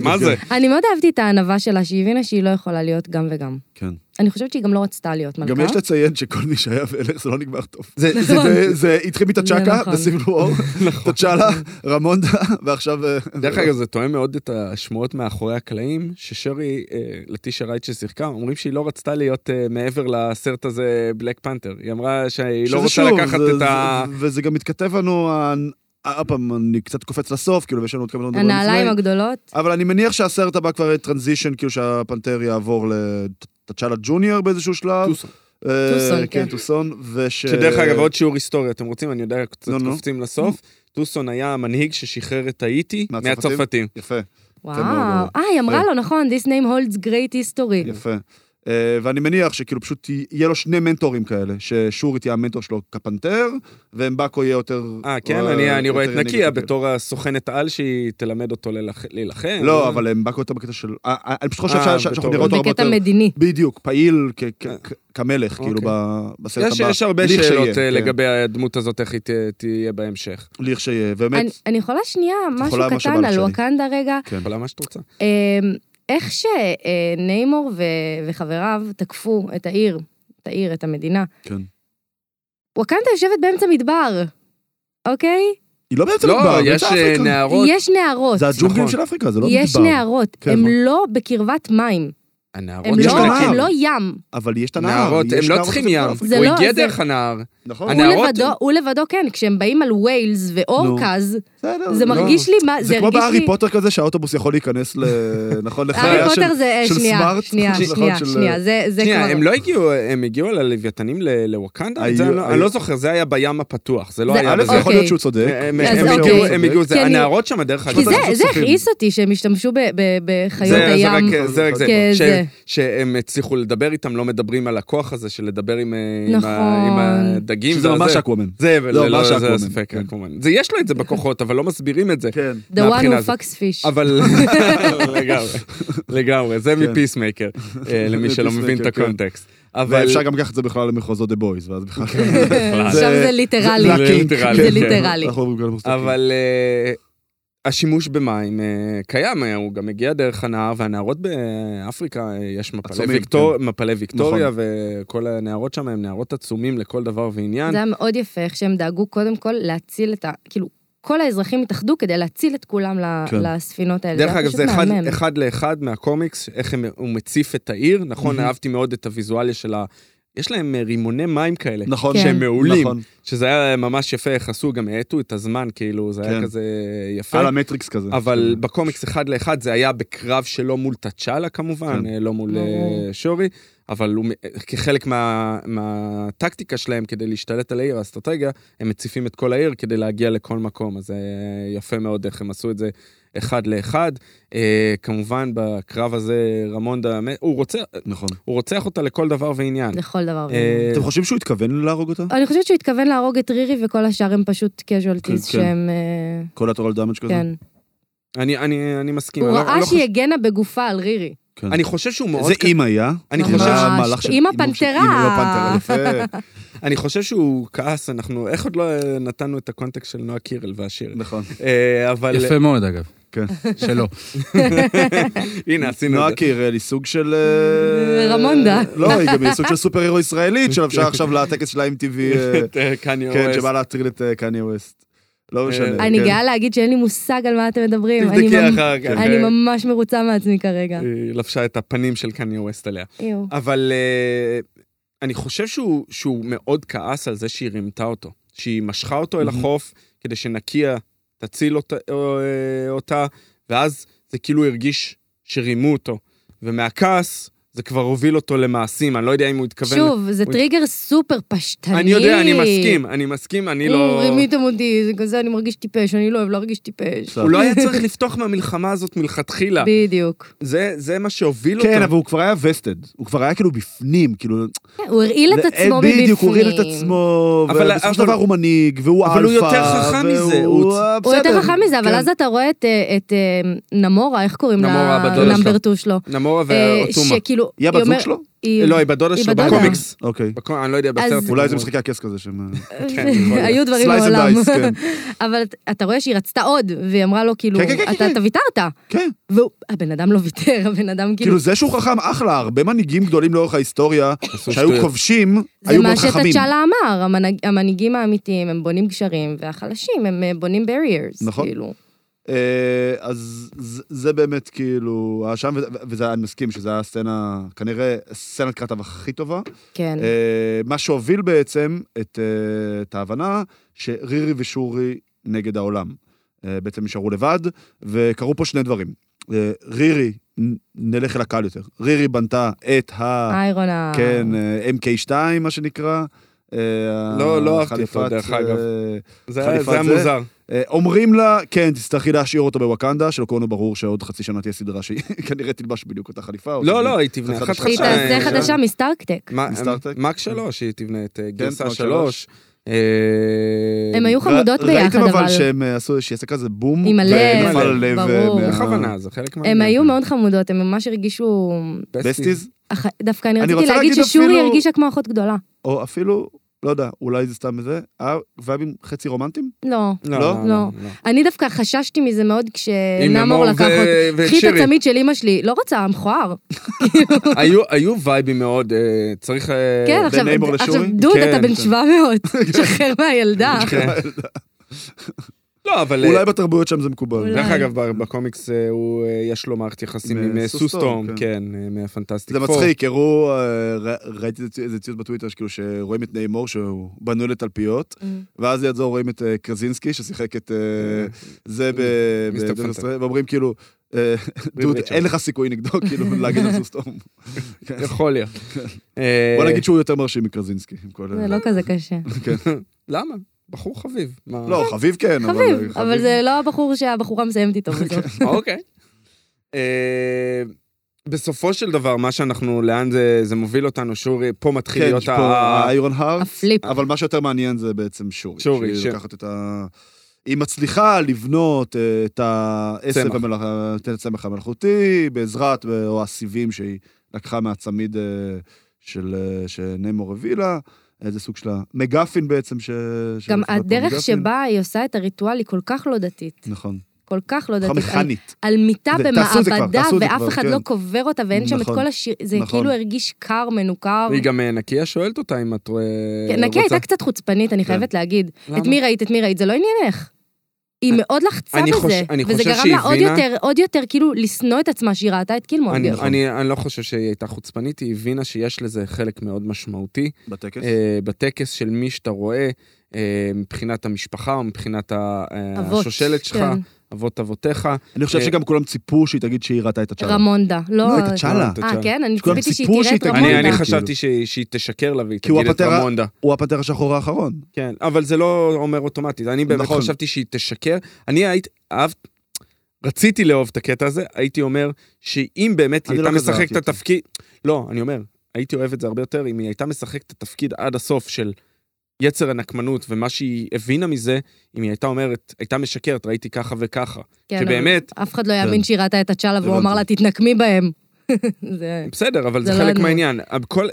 Speaker 1: מאוד
Speaker 2: מה זה?
Speaker 1: גבריות.
Speaker 4: אני מאוד אהבתי את הענווה שלה, שהיא הבינה שהיא לא יכולה להיות גם וגם.
Speaker 1: כן.
Speaker 4: אני חושבת שהיא גם לא רצתה להיות מלכה.
Speaker 1: גם יש לציין שכל מי שהיה והלך זה לא נגמר טוב.
Speaker 2: זה- זה-
Speaker 4: נכון.
Speaker 1: זה- זה התחיל
Speaker 4: זה
Speaker 1: מתצ'קה,
Speaker 4: נכון.
Speaker 1: וסיבלו אור, תצ'אלה, רמונדה, ועכשיו... אה,
Speaker 2: דרך אגב, זה תואם מאוד את השמועות מאחורי הקלעים, ששרי, אה, לטישה רייט ששיחקה, אומרים שהיא לא רצתה להיות אה, מעבר לסרט הזה בלק פנתר. היא אמרה שהיא לא
Speaker 1: שזה
Speaker 2: רוצה
Speaker 1: שוב,
Speaker 2: לקחת
Speaker 1: זה-
Speaker 2: את ה...
Speaker 1: זה- וזה גם מתכתב לנו ה- אה, עוד פעם, אני קצת קופץ לסוף, כאילו, ויש לנו עוד כמה דברים לדבר
Speaker 4: הנעליים הגדולות.
Speaker 1: אבל אני מניח שהסרט הבא כבר יהיה טרנזישן, כאילו שהפנתר יעבור לטצ'אלה ג'וניור באיזשהו שלב.
Speaker 2: טוסון.
Speaker 1: אה,
Speaker 4: טוסון, כן.
Speaker 1: כן, טוסון, וש...
Speaker 2: שדרך אגב, עוד שיעור היסטוריה, אתם רוצים? אני יודע, קצת
Speaker 1: נו, נו.
Speaker 2: קופצים לסוף. טוסון היה המנהיג ששחרר את האיטי
Speaker 1: מהצרפתים?
Speaker 2: מהצרפתים.
Speaker 1: יפה, כן, מאוד,
Speaker 4: וואו.
Speaker 1: מאוד. כן.
Speaker 4: אה, היא אמרה לו, נכון, This name holds great history.
Speaker 1: יפה. אה, ואני מניח שכאילו פשוט יהיה לו שני מנטורים כאלה, ששורית יהיה המנטור שלו כפנתר, ואמבקו יהיה יותר...
Speaker 2: אה, כן?
Speaker 1: אה,
Speaker 2: אני- אני רואה את
Speaker 1: יותר
Speaker 2: נקיה
Speaker 1: ינהיג אותו,
Speaker 2: בתור הסוכנת על שהיא תלמד אותו ללח- להילחם.
Speaker 1: כאילו. לא, אבל אמבקו יותר בקטע של... אה, אה, אני פשוט חושב
Speaker 2: אה,
Speaker 1: ש- שאנחנו
Speaker 2: בתור-
Speaker 1: נראה אותו הרבה
Speaker 4: בקטע
Speaker 1: יותר...
Speaker 4: מדיני.
Speaker 1: בדיוק, פעיל כ- כ- כ- כמלך,
Speaker 2: אוקיי.
Speaker 1: כאילו, ב- בסרט
Speaker 2: יש
Speaker 1: הבא.
Speaker 2: יש הרבה
Speaker 1: לכשיהיה,
Speaker 2: שאלות אה,
Speaker 1: כן.
Speaker 2: לגבי הדמות הזאת, איך היא ת- תהיה בהמשך.
Speaker 1: לכשיהיה, באמת.
Speaker 4: אני- אני יכולה שנייה משהו
Speaker 1: יכולה מה שבא
Speaker 4: קטן
Speaker 1: לך
Speaker 4: על
Speaker 1: שלי.
Speaker 4: וואקנדה רגע?
Speaker 2: יכולה מה שאת רוצה.
Speaker 4: אמ, איך שניימור וחבריו תקפו את העיר, את העיר, את המדינה,
Speaker 1: כן.
Speaker 4: וואקנדה יושבת באמצע מדבר, אוקיי?
Speaker 1: היא לא באמצע
Speaker 2: לא,
Speaker 1: מדבר, היא
Speaker 2: יש
Speaker 1: באמצע
Speaker 2: אה,
Speaker 1: אפריקה.
Speaker 2: נערות.
Speaker 4: יש נערות.
Speaker 1: זה הג'ונגלים
Speaker 2: נכון.
Speaker 1: של אפריקה, זה לא מדבר.
Speaker 4: יש נערות,
Speaker 1: כן,
Speaker 4: הם
Speaker 1: נכון.
Speaker 4: לא בקרבת מים, הם
Speaker 2: הנערות
Speaker 1: יש
Speaker 4: לא-
Speaker 1: את הנהר.
Speaker 4: הם לא ים,
Speaker 1: אבל יש את הנהר.
Speaker 2: נערות,
Speaker 1: יש
Speaker 2: הם לא
Speaker 1: נערות
Speaker 2: צריכים
Speaker 1: בצפון
Speaker 2: ים.
Speaker 1: אפריקה.
Speaker 4: זה
Speaker 2: הוא
Speaker 4: לא-
Speaker 2: הגיע
Speaker 4: זה-
Speaker 2: דרך הנהר.
Speaker 1: נכון.
Speaker 4: הוא
Speaker 2: הנערות-
Speaker 4: לבדו, הוא לבדו כן, כשהם באים על ווילס ואורקאז,
Speaker 1: בסדר,
Speaker 4: זה
Speaker 1: לא.
Speaker 4: מרגיש לי, מה-
Speaker 1: זה
Speaker 4: זה
Speaker 1: כמו
Speaker 4: הרגיש
Speaker 1: בהארי
Speaker 4: לי,
Speaker 1: פוטר כזה שהאוטובוס יכול להיכנס ל... נכון,
Speaker 4: הארי
Speaker 1: לחוויה של...
Speaker 4: פוטר זה, אה,
Speaker 1: של
Speaker 4: שנייה,
Speaker 1: סמארט,
Speaker 4: שנייה,
Speaker 1: נכון,
Speaker 4: שנייה,
Speaker 1: של-
Speaker 4: שנייה, זה זה
Speaker 2: שנייה, הם
Speaker 4: כבר,
Speaker 2: לא הגיעו, הם הגיעו על הלוויתנים ל- לווקנדה? את זה
Speaker 1: היו-
Speaker 2: אני לא-
Speaker 1: היו-
Speaker 2: אני לא זוכר, זה היה בים הפתוח, זה לא
Speaker 4: זה-
Speaker 2: היה
Speaker 1: א',
Speaker 2: בזה.
Speaker 1: אה, זה יכול
Speaker 4: אוקיי.
Speaker 1: להיות שהוא צודק.
Speaker 2: הם
Speaker 4: אז
Speaker 2: אה, הם
Speaker 4: אוקיי.
Speaker 2: הגיעו, הם הגיעו,
Speaker 4: כי
Speaker 2: זה
Speaker 4: אני-
Speaker 2: הנערות שם, דרך אגב.
Speaker 4: כי זה-
Speaker 1: פשוט
Speaker 4: זה
Speaker 1: צופים.
Speaker 4: הכעיס אותי שהם השתמשו ב- ב- בחיות
Speaker 2: זה- זה רק-
Speaker 4: הים. אוקיי,
Speaker 2: זה רק זה.
Speaker 4: כזה.
Speaker 2: ש- שהם הצליחו לדבר איתם, לא מדברים על הכוח הזה של לדבר עם אה, עם ה-
Speaker 4: נכון.
Speaker 2: עם הדגים.
Speaker 1: שזה
Speaker 2: והזה.
Speaker 1: ממש אקוומן.
Speaker 2: זה,
Speaker 1: לא,
Speaker 2: לא,
Speaker 1: ממש
Speaker 2: לא, זה
Speaker 1: אקוואמן,
Speaker 2: ספק,
Speaker 1: כן.
Speaker 2: אקוואמן. זה, יש לו את זה בכוחות, אבל לא מסבירים את זה.
Speaker 1: כן.
Speaker 4: The one
Speaker 2: מהבחינה
Speaker 4: who
Speaker 2: הזאת.
Speaker 4: fucks fish.
Speaker 2: אבל לגמרי, לגמרי, זה מפיסמייקר, אה, למי שלא מבין את
Speaker 1: מפיסמייקר, כן.
Speaker 2: הקונטקסט. אבל כן.
Speaker 1: ואפשר גם לקחת את זה בכלל למחוזות דה בויז, ואז בכלל...
Speaker 2: אה,
Speaker 4: עכשיו זה כן. ליטרלי.
Speaker 1: זה הקינק,
Speaker 2: ליטרלי,
Speaker 1: כן.
Speaker 4: זה ליטרלי.
Speaker 1: אנחנו אומרים גם למחוזות קינק.
Speaker 2: אבל אה, השימוש במים אה, קיים, אה, הוא גם מגיע דרך הנהר, והנהרות באפריקה, אה, יש מפלי
Speaker 1: עצומים, כן. נכון.
Speaker 2: ויקטור- מפלי ויקטוריה, וכל הנהרות שם הן נהרות עצומים לכל דבר ועניין.
Speaker 4: זה היה מאוד יפה, איך שהם דאגו קודם כל להציל את ה... כאילו, כל האזרחים התאחדו כדי להציל את כולם ל-
Speaker 1: כן.
Speaker 4: לספינות האלה.
Speaker 2: דרך
Speaker 4: היה
Speaker 2: אגב,
Speaker 4: פשוט
Speaker 2: זה אחד,
Speaker 4: מהמם.
Speaker 2: אחד לאחד מהקומיקס, איך הם, הוא מציף את העיר. נכון,
Speaker 1: מהמם.
Speaker 2: אהבתי מאוד את הוויזואליה של ה... יש להם אה, רימוני מים כאלה,
Speaker 1: נכון.
Speaker 4: כן.
Speaker 2: שהם מעולים,
Speaker 1: נכון.
Speaker 2: שזה היה ממש יפה, איך עשו, גם האטו את הזמן, כאילו, זה היה
Speaker 1: כן.
Speaker 2: כזה יפה.
Speaker 1: על כן. המטריקס כזה.
Speaker 2: אבל בקומיקס אחד לאחד זה היה בקרב שלו מול תצ'אלה כמובן,
Speaker 1: כן.
Speaker 2: אה, לא מול אה,
Speaker 4: ברור.
Speaker 2: שורי, אבל הוא, מ- כחלק מה, מהטקטיקה שלהם כדי להשתלט על העיר, האסטרטגיה, הם מציפים את כל העיר כדי להגיע לכל מקום, אז אה, יפה מאוד איך הם עשו את זה אחד לאחד. אה, כמובן בקרב הזה רמונדה, מת- הוא, רוצח,
Speaker 1: נכון.
Speaker 2: הוא רוצח אותה לכל דבר ועניין.
Speaker 4: לכל דבר.
Speaker 2: אה,
Speaker 1: אתם חושבים שהוא התכוון להרוג אותה?
Speaker 4: אני חושבת שהוא התכוון להרוג את רירי וכל השאר הם פשוט קז'ואלטיז
Speaker 1: כן, כן.
Speaker 4: שהם... אה,
Speaker 1: כל הטורל דאמג' כזה?
Speaker 4: כן.
Speaker 2: אני, אני, אני מסכים.
Speaker 4: הוא
Speaker 2: אני לא- אני
Speaker 4: ראה
Speaker 2: לא
Speaker 4: שהיא הגנה בגופה על רירי.
Speaker 1: כן.
Speaker 2: חושב- אני חושב שהוא מאוד...
Speaker 1: זה
Speaker 2: קטן.
Speaker 1: אם היה.
Speaker 2: אני
Speaker 1: עם
Speaker 2: חושב-
Speaker 1: המהלך של-
Speaker 4: עם
Speaker 1: של-
Speaker 4: הפנתרה.
Speaker 1: עם הפנתרה, יפה.
Speaker 2: אני חושב שהוא כעס, אנחנו, איך עוד לא אה, נתנו את הקונטקסט של נועה קירל והשיר?
Speaker 1: נכון.
Speaker 2: אה, אבל
Speaker 3: יפה מאוד, אגב.
Speaker 1: כן.
Speaker 3: שלא.
Speaker 2: אה, הנה, עשינו
Speaker 1: נועה
Speaker 2: את זה.
Speaker 1: קירל היא סוג של... אה,
Speaker 4: רמונדה.
Speaker 1: לא, היא גם היא סוג של סופר הירו ישראלית, שאפשר עכשיו לטקס שלה עם TV, אה,
Speaker 2: את, אה, קניה
Speaker 1: כן,
Speaker 2: ווסט.
Speaker 1: שבא להטריל את אה, קניה ווסט. לא משנה.
Speaker 4: אני
Speaker 1: כן.
Speaker 4: גאה להגיד שאין לי מושג על מה אתם מדברים. אני
Speaker 2: תבדקי
Speaker 4: ממ-
Speaker 2: אחר כך.
Speaker 4: אני
Speaker 2: אה,
Speaker 4: ממש מרוצה מעצמי כרגע.
Speaker 2: היא לבשה את הפנים של קניה ווסט עליה.
Speaker 4: איו.
Speaker 2: אבל אה, אני חושב שהוא שהוא מאוד כעס על זה שהיא רימתה אותו. שהיא משכה אותו אל
Speaker 1: Mhm.
Speaker 2: החוף כדי שנקיה תציל אותה- אה, אותה, ואז זה כאילו הרגיש שרימו אותו. ומהכעס זה כבר הוביל אותו למעשים, אני לא יודע אם הוא התכוון...
Speaker 4: שוב, זה
Speaker 2: הוא-
Speaker 4: טריגר סופר פשטני.
Speaker 2: אני יודע, אני מסכים, אני מסכים, אני
Speaker 4: לא...
Speaker 2: לא...
Speaker 4: רימיתם אותי, זה כזה, אני מרגיש טיפש, אני לא אוהב להרגיש טיפש.
Speaker 1: בסדר.
Speaker 2: הוא לא היה צריך לפתוח מהמלחמה הזאת מלכתחילה.
Speaker 4: בדיוק.
Speaker 2: זה, זה מה שהוביל אותו.
Speaker 1: כן, אבל הוא כבר היה וסטד. הוא כבר היה כאילו בפנים, כאילו...
Speaker 4: הוא הרעיל את עצמו מבפנים.
Speaker 1: בדיוק, הוא הוריד את עצמו,
Speaker 2: אבל-
Speaker 1: ובסופו של
Speaker 2: אבל-
Speaker 1: דבר הוא מנהיג, והוא אלפא.
Speaker 2: אבל הוא יותר חכם מזה,
Speaker 1: והוא-
Speaker 2: הוא-
Speaker 1: אה,
Speaker 4: הוא יותר
Speaker 1: בסדר,
Speaker 4: חכם מזה, אבל
Speaker 1: כן.
Speaker 4: אז אתה רואה את, אה, את אה, נמורה, איך קוראים
Speaker 2: נמורה,
Speaker 4: לה?
Speaker 2: הבת דודה שלו.
Speaker 4: נמברטו שלו.
Speaker 2: נמורה
Speaker 4: אה,
Speaker 2: ואוטומה.
Speaker 4: שכאילו...
Speaker 1: היא הבת זוג
Speaker 4: אומרת-
Speaker 1: שלו?
Speaker 4: היא-
Speaker 2: לא, היא בת דודה
Speaker 4: היא
Speaker 2: שלו
Speaker 4: בת דודה.
Speaker 2: בקומיקס.
Speaker 1: אוקיי.
Speaker 2: בקומ- אני לא יודע,
Speaker 4: אז-
Speaker 2: בסרט.
Speaker 1: אולי
Speaker 2: הוא-
Speaker 1: זה משחקי הכס כזה שהם... אה,
Speaker 2: כן, יכול להיות.
Speaker 4: היו דברים
Speaker 1: לא, Slice and
Speaker 4: בעולם.
Speaker 1: dice, כן.
Speaker 4: אבל אתה- אתה רואה שהיא רצתה עוד, והיא אמרה לו, כאילו,
Speaker 1: כן, כן, כן,
Speaker 4: אתה
Speaker 1: כן.
Speaker 4: אתה ויתרת.
Speaker 1: כן.
Speaker 4: והבן אדם לא ויתר, הבן אדם כאילו...
Speaker 1: כאילו זה שהוא חכם, אחלה, הרבה מנהיגים גדולים לאורך ההיסטוריה, שהיו
Speaker 2: שטויות.
Speaker 1: כובשים,
Speaker 4: זה
Speaker 1: היו
Speaker 4: מה
Speaker 1: מאוד חכמים.
Speaker 4: שתצ'אלה אמר, המנהג- המנהיגים האמיתיים הם בונים גשרים, והחלשים הם אה, בונים barriers.
Speaker 1: נכון.
Speaker 4: כאילו.
Speaker 1: אה, אז זה- זה באמת כאילו האשם, וזה- וזה, אני מסכים שזה היה הסצנה, כנראה סצנת קרב הכי טובה.
Speaker 4: כן.
Speaker 1: אה, מה שהוביל בעצם את, אה, את ההבנה שרירי ושורי נגד העולם. אה, בעצם נשארו לבד, וקרו פה שני דברים. אה, רירי, נ- נלך אל הקל יותר, רירי בנתה את ה...
Speaker 4: איירון ה...
Speaker 1: כן, אה, MK2, מה שנקרא. אה,
Speaker 2: לא, לא אהבתי אותו,
Speaker 1: חליפת,
Speaker 2: דרך אגב.
Speaker 1: אה,
Speaker 2: זה היה
Speaker 1: חליפת
Speaker 2: זה היה
Speaker 1: זה?
Speaker 2: מוזר.
Speaker 1: אה, אומרים לה, כן, תצטרכי להשאיר אותו בווקנדה, שלכולנו ברור שעוד חצי שנה תהיה סדרה שהיא כנראה תלבש בדיוק אותה חליפה. או
Speaker 2: לא,
Speaker 1: תבנה-
Speaker 2: לא, היא תבנה
Speaker 1: חדשה.
Speaker 2: אחת חדשה.
Speaker 4: היא
Speaker 1: אה,
Speaker 4: תעשה
Speaker 1: אה,
Speaker 4: חדשה מסטארקטק.
Speaker 2: מה-
Speaker 1: מסטארטק? כן,
Speaker 2: מאק 3, היא תבנה את אה, גרסה אה,
Speaker 1: מאק
Speaker 2: 3.
Speaker 4: הם היו חמודות
Speaker 1: אה, ר-
Speaker 4: ביחד,
Speaker 1: ראיתם אבל
Speaker 4: אבל-
Speaker 1: שהם אה, עשו, שהיא עשתה כזה בום,
Speaker 4: עם הלב,
Speaker 1: ונפל הלב, אה,
Speaker 4: ברור.
Speaker 1: מה-
Speaker 2: בכוונה, זה חלק מה...
Speaker 4: הן היו מאוד חמודות, הן ממש הרגישו...
Speaker 1: בסטיז,
Speaker 4: אח- דווקא אני
Speaker 1: אני
Speaker 4: רציתי
Speaker 1: רוצה
Speaker 4: להגיד
Speaker 1: להגיד
Speaker 4: ששורי
Speaker 1: אפילו-
Speaker 4: הרגישה כמו אחות גדולה.
Speaker 1: או אפילו, לא יודע, אולי זה סתם זה, אה, וייבים חצי רומנטיים?
Speaker 4: לא.
Speaker 1: לא?
Speaker 2: לא, לא, לא. לא.
Speaker 4: אני דווקא חששתי מזה מאוד
Speaker 2: עם
Speaker 4: כשנאמור
Speaker 2: נמור
Speaker 4: לקח
Speaker 2: ו-
Speaker 4: אותי.
Speaker 2: ואת
Speaker 4: קחי את
Speaker 2: שירי.
Speaker 4: הצמיד של אימא שלי, לא רוצה, מכוער.
Speaker 1: אה,
Speaker 2: היו, היו וייבים מאוד, אה, צריך... אה,
Speaker 4: לא. כן, עכשיו,
Speaker 1: neighbor
Speaker 4: עכשיו
Speaker 1: לשורי?
Speaker 4: דוד,
Speaker 2: כן,
Speaker 4: אתה בן
Speaker 2: כן.
Speaker 4: 700, שחרר מהילדה.
Speaker 2: כן. לא, אבל...
Speaker 1: אולי בתרבויות שם זה מקובל.
Speaker 4: אולי.
Speaker 2: דרך אגב, ב- בקומיקס אה, הוא, אה, יש לו מערכת יחסים
Speaker 1: עם,
Speaker 2: עם אה,
Speaker 1: אה,
Speaker 2: סוסטורם,
Speaker 1: סוסטורם,
Speaker 2: כן, אה, מהפנטסטיק
Speaker 1: זה
Speaker 2: פור.
Speaker 1: מצחיק, הראו, אה, ר- ראיתי איזה צי- איזה ציוץ בטוויטר, שכאילו שרואים את ניימור, שהוא בנוי לתלפיות,
Speaker 4: Mm.
Speaker 1: ואז לידו רואים את אה, קרזינסקי, ששיחק את אה, זה ב...
Speaker 2: מיסטר
Speaker 1: ב-
Speaker 2: פנטה.
Speaker 1: ואומרים כאילו, אה, דוד,
Speaker 2: ריצ'רדס.
Speaker 1: אין לך סיכוי נגדו, כאילו, להגיד על סוסטורם.
Speaker 2: יכול להיות. אה.
Speaker 1: בוא נגיד שהוא יותר מרשים מקרזינסקי, עם כל...
Speaker 4: זה לא כזה קשה.
Speaker 2: למה? בחור חביב. מה-
Speaker 1: לא, חביב כן, אבל...
Speaker 4: חביב, אבל זה לא הבחור שהבחורה מסיימת איתו בסוף.
Speaker 2: אוקיי. אה, בסופו של דבר, מה שאנחנו, לאן זה זה מוביל אותנו, שאורי, פה מתחיל
Speaker 1: כן,
Speaker 2: להיות
Speaker 1: יש פה
Speaker 2: ה...
Speaker 1: האיירון הארט.
Speaker 4: הפליפ.
Speaker 1: אבל מה שיותר מעניין זה בעצם שורי.
Speaker 2: שורי, ש-
Speaker 1: שהיא לוקחת את ה... היא מצליחה לבנות אה, את העשב
Speaker 2: צמח.
Speaker 1: המלאכ... את הצמח המלאכותי בעזרת, אה, או הסיבים שהיא לקחה מהצמיד אה, של... אה, שנמור הביא לה. איזה סוג של המגפין בעצם ש...
Speaker 4: גם
Speaker 1: שנקרא פה
Speaker 4: הדרך
Speaker 1: מגפין.
Speaker 4: שבה היא עושה את הריטואל היא כל כך לא דתית.
Speaker 1: נכון.
Speaker 4: כל כך לא
Speaker 1: ככה
Speaker 4: דתית. על-
Speaker 1: מכנית.
Speaker 4: על מיטה
Speaker 1: זה- תעשו את זה כבר,
Speaker 4: במעבדה,
Speaker 1: תעשו את זה
Speaker 4: ואף
Speaker 1: כבר,
Speaker 4: אחד
Speaker 1: כן.
Speaker 4: לא קובר אותה, ואין שם את
Speaker 1: נכון,
Speaker 4: כל השיר... זה
Speaker 1: נכון.
Speaker 4: כאילו הרגיש קר, מנוכר.
Speaker 2: היא גם אה, נקיה שואלת אותה אם את אה, רוצה...
Speaker 4: כן, נקיה הייתה קצת חוצפנית,
Speaker 1: כן.
Speaker 4: אני חייבת להגיד.
Speaker 2: למה?
Speaker 4: את מי ראית, את מי ראית, זה לא עניינך. היא מאוד לחצה
Speaker 2: אני חוש-
Speaker 4: בזה,
Speaker 2: אני
Speaker 4: וזה
Speaker 2: חושב
Speaker 4: גרם
Speaker 2: שהיא
Speaker 4: לה עוד
Speaker 2: הבינה-
Speaker 4: יותר, עוד יותר כאילו לשנוא את עצמה שהיא ראתה את
Speaker 2: אני,
Speaker 4: קילמונגר.
Speaker 2: אני, אני לא חושב שהיא הייתה חוצפנית, היא הבינה שיש לזה חלק מאוד משמעותי
Speaker 1: בטקס.
Speaker 2: אה, בטקס של מי שאתה רואה, אה, מבחינת המשפחה או מבחינת ה, אה,
Speaker 4: אבות,
Speaker 2: השושלת שלך,
Speaker 4: כן.
Speaker 2: אבות אבותיך.
Speaker 1: אני חושב
Speaker 2: אה,
Speaker 1: שגם כולם ציפו שהיא תגיד שהיא ראתה את הצ'אלה.
Speaker 4: רמונדה, לא...
Speaker 1: לא, הייתה צ'אלה.
Speaker 2: את
Speaker 4: אה,
Speaker 2: הצ'אלה.
Speaker 4: כן? אני
Speaker 1: כולם
Speaker 4: ציפיתי שהיא
Speaker 1: ציפו
Speaker 4: תראה את
Speaker 1: שהיא תגיד-
Speaker 2: אני,
Speaker 4: רמונדה.
Speaker 2: אני
Speaker 1: כאילו.
Speaker 2: חשבתי שהיא, שהיא תשקר לה והיא
Speaker 1: כי הוא
Speaker 2: תגיד את
Speaker 1: הפטרה-
Speaker 2: רמונדה.
Speaker 1: הוא הפנתר השחור האחרון.
Speaker 2: כן, אבל זה לא אומר אוטומטית. אני באמת
Speaker 1: נכון.
Speaker 2: חשבתי שהיא תשקר. אני הייתי, אהבת, רציתי לאהוב את הקטע הזה, הייתי אומר שאם באמת היא
Speaker 1: אני
Speaker 2: הייתה
Speaker 1: לא כזה
Speaker 2: משחקת
Speaker 1: אהבתי
Speaker 2: את
Speaker 1: אותו.
Speaker 2: התפקיד... לא, אני אומר, הייתי אוהב את זה הרבה יותר אם היא הייתה משחקת את התפקיד עד הסוף של יצר הנקמנות ומה שהיא הבינה מזה, אם היא הייתה אומרת, הייתה משקרת, ראיתי ככה וככה.
Speaker 4: כן,
Speaker 2: שבאמת-
Speaker 4: אבל אף אחד לא
Speaker 2: כן.
Speaker 4: יאמין שהיא ראתה את הצ'אלה והוא
Speaker 1: הבנתי.
Speaker 4: אמר לה, תתנקמי בהם. זה...
Speaker 2: בסדר, אבל זה,
Speaker 4: זה
Speaker 2: זה
Speaker 4: לא
Speaker 2: חלק
Speaker 4: הדמות.
Speaker 2: מהעניין. אבל כל...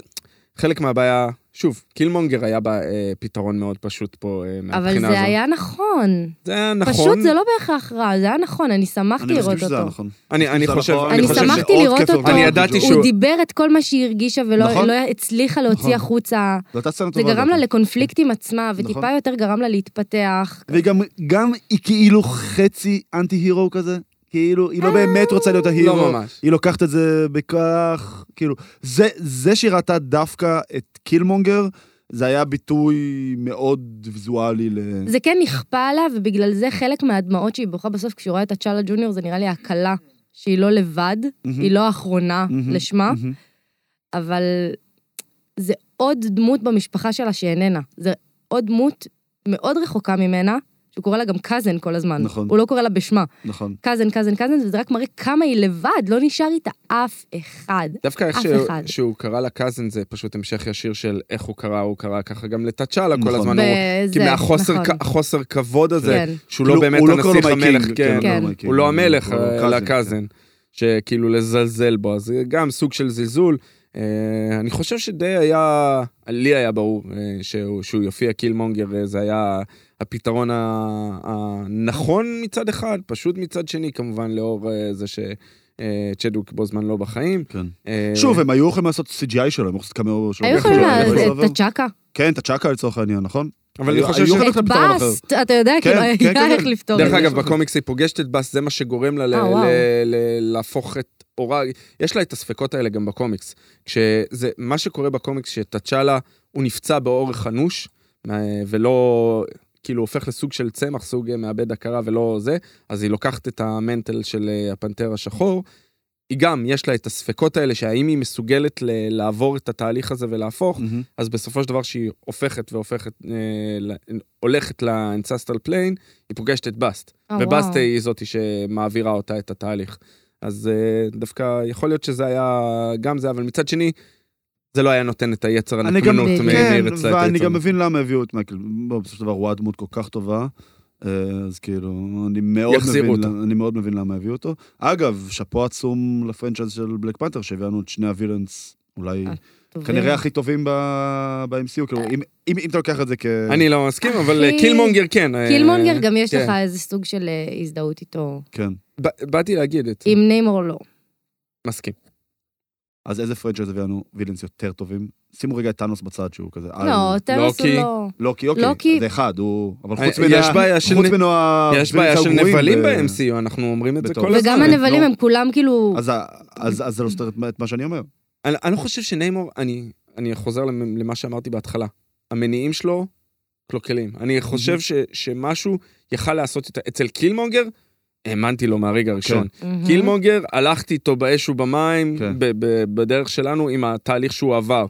Speaker 2: חלק מהבעיה, שוב, קילמונגר היה בה אה, פתרון מאוד פשוט פה אה, מהבחינה
Speaker 4: אבל
Speaker 2: הזו.
Speaker 4: זה היה נכון.
Speaker 2: זה היה נכון.
Speaker 4: פשוט זה לא בהכרח רע, זה היה נכון, אני שמחתי
Speaker 1: אני מסכים
Speaker 4: לראות
Speaker 1: שזה היה
Speaker 4: אותו.
Speaker 1: נכון.
Speaker 2: אני, אני
Speaker 1: שזה
Speaker 2: חושב,
Speaker 1: נכון.
Speaker 2: אני
Speaker 4: אני
Speaker 2: חושב
Speaker 4: שמחתי
Speaker 1: שעוד
Speaker 4: לראות
Speaker 1: כפל
Speaker 4: אותו.
Speaker 1: רגל
Speaker 2: אני ידעתי
Speaker 1: ג'ו.
Speaker 2: שהוא-
Speaker 4: הוא דיבר את כל מה שהיא הרגישה ולא
Speaker 1: נכון.
Speaker 4: לא הצליחה להוציא
Speaker 1: נכון.
Speaker 4: החוצה.
Speaker 1: זו הייתה סצנה
Speaker 4: זה
Speaker 1: טובה.
Speaker 4: גרם
Speaker 1: הזאת.
Speaker 4: לה לקונפליקט עם עצמה, וטיפה
Speaker 1: נכון.
Speaker 4: יותר גרם לה להתפתח.
Speaker 1: והיא גם, גם היא כאילו חצי אנטי הירו כזה, כאילו, היא לא באמת רוצה להיות ההירו.
Speaker 2: לא ממש.
Speaker 1: היא לוקחת את זה בכך, כאילו, זה, זה שהיא ראתה דווקא את קילמונגר, זה היה ביטוי מאוד ויזואלי ל...
Speaker 4: זה כן נכפה עליה, ובגלל זה חלק מהדמעות שהיא בוכה בסוף כשהיא רואה את הצ'אלה ג'וניור, זה נראה לי הקלה שהיא לא לבד,
Speaker 1: מהמם,
Speaker 4: היא לא האחרונה
Speaker 1: מהמם,
Speaker 4: לשמה,
Speaker 1: מהמם.
Speaker 4: אבל זה עוד דמות במשפחה שלה שאיננה. זה עוד דמות מאוד רחוקה ממנה, שהוא קורא לה גם קאזן כל הזמן.
Speaker 1: נכון.
Speaker 4: הוא לא קורא לה בשמה.
Speaker 1: נכון.
Speaker 4: קאזן, קאזן, קאזן, וזה רק מראה כמה היא לבד, לא נשאר איתה אף אחד.
Speaker 2: דווקא איך
Speaker 4: אף
Speaker 2: שהוא,
Speaker 4: אחד.
Speaker 2: שהוא קרא לה קאזן זה פשוט המשך ישיר של איך הוא קרא, הוא קרא ככה גם לטאצ'אלה כל
Speaker 1: נכון.
Speaker 2: הזמן. הוא,
Speaker 4: וזה,
Speaker 2: כי מהחוסר
Speaker 4: נכון.
Speaker 2: כ- החוסר כבוד הזה,
Speaker 4: כן.
Speaker 2: שהוא
Speaker 1: כאילו,
Speaker 2: לא באמת
Speaker 1: הוא לא קורא
Speaker 2: הנסיך
Speaker 1: לו מייקינג,
Speaker 2: המלך, כן,
Speaker 1: הוא לא
Speaker 4: כן.
Speaker 1: מייקינג,
Speaker 2: הוא לא המלך,
Speaker 1: הוא כן.
Speaker 2: אלא
Speaker 1: קאזן,
Speaker 2: קאזן, שכאילו לזלזל בו, אז זה גם סוג של זלזול. אה, אני חושב שדי היה, לי היה ברור אה, שהוא שהוא יופיע קילמונגר, אה, זה היה הפתרון ה- הנכון מצד אחד, פשוט מצד שני, כמובן לאור אה, זה שצ'דוויק בוזמן לא בחיים.
Speaker 1: כן.
Speaker 2: אה,
Speaker 1: שוב, הם היו יכולים לעשות CGI שלו, הם עושים קמאו שלו.
Speaker 4: היו יכולים
Speaker 2: יכולים
Speaker 4: לעשות
Speaker 1: לעשות.
Speaker 4: את הצ'קה.
Speaker 1: כן, את הצ'אקה לצורך העניין, נכון?
Speaker 2: אבל אני
Speaker 1: היו-
Speaker 2: חושב
Speaker 1: היו
Speaker 2: ש...
Speaker 1: יכולים-
Speaker 4: את
Speaker 1: ללכת לפתרון אחר.
Speaker 4: באסט, אתה יודע,
Speaker 1: כן,
Speaker 4: כאילו,
Speaker 1: כן,
Speaker 4: היה
Speaker 1: כן,
Speaker 4: איך
Speaker 1: כן.
Speaker 4: לפתור את
Speaker 2: דרך
Speaker 4: זה.
Speaker 2: אגב, בקומיקס היא פוגשת את באס, זה מה שגורם לה ל-
Speaker 4: אה, וואו.
Speaker 2: ל- ל- להפוך את אורה. יש לה את הספקות האלה גם בקומיקס. כשזה, מה שקורה בקומיקס, שטאצ'אלה, הוא נפצע באורך אנוש, אה, ולא... כאילו הופך לסוג של צמח, סוג אה, מאבד הכרה ולא זה, אז היא לוקחת את המנטל של אה, הפנתר השחור. היא גם, יש לה את הספקות האלה, שהאם היא מסוגלת ל- לעבור את התהליך הזה ולהפוך,
Speaker 1: מהמם.
Speaker 2: אז בסופו של דבר שהיא הופכת והופכת, אה, ל- הולכת לאנססטל פליין, היא פוגשת את באסט.
Speaker 4: אה,
Speaker 2: ובאסט
Speaker 4: וואו.
Speaker 2: היא זאתי שמעבירה אותה את התהליך. אז אה, דווקא יכול להיות שזה היה גם זה, אבל מצד שני, זה לא היה נותן את היצר
Speaker 1: אני גם,
Speaker 2: הנקמנות
Speaker 4: בדיוק.
Speaker 2: מ-
Speaker 1: כן,
Speaker 2: מארץ לה את
Speaker 1: ואני
Speaker 2: היצר.
Speaker 1: גם מבין למה הביאו את מייקל. בוא, בסופו של דבר הוא הדמות כל כך טובה, אה, אז כאילו, אני מאוד
Speaker 2: יחזירו
Speaker 1: מבין
Speaker 2: אותו.
Speaker 1: למה- אני מאוד מבין למה הביאו אותו. אגב, שאפו עצום לפרנצ'ייז של בלק פנתר, שהביאנו את שני הווילאנס, אולי,
Speaker 4: אה, טובים.
Speaker 1: כנראה הכי טובים ב- ב-MCU, כאילו, אם- אם אם אתה לוקח את זה כ...
Speaker 2: אני לא מסכים, אבל אה,
Speaker 4: אחי,
Speaker 2: קילמונגר כן. אה,
Speaker 4: קילמונגר גם יש
Speaker 2: כן.
Speaker 4: לך איזה סוג של אה, הזדהות איתו,
Speaker 1: כן.
Speaker 2: ב- באתי להגיד את זה.
Speaker 4: עם ניימור לא.
Speaker 2: מסכים.
Speaker 1: אז איזה פרנצ'ייז הביאנו ווילאנס יותר טובים? שימו רגע את טאנוס בצד שהוא כזה... על-
Speaker 4: לא, טרס הוא
Speaker 2: לוקי.
Speaker 4: לא.
Speaker 1: לוקי, אוקיי.
Speaker 4: לוקי.
Speaker 1: זה אחד, הוא... אבל חוץ
Speaker 2: אה,
Speaker 1: ממנו...
Speaker 2: יש בעיה של
Speaker 1: חוץ
Speaker 2: נ-
Speaker 1: ממנו ה...
Speaker 4: אה,
Speaker 2: יש בעיה של
Speaker 1: הגרועים
Speaker 2: נבלים
Speaker 1: ב-
Speaker 2: ב-MCU, אנחנו אומרים את זה
Speaker 1: בטוב.
Speaker 2: כל הזמן.
Speaker 4: וגם הנבלים
Speaker 1: לא.
Speaker 4: הם כולם כאילו...
Speaker 1: אז ה- אז אז זה לא סותר את מה- את מה שאני אומר.
Speaker 2: אני, אני לא חושב שניימור, אני, אני חוזר למ- למה שאמרתי בהתחלה. המניעים שלו קלוקלים. אני חושב ש, שמשהו יכל לעשות איתה. אצל קילמונגר, האמנתי לו
Speaker 1: כן.
Speaker 2: מהרגע הראשון.
Speaker 4: מהמם.
Speaker 2: קילמונגר, הלכתי איתו באש ובמים,
Speaker 1: כן.
Speaker 2: ב- ב- בדרך שלנו, עם התהליך שהוא עבר,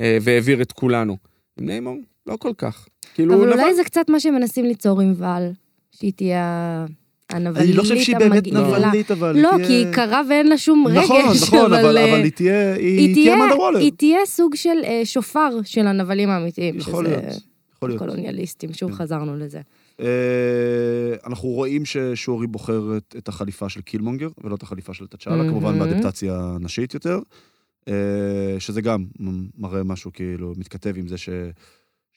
Speaker 2: אה, והעביר את כולנו. עם ניימור, לא כל כך. כאילו, הוא
Speaker 4: אבל
Speaker 2: נבל.
Speaker 4: אולי זה קצת מה שמנסים ליצור עם בל, שהיא תהיה ה- הנבלית
Speaker 1: אני לא חושב שהיא באמת
Speaker 4: המגעילה.
Speaker 1: נבלית, אבל...
Speaker 4: לא,
Speaker 1: היא
Speaker 4: כי
Speaker 1: תהיה-
Speaker 4: היא קרה ואין לה שום רגש,
Speaker 1: נכון, נכון, אבל
Speaker 4: אה,
Speaker 1: אבל היא תהיה...
Speaker 4: היא
Speaker 1: היא
Speaker 4: תהיה,
Speaker 1: תהיה מדה וולר.
Speaker 4: היא תהיה סוג של אה, שופר של הנבלים האמיתיים,
Speaker 1: יכול
Speaker 4: שזה
Speaker 1: להיות. יכול להיות.
Speaker 4: קולוניאליסטים, שוב
Speaker 1: כן.
Speaker 4: חזרנו לזה.
Speaker 1: אה, אנחנו רואים ששורי בוחר את, את החליפה של קילמונגר, ולא את החליפה של תצ'אלה,
Speaker 4: מהמם.
Speaker 1: כמובן באדפטציה נשית יותר, אה, שזה גם מ- מראה משהו כאילו מתכתב עם זה ש,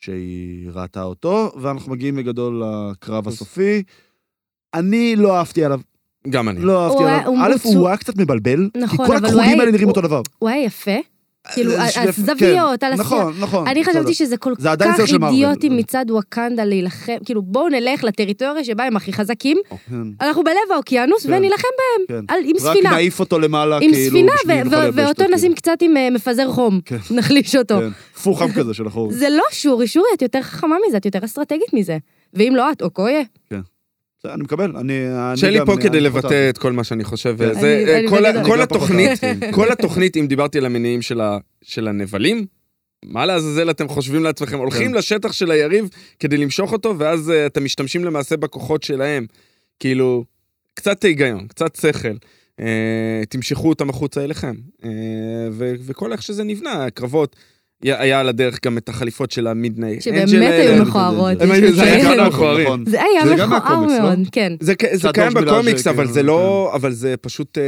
Speaker 1: שהיא ראתה אותו, ואנחנו מגיעים בגדול
Speaker 4: אוקיי.
Speaker 1: לקרב הסופי. אני לא אהבתי עליו,
Speaker 2: גם אני.
Speaker 1: לא אהבתי
Speaker 4: הוא היה-
Speaker 1: עליו.
Speaker 4: הוא
Speaker 1: א',
Speaker 4: מצו-
Speaker 1: הוא היה קצת מבלבל, כי
Speaker 4: נכון,
Speaker 1: כל
Speaker 4: אבל הוא
Speaker 1: הכחולים
Speaker 4: היה-
Speaker 1: האלה נראים
Speaker 4: הוא-
Speaker 1: אותו דבר.
Speaker 4: הוא היה יפה, כאילו,
Speaker 1: זה- זה-
Speaker 4: הזוויות,
Speaker 1: אה, כן,
Speaker 4: על הסרט.
Speaker 1: נכון, נכון.
Speaker 4: אני
Speaker 1: בסדר.
Speaker 4: חשבתי שזה כל
Speaker 1: זה עדיין
Speaker 4: כך
Speaker 1: סרט של מארוול.
Speaker 4: אידיוטי מצד ווקנדה להילחם, כאילו בואו נלך לטריטוריה שבה הם הכי חזקים,
Speaker 1: כן.
Speaker 4: אנחנו בלב האוקיינוס
Speaker 1: כן.
Speaker 4: ונילחם
Speaker 1: כן.
Speaker 4: בהם, על- עם
Speaker 1: רק
Speaker 4: ספינה.
Speaker 1: נעיף אותו למעלה,
Speaker 4: עם
Speaker 1: כאילו,
Speaker 4: ספינה,
Speaker 1: בשביל
Speaker 4: ו-
Speaker 1: נוכל
Speaker 4: ו-
Speaker 1: לייבש
Speaker 4: ואותו
Speaker 1: אותו,
Speaker 4: נשים קצת עם אה, מפזר חום,
Speaker 1: כן.
Speaker 4: נחליש אותו.
Speaker 1: כן, פורחם כזה של החור.
Speaker 4: זה לא שורי, שורי, את יותר חכמה מזה, את יותר אסטרטגית מזה. ואם לא את, או קויה.
Speaker 1: זה, אני מקבל, אני... אני
Speaker 2: שלי
Speaker 1: גם-
Speaker 2: פה
Speaker 1: אני-
Speaker 2: כדי
Speaker 1: אני חותם.
Speaker 2: לבטא את כל מה שאני חושב.
Speaker 1: כן.
Speaker 2: זה,
Speaker 4: אני-
Speaker 2: אה,
Speaker 4: אני
Speaker 2: כל ה-
Speaker 4: בגדול.
Speaker 1: אני
Speaker 2: כל
Speaker 1: גם פחות
Speaker 2: התוכנית,
Speaker 1: אהבתי.
Speaker 4: כן.
Speaker 2: כל התוכנית, אם דיברתי על המניעים של, ה, של הנבלים, מה לעזאזל אתם חושבים
Speaker 1: כן.
Speaker 2: לעצמכם? הולכים לשטח של היריב כדי למשוך אותו, ואז uh, אתם משתמשים למעשה בכוחות שלהם. כאילו, קצת היגיון, קצת שכל. Uh, תמשכו אותם החוצה אליכם. Uh, ו- וכל איך שזה נבנה, הקרבות. היה היה על הדרך גם את החליפות של המידנייט.
Speaker 4: שבאמת
Speaker 2: אנג'ל אה,
Speaker 4: היו נכון.
Speaker 1: כן,
Speaker 2: האלה.
Speaker 4: מכוערות.
Speaker 1: זה- זה-
Speaker 2: הם היו-
Speaker 1: זה
Speaker 2: זה היה
Speaker 1: גם
Speaker 2: אחד
Speaker 1: נכון,
Speaker 2: המכוערים.
Speaker 1: נכון.
Speaker 4: זה היה
Speaker 1: זה גם
Speaker 4: מכוער
Speaker 1: מהקומיקס, לא?
Speaker 4: מאוד, כן.
Speaker 2: זה, כ- זה
Speaker 1: קצת
Speaker 2: קיים
Speaker 1: דורש מילה
Speaker 2: בקומיקס,
Speaker 1: שכאילו,
Speaker 2: אבל זה
Speaker 1: כן.
Speaker 2: לא, אבל זה פשוט אה,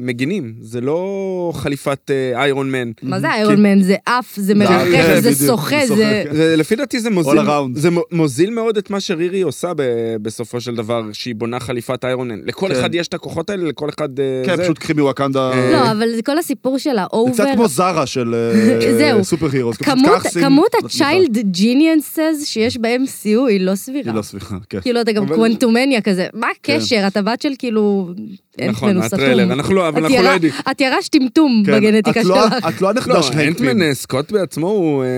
Speaker 2: מגינים, זה לא חליפת אה, איירון מן.
Speaker 4: מה זה איירון מן? זה עף, זה
Speaker 1: כן,
Speaker 4: מרחף, זה
Speaker 1: בדיוק, זה
Speaker 4: שוחה, זה...
Speaker 1: שוחה. כן.
Speaker 2: כן. זה- לפי דעתי זה מוזיל,
Speaker 1: All around.
Speaker 2: זה מו- מוזיל מאוד את מה שרירי עושה ב- בסופו של דבר, שהיא בונה חליפת איירון מן. לכל
Speaker 1: כן.
Speaker 2: אחד יש את הכוחות האלה, לכל אחד אה,
Speaker 1: כן,
Speaker 2: זה.
Speaker 1: פשוט קחי מוואקנדה...
Speaker 2: אה,
Speaker 4: לא, אבל זה כל הסיפור של
Speaker 1: זה
Speaker 4: האובר.
Speaker 1: קצת כמו זרה של אה,
Speaker 4: זהו.
Speaker 1: סופר הירוס.
Speaker 4: כמות- כמות
Speaker 1: לא,
Speaker 4: ה-child geniuses שיש ב-MCU היא לא סבירה.
Speaker 1: היא לא כן. סביחה, כן.
Speaker 4: כאילו, אתה גם
Speaker 2: אבל-
Speaker 4: קוונטומניה כזה. מה הקשר? אתה בת של כאילו... אין
Speaker 2: נכון,
Speaker 4: ממנו סתום.
Speaker 2: מהטריילר, אנחנו לא, אבל
Speaker 4: את
Speaker 2: אנחנו לא
Speaker 4: ירה-
Speaker 2: יודעים.
Speaker 4: את ירשת טמטום
Speaker 1: כן,
Speaker 4: בגנטיקה
Speaker 1: את לא-
Speaker 4: שלך.
Speaker 1: את לא הנכדה
Speaker 2: לא,
Speaker 1: של הנק פים.
Speaker 2: הנטמן אה, סקוט בעצמו הוא... אה,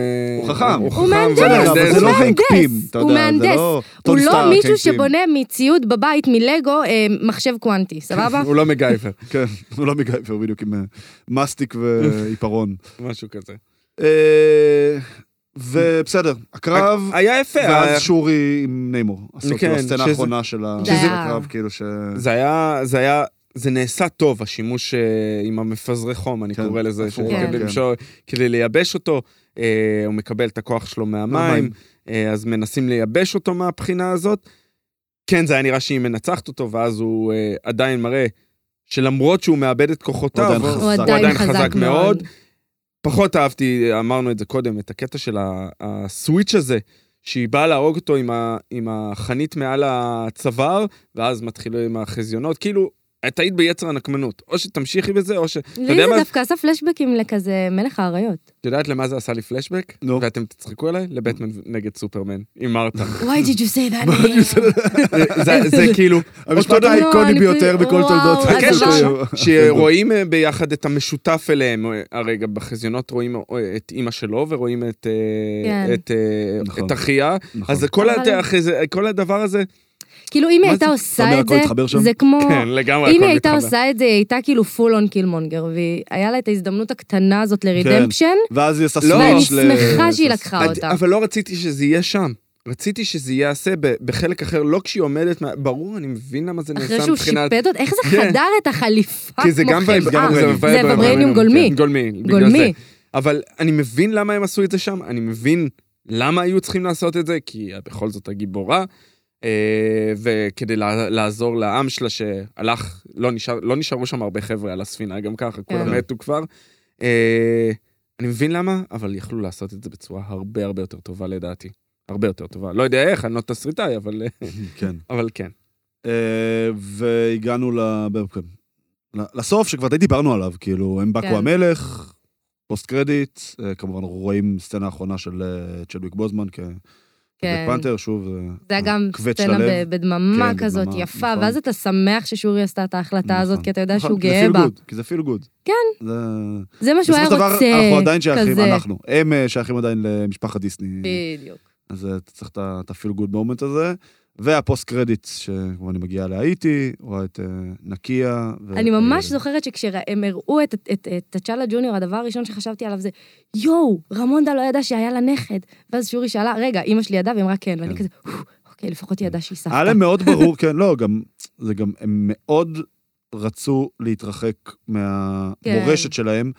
Speaker 1: הוא חכם.
Speaker 2: הוא
Speaker 4: הוא
Speaker 2: חכם,
Speaker 4: מהנדס,
Speaker 2: והוא
Speaker 1: בסדר, אבל זה
Speaker 2: מהנדס.
Speaker 1: לא
Speaker 4: הוא
Speaker 1: הנק
Speaker 4: מהנדס,
Speaker 1: פים, אתה
Speaker 4: הוא
Speaker 1: יודע, זה
Speaker 4: מהנדס.
Speaker 1: לא...
Speaker 4: הוא
Speaker 1: טוני
Speaker 4: לא
Speaker 1: סטארק,
Speaker 4: מישהו
Speaker 1: הנק פים.
Speaker 4: שבונה מציוד בבית מלגו אה, מחשב קוונטי, סבבה?
Speaker 2: הוא לא מגייבר,
Speaker 1: כן, הוא לא מגייפר, בדיוק עם אה, מסטיק ועיפרון.
Speaker 2: משהו כזה.
Speaker 1: אה, ובסדר, הקרב,
Speaker 2: היה יפה. היה-
Speaker 1: ואז שורי עם ניימור. עשו כאילו
Speaker 2: כן,
Speaker 1: הסצנה
Speaker 2: שזה-
Speaker 1: האחרונה של ה-
Speaker 4: שזה-
Speaker 1: של הקרב, כאילו ש...
Speaker 2: זה היה, זה היה, זה נעשה טוב, השימוש אה, עם המפזרי חום, אני
Speaker 1: כן,
Speaker 2: קורא לזה,
Speaker 1: הפוך,
Speaker 2: שכדי
Speaker 4: כן.
Speaker 2: למשור- כדי לייבש אותו, אה, הוא מקבל את הכוח שלו מהמים,
Speaker 1: מהמים.
Speaker 2: אה, אז מנסים לייבש אותו מהבחינה הזאת. כן, זה היה נראה שהיא מנצחת אותו, ואז הוא אה, עדיין מראה שלמרות שהוא מאבד את
Speaker 1: הוא
Speaker 2: כוחותיו,
Speaker 1: עדיין חזק.
Speaker 4: הוא עדיין חזק מאוד.
Speaker 2: פחות אהבתי, אמרנו את זה קודם, את הקטע של ה- הסוויץ' הזה, שהיא באה להרוג אותו עם, ה, עם החנית מעל הצוואר, ואז מתחילים עם החזיונות, כאילו, את היית ביצר הנקמנות. או שתמשיכי בזה, או ש... אתה
Speaker 4: לי
Speaker 2: יודע מה?
Speaker 4: זה דווקא עשה פלשבקים לכזה מלך האריות.
Speaker 2: את יודעת למה זה עשה לי פלשבק?
Speaker 1: נו.
Speaker 2: ואתם תצחקו עליי? לבטמן נגד סופרמן, עם מרתה.
Speaker 4: Why did you say that?
Speaker 2: זה- זה כאילו,
Speaker 1: המשפט
Speaker 4: דבר.
Speaker 1: האיקוני
Speaker 4: לא,
Speaker 1: ביותר
Speaker 4: אני-
Speaker 1: בכל
Speaker 4: וואו,
Speaker 1: תולדות. כן,
Speaker 4: אז לא-
Speaker 1: הקשר
Speaker 2: אמרנו.
Speaker 1: שלו.
Speaker 2: שרואים אה, ביחד את המשותף אליהם, אה, הרי גם בחזיונות רואים אה, את אימא שלו ורואים את, אה,
Speaker 4: כן.
Speaker 2: את, אה,
Speaker 1: נכון.
Speaker 2: את אחיה,
Speaker 1: נכון.
Speaker 2: אז זה כל,
Speaker 4: אבל-
Speaker 2: ה- אחרי זה- כל הדבר הזה,
Speaker 4: כאילו, אם היא
Speaker 1: מה
Speaker 4: הייתה
Speaker 1: זה?
Speaker 4: עושה
Speaker 1: אתה אומר,
Speaker 4: את
Speaker 1: הכל התחבר שם?
Speaker 4: זה, זה כמו...
Speaker 2: כן, לגמרי,
Speaker 4: אם
Speaker 2: הכל
Speaker 4: היא הייתה
Speaker 2: מתחבר.
Speaker 4: עושה את זה, היא הייתה כאילו פול און קילמונגר, והיה לה את ההזדמנות הקטנה הזאת לרידמפשן,
Speaker 1: ואז היא עשתה
Speaker 2: לא.
Speaker 4: ואני
Speaker 1: סוויץ' כן. ל...
Speaker 4: שמחה שהיא לקחה
Speaker 2: עד-
Speaker 4: אותה.
Speaker 2: אבל לא רציתי שזה יהיה שם. רציתי שזה ייעשה ב- בחלק אחר, לא כשהיא עומדת, מה- ברור, אני מבין למה זה
Speaker 4: אחרי
Speaker 2: נעשה
Speaker 4: שהוא
Speaker 2: מבחינת...
Speaker 4: שיפד אותה, איך זה
Speaker 2: כן.
Speaker 4: חדר את החליפה
Speaker 2: כי זה
Speaker 4: כמו
Speaker 2: גם כן,
Speaker 4: חמאה?
Speaker 2: וייברניום,
Speaker 4: זה וייברניום גולמי.
Speaker 2: כן, גולמי, בגלל זה.
Speaker 4: גולמי.
Speaker 2: אבל אני מבין למה הם עשו את זה שם, אני מבין למה היו צריכים לעשות את זה, כי את בכל זאת הגיבורה, אה, וכדי לה- לעזור לעם שלה שהלך, לא, נשאר, לא נשארו שם הרבה חבר'ה על הספינה, גם ככה, כולם
Speaker 4: כן.
Speaker 2: מתו כבר. אה, אני מבין למה, אבל יכלו לעשות את זה בצורה הרבה הרבה יותר טובה לדעתי. הרבה יותר טובה. לא יודע איך, אני לא תסריטאי, אבל,
Speaker 1: כן.
Speaker 2: אבל כן.
Speaker 1: אה, והגענו ל- ב- ל- לסוף, שכבר די דיברנו עליו, כאילו, הם
Speaker 4: כן.
Speaker 1: בקו המלך, פוסט קרדיט, אה, כמובן אנחנו רואים סצנה האחרונה של אה, צ'דוויק בוזמן כ-
Speaker 4: כן.
Speaker 1: כפנתר, שוב, אה,
Speaker 4: זה היה גם
Speaker 1: כבד
Speaker 4: סצנה
Speaker 1: של הלב.
Speaker 4: ב- בדממה
Speaker 1: כן,
Speaker 4: כזאת
Speaker 1: בדממה,
Speaker 4: יפה,
Speaker 1: נכון.
Speaker 4: ואז אתה שמח ששורי עשתה את ההחלטה הזאת,
Speaker 1: נכון.
Speaker 4: כי אתה יודע
Speaker 1: נכון,
Speaker 4: שהוא
Speaker 1: כי זה
Speaker 4: גאה
Speaker 1: feel
Speaker 4: בה.
Speaker 1: good, כי זה פיל גוד.
Speaker 4: כן.
Speaker 1: זה-
Speaker 4: זה מה שהוא היה
Speaker 1: בסופו של
Speaker 4: רוצה,
Speaker 1: דבר, אנחנו עדיין שייכים,
Speaker 4: כזה.
Speaker 1: אנחנו. הם אה, שייכים עדיין למשפחת דיסני.
Speaker 4: בדיוק.
Speaker 1: אז אה, אתה צריך את ה- את הפיל גוד מומנט הזה. והפוסט קרדיט, שכבר אני מגיע להאיטי, רואה את אה, נקיה. ו-
Speaker 4: אני ממש
Speaker 1: אה,
Speaker 4: זוכרת שכשהם הראו את- את- את את תצ'אלה ג'וניור, הדבר הראשון שחשבתי עליו זה, יואו, רמונדה לא ידעה שהיה לה נכד. ואז שורי שאלה, רגע, אימא שלי ידעה? והיא אמרה כן, ואני
Speaker 1: כן.
Speaker 4: כזה, "אוף, אוקיי, לפחות היא ידעה שהיא סבתא.
Speaker 1: היה להם מאוד ברור, כן, לא, גם, זה גם, הם מאוד רצו להתרחק
Speaker 4: כן.
Speaker 1: מהמורשת שלהם.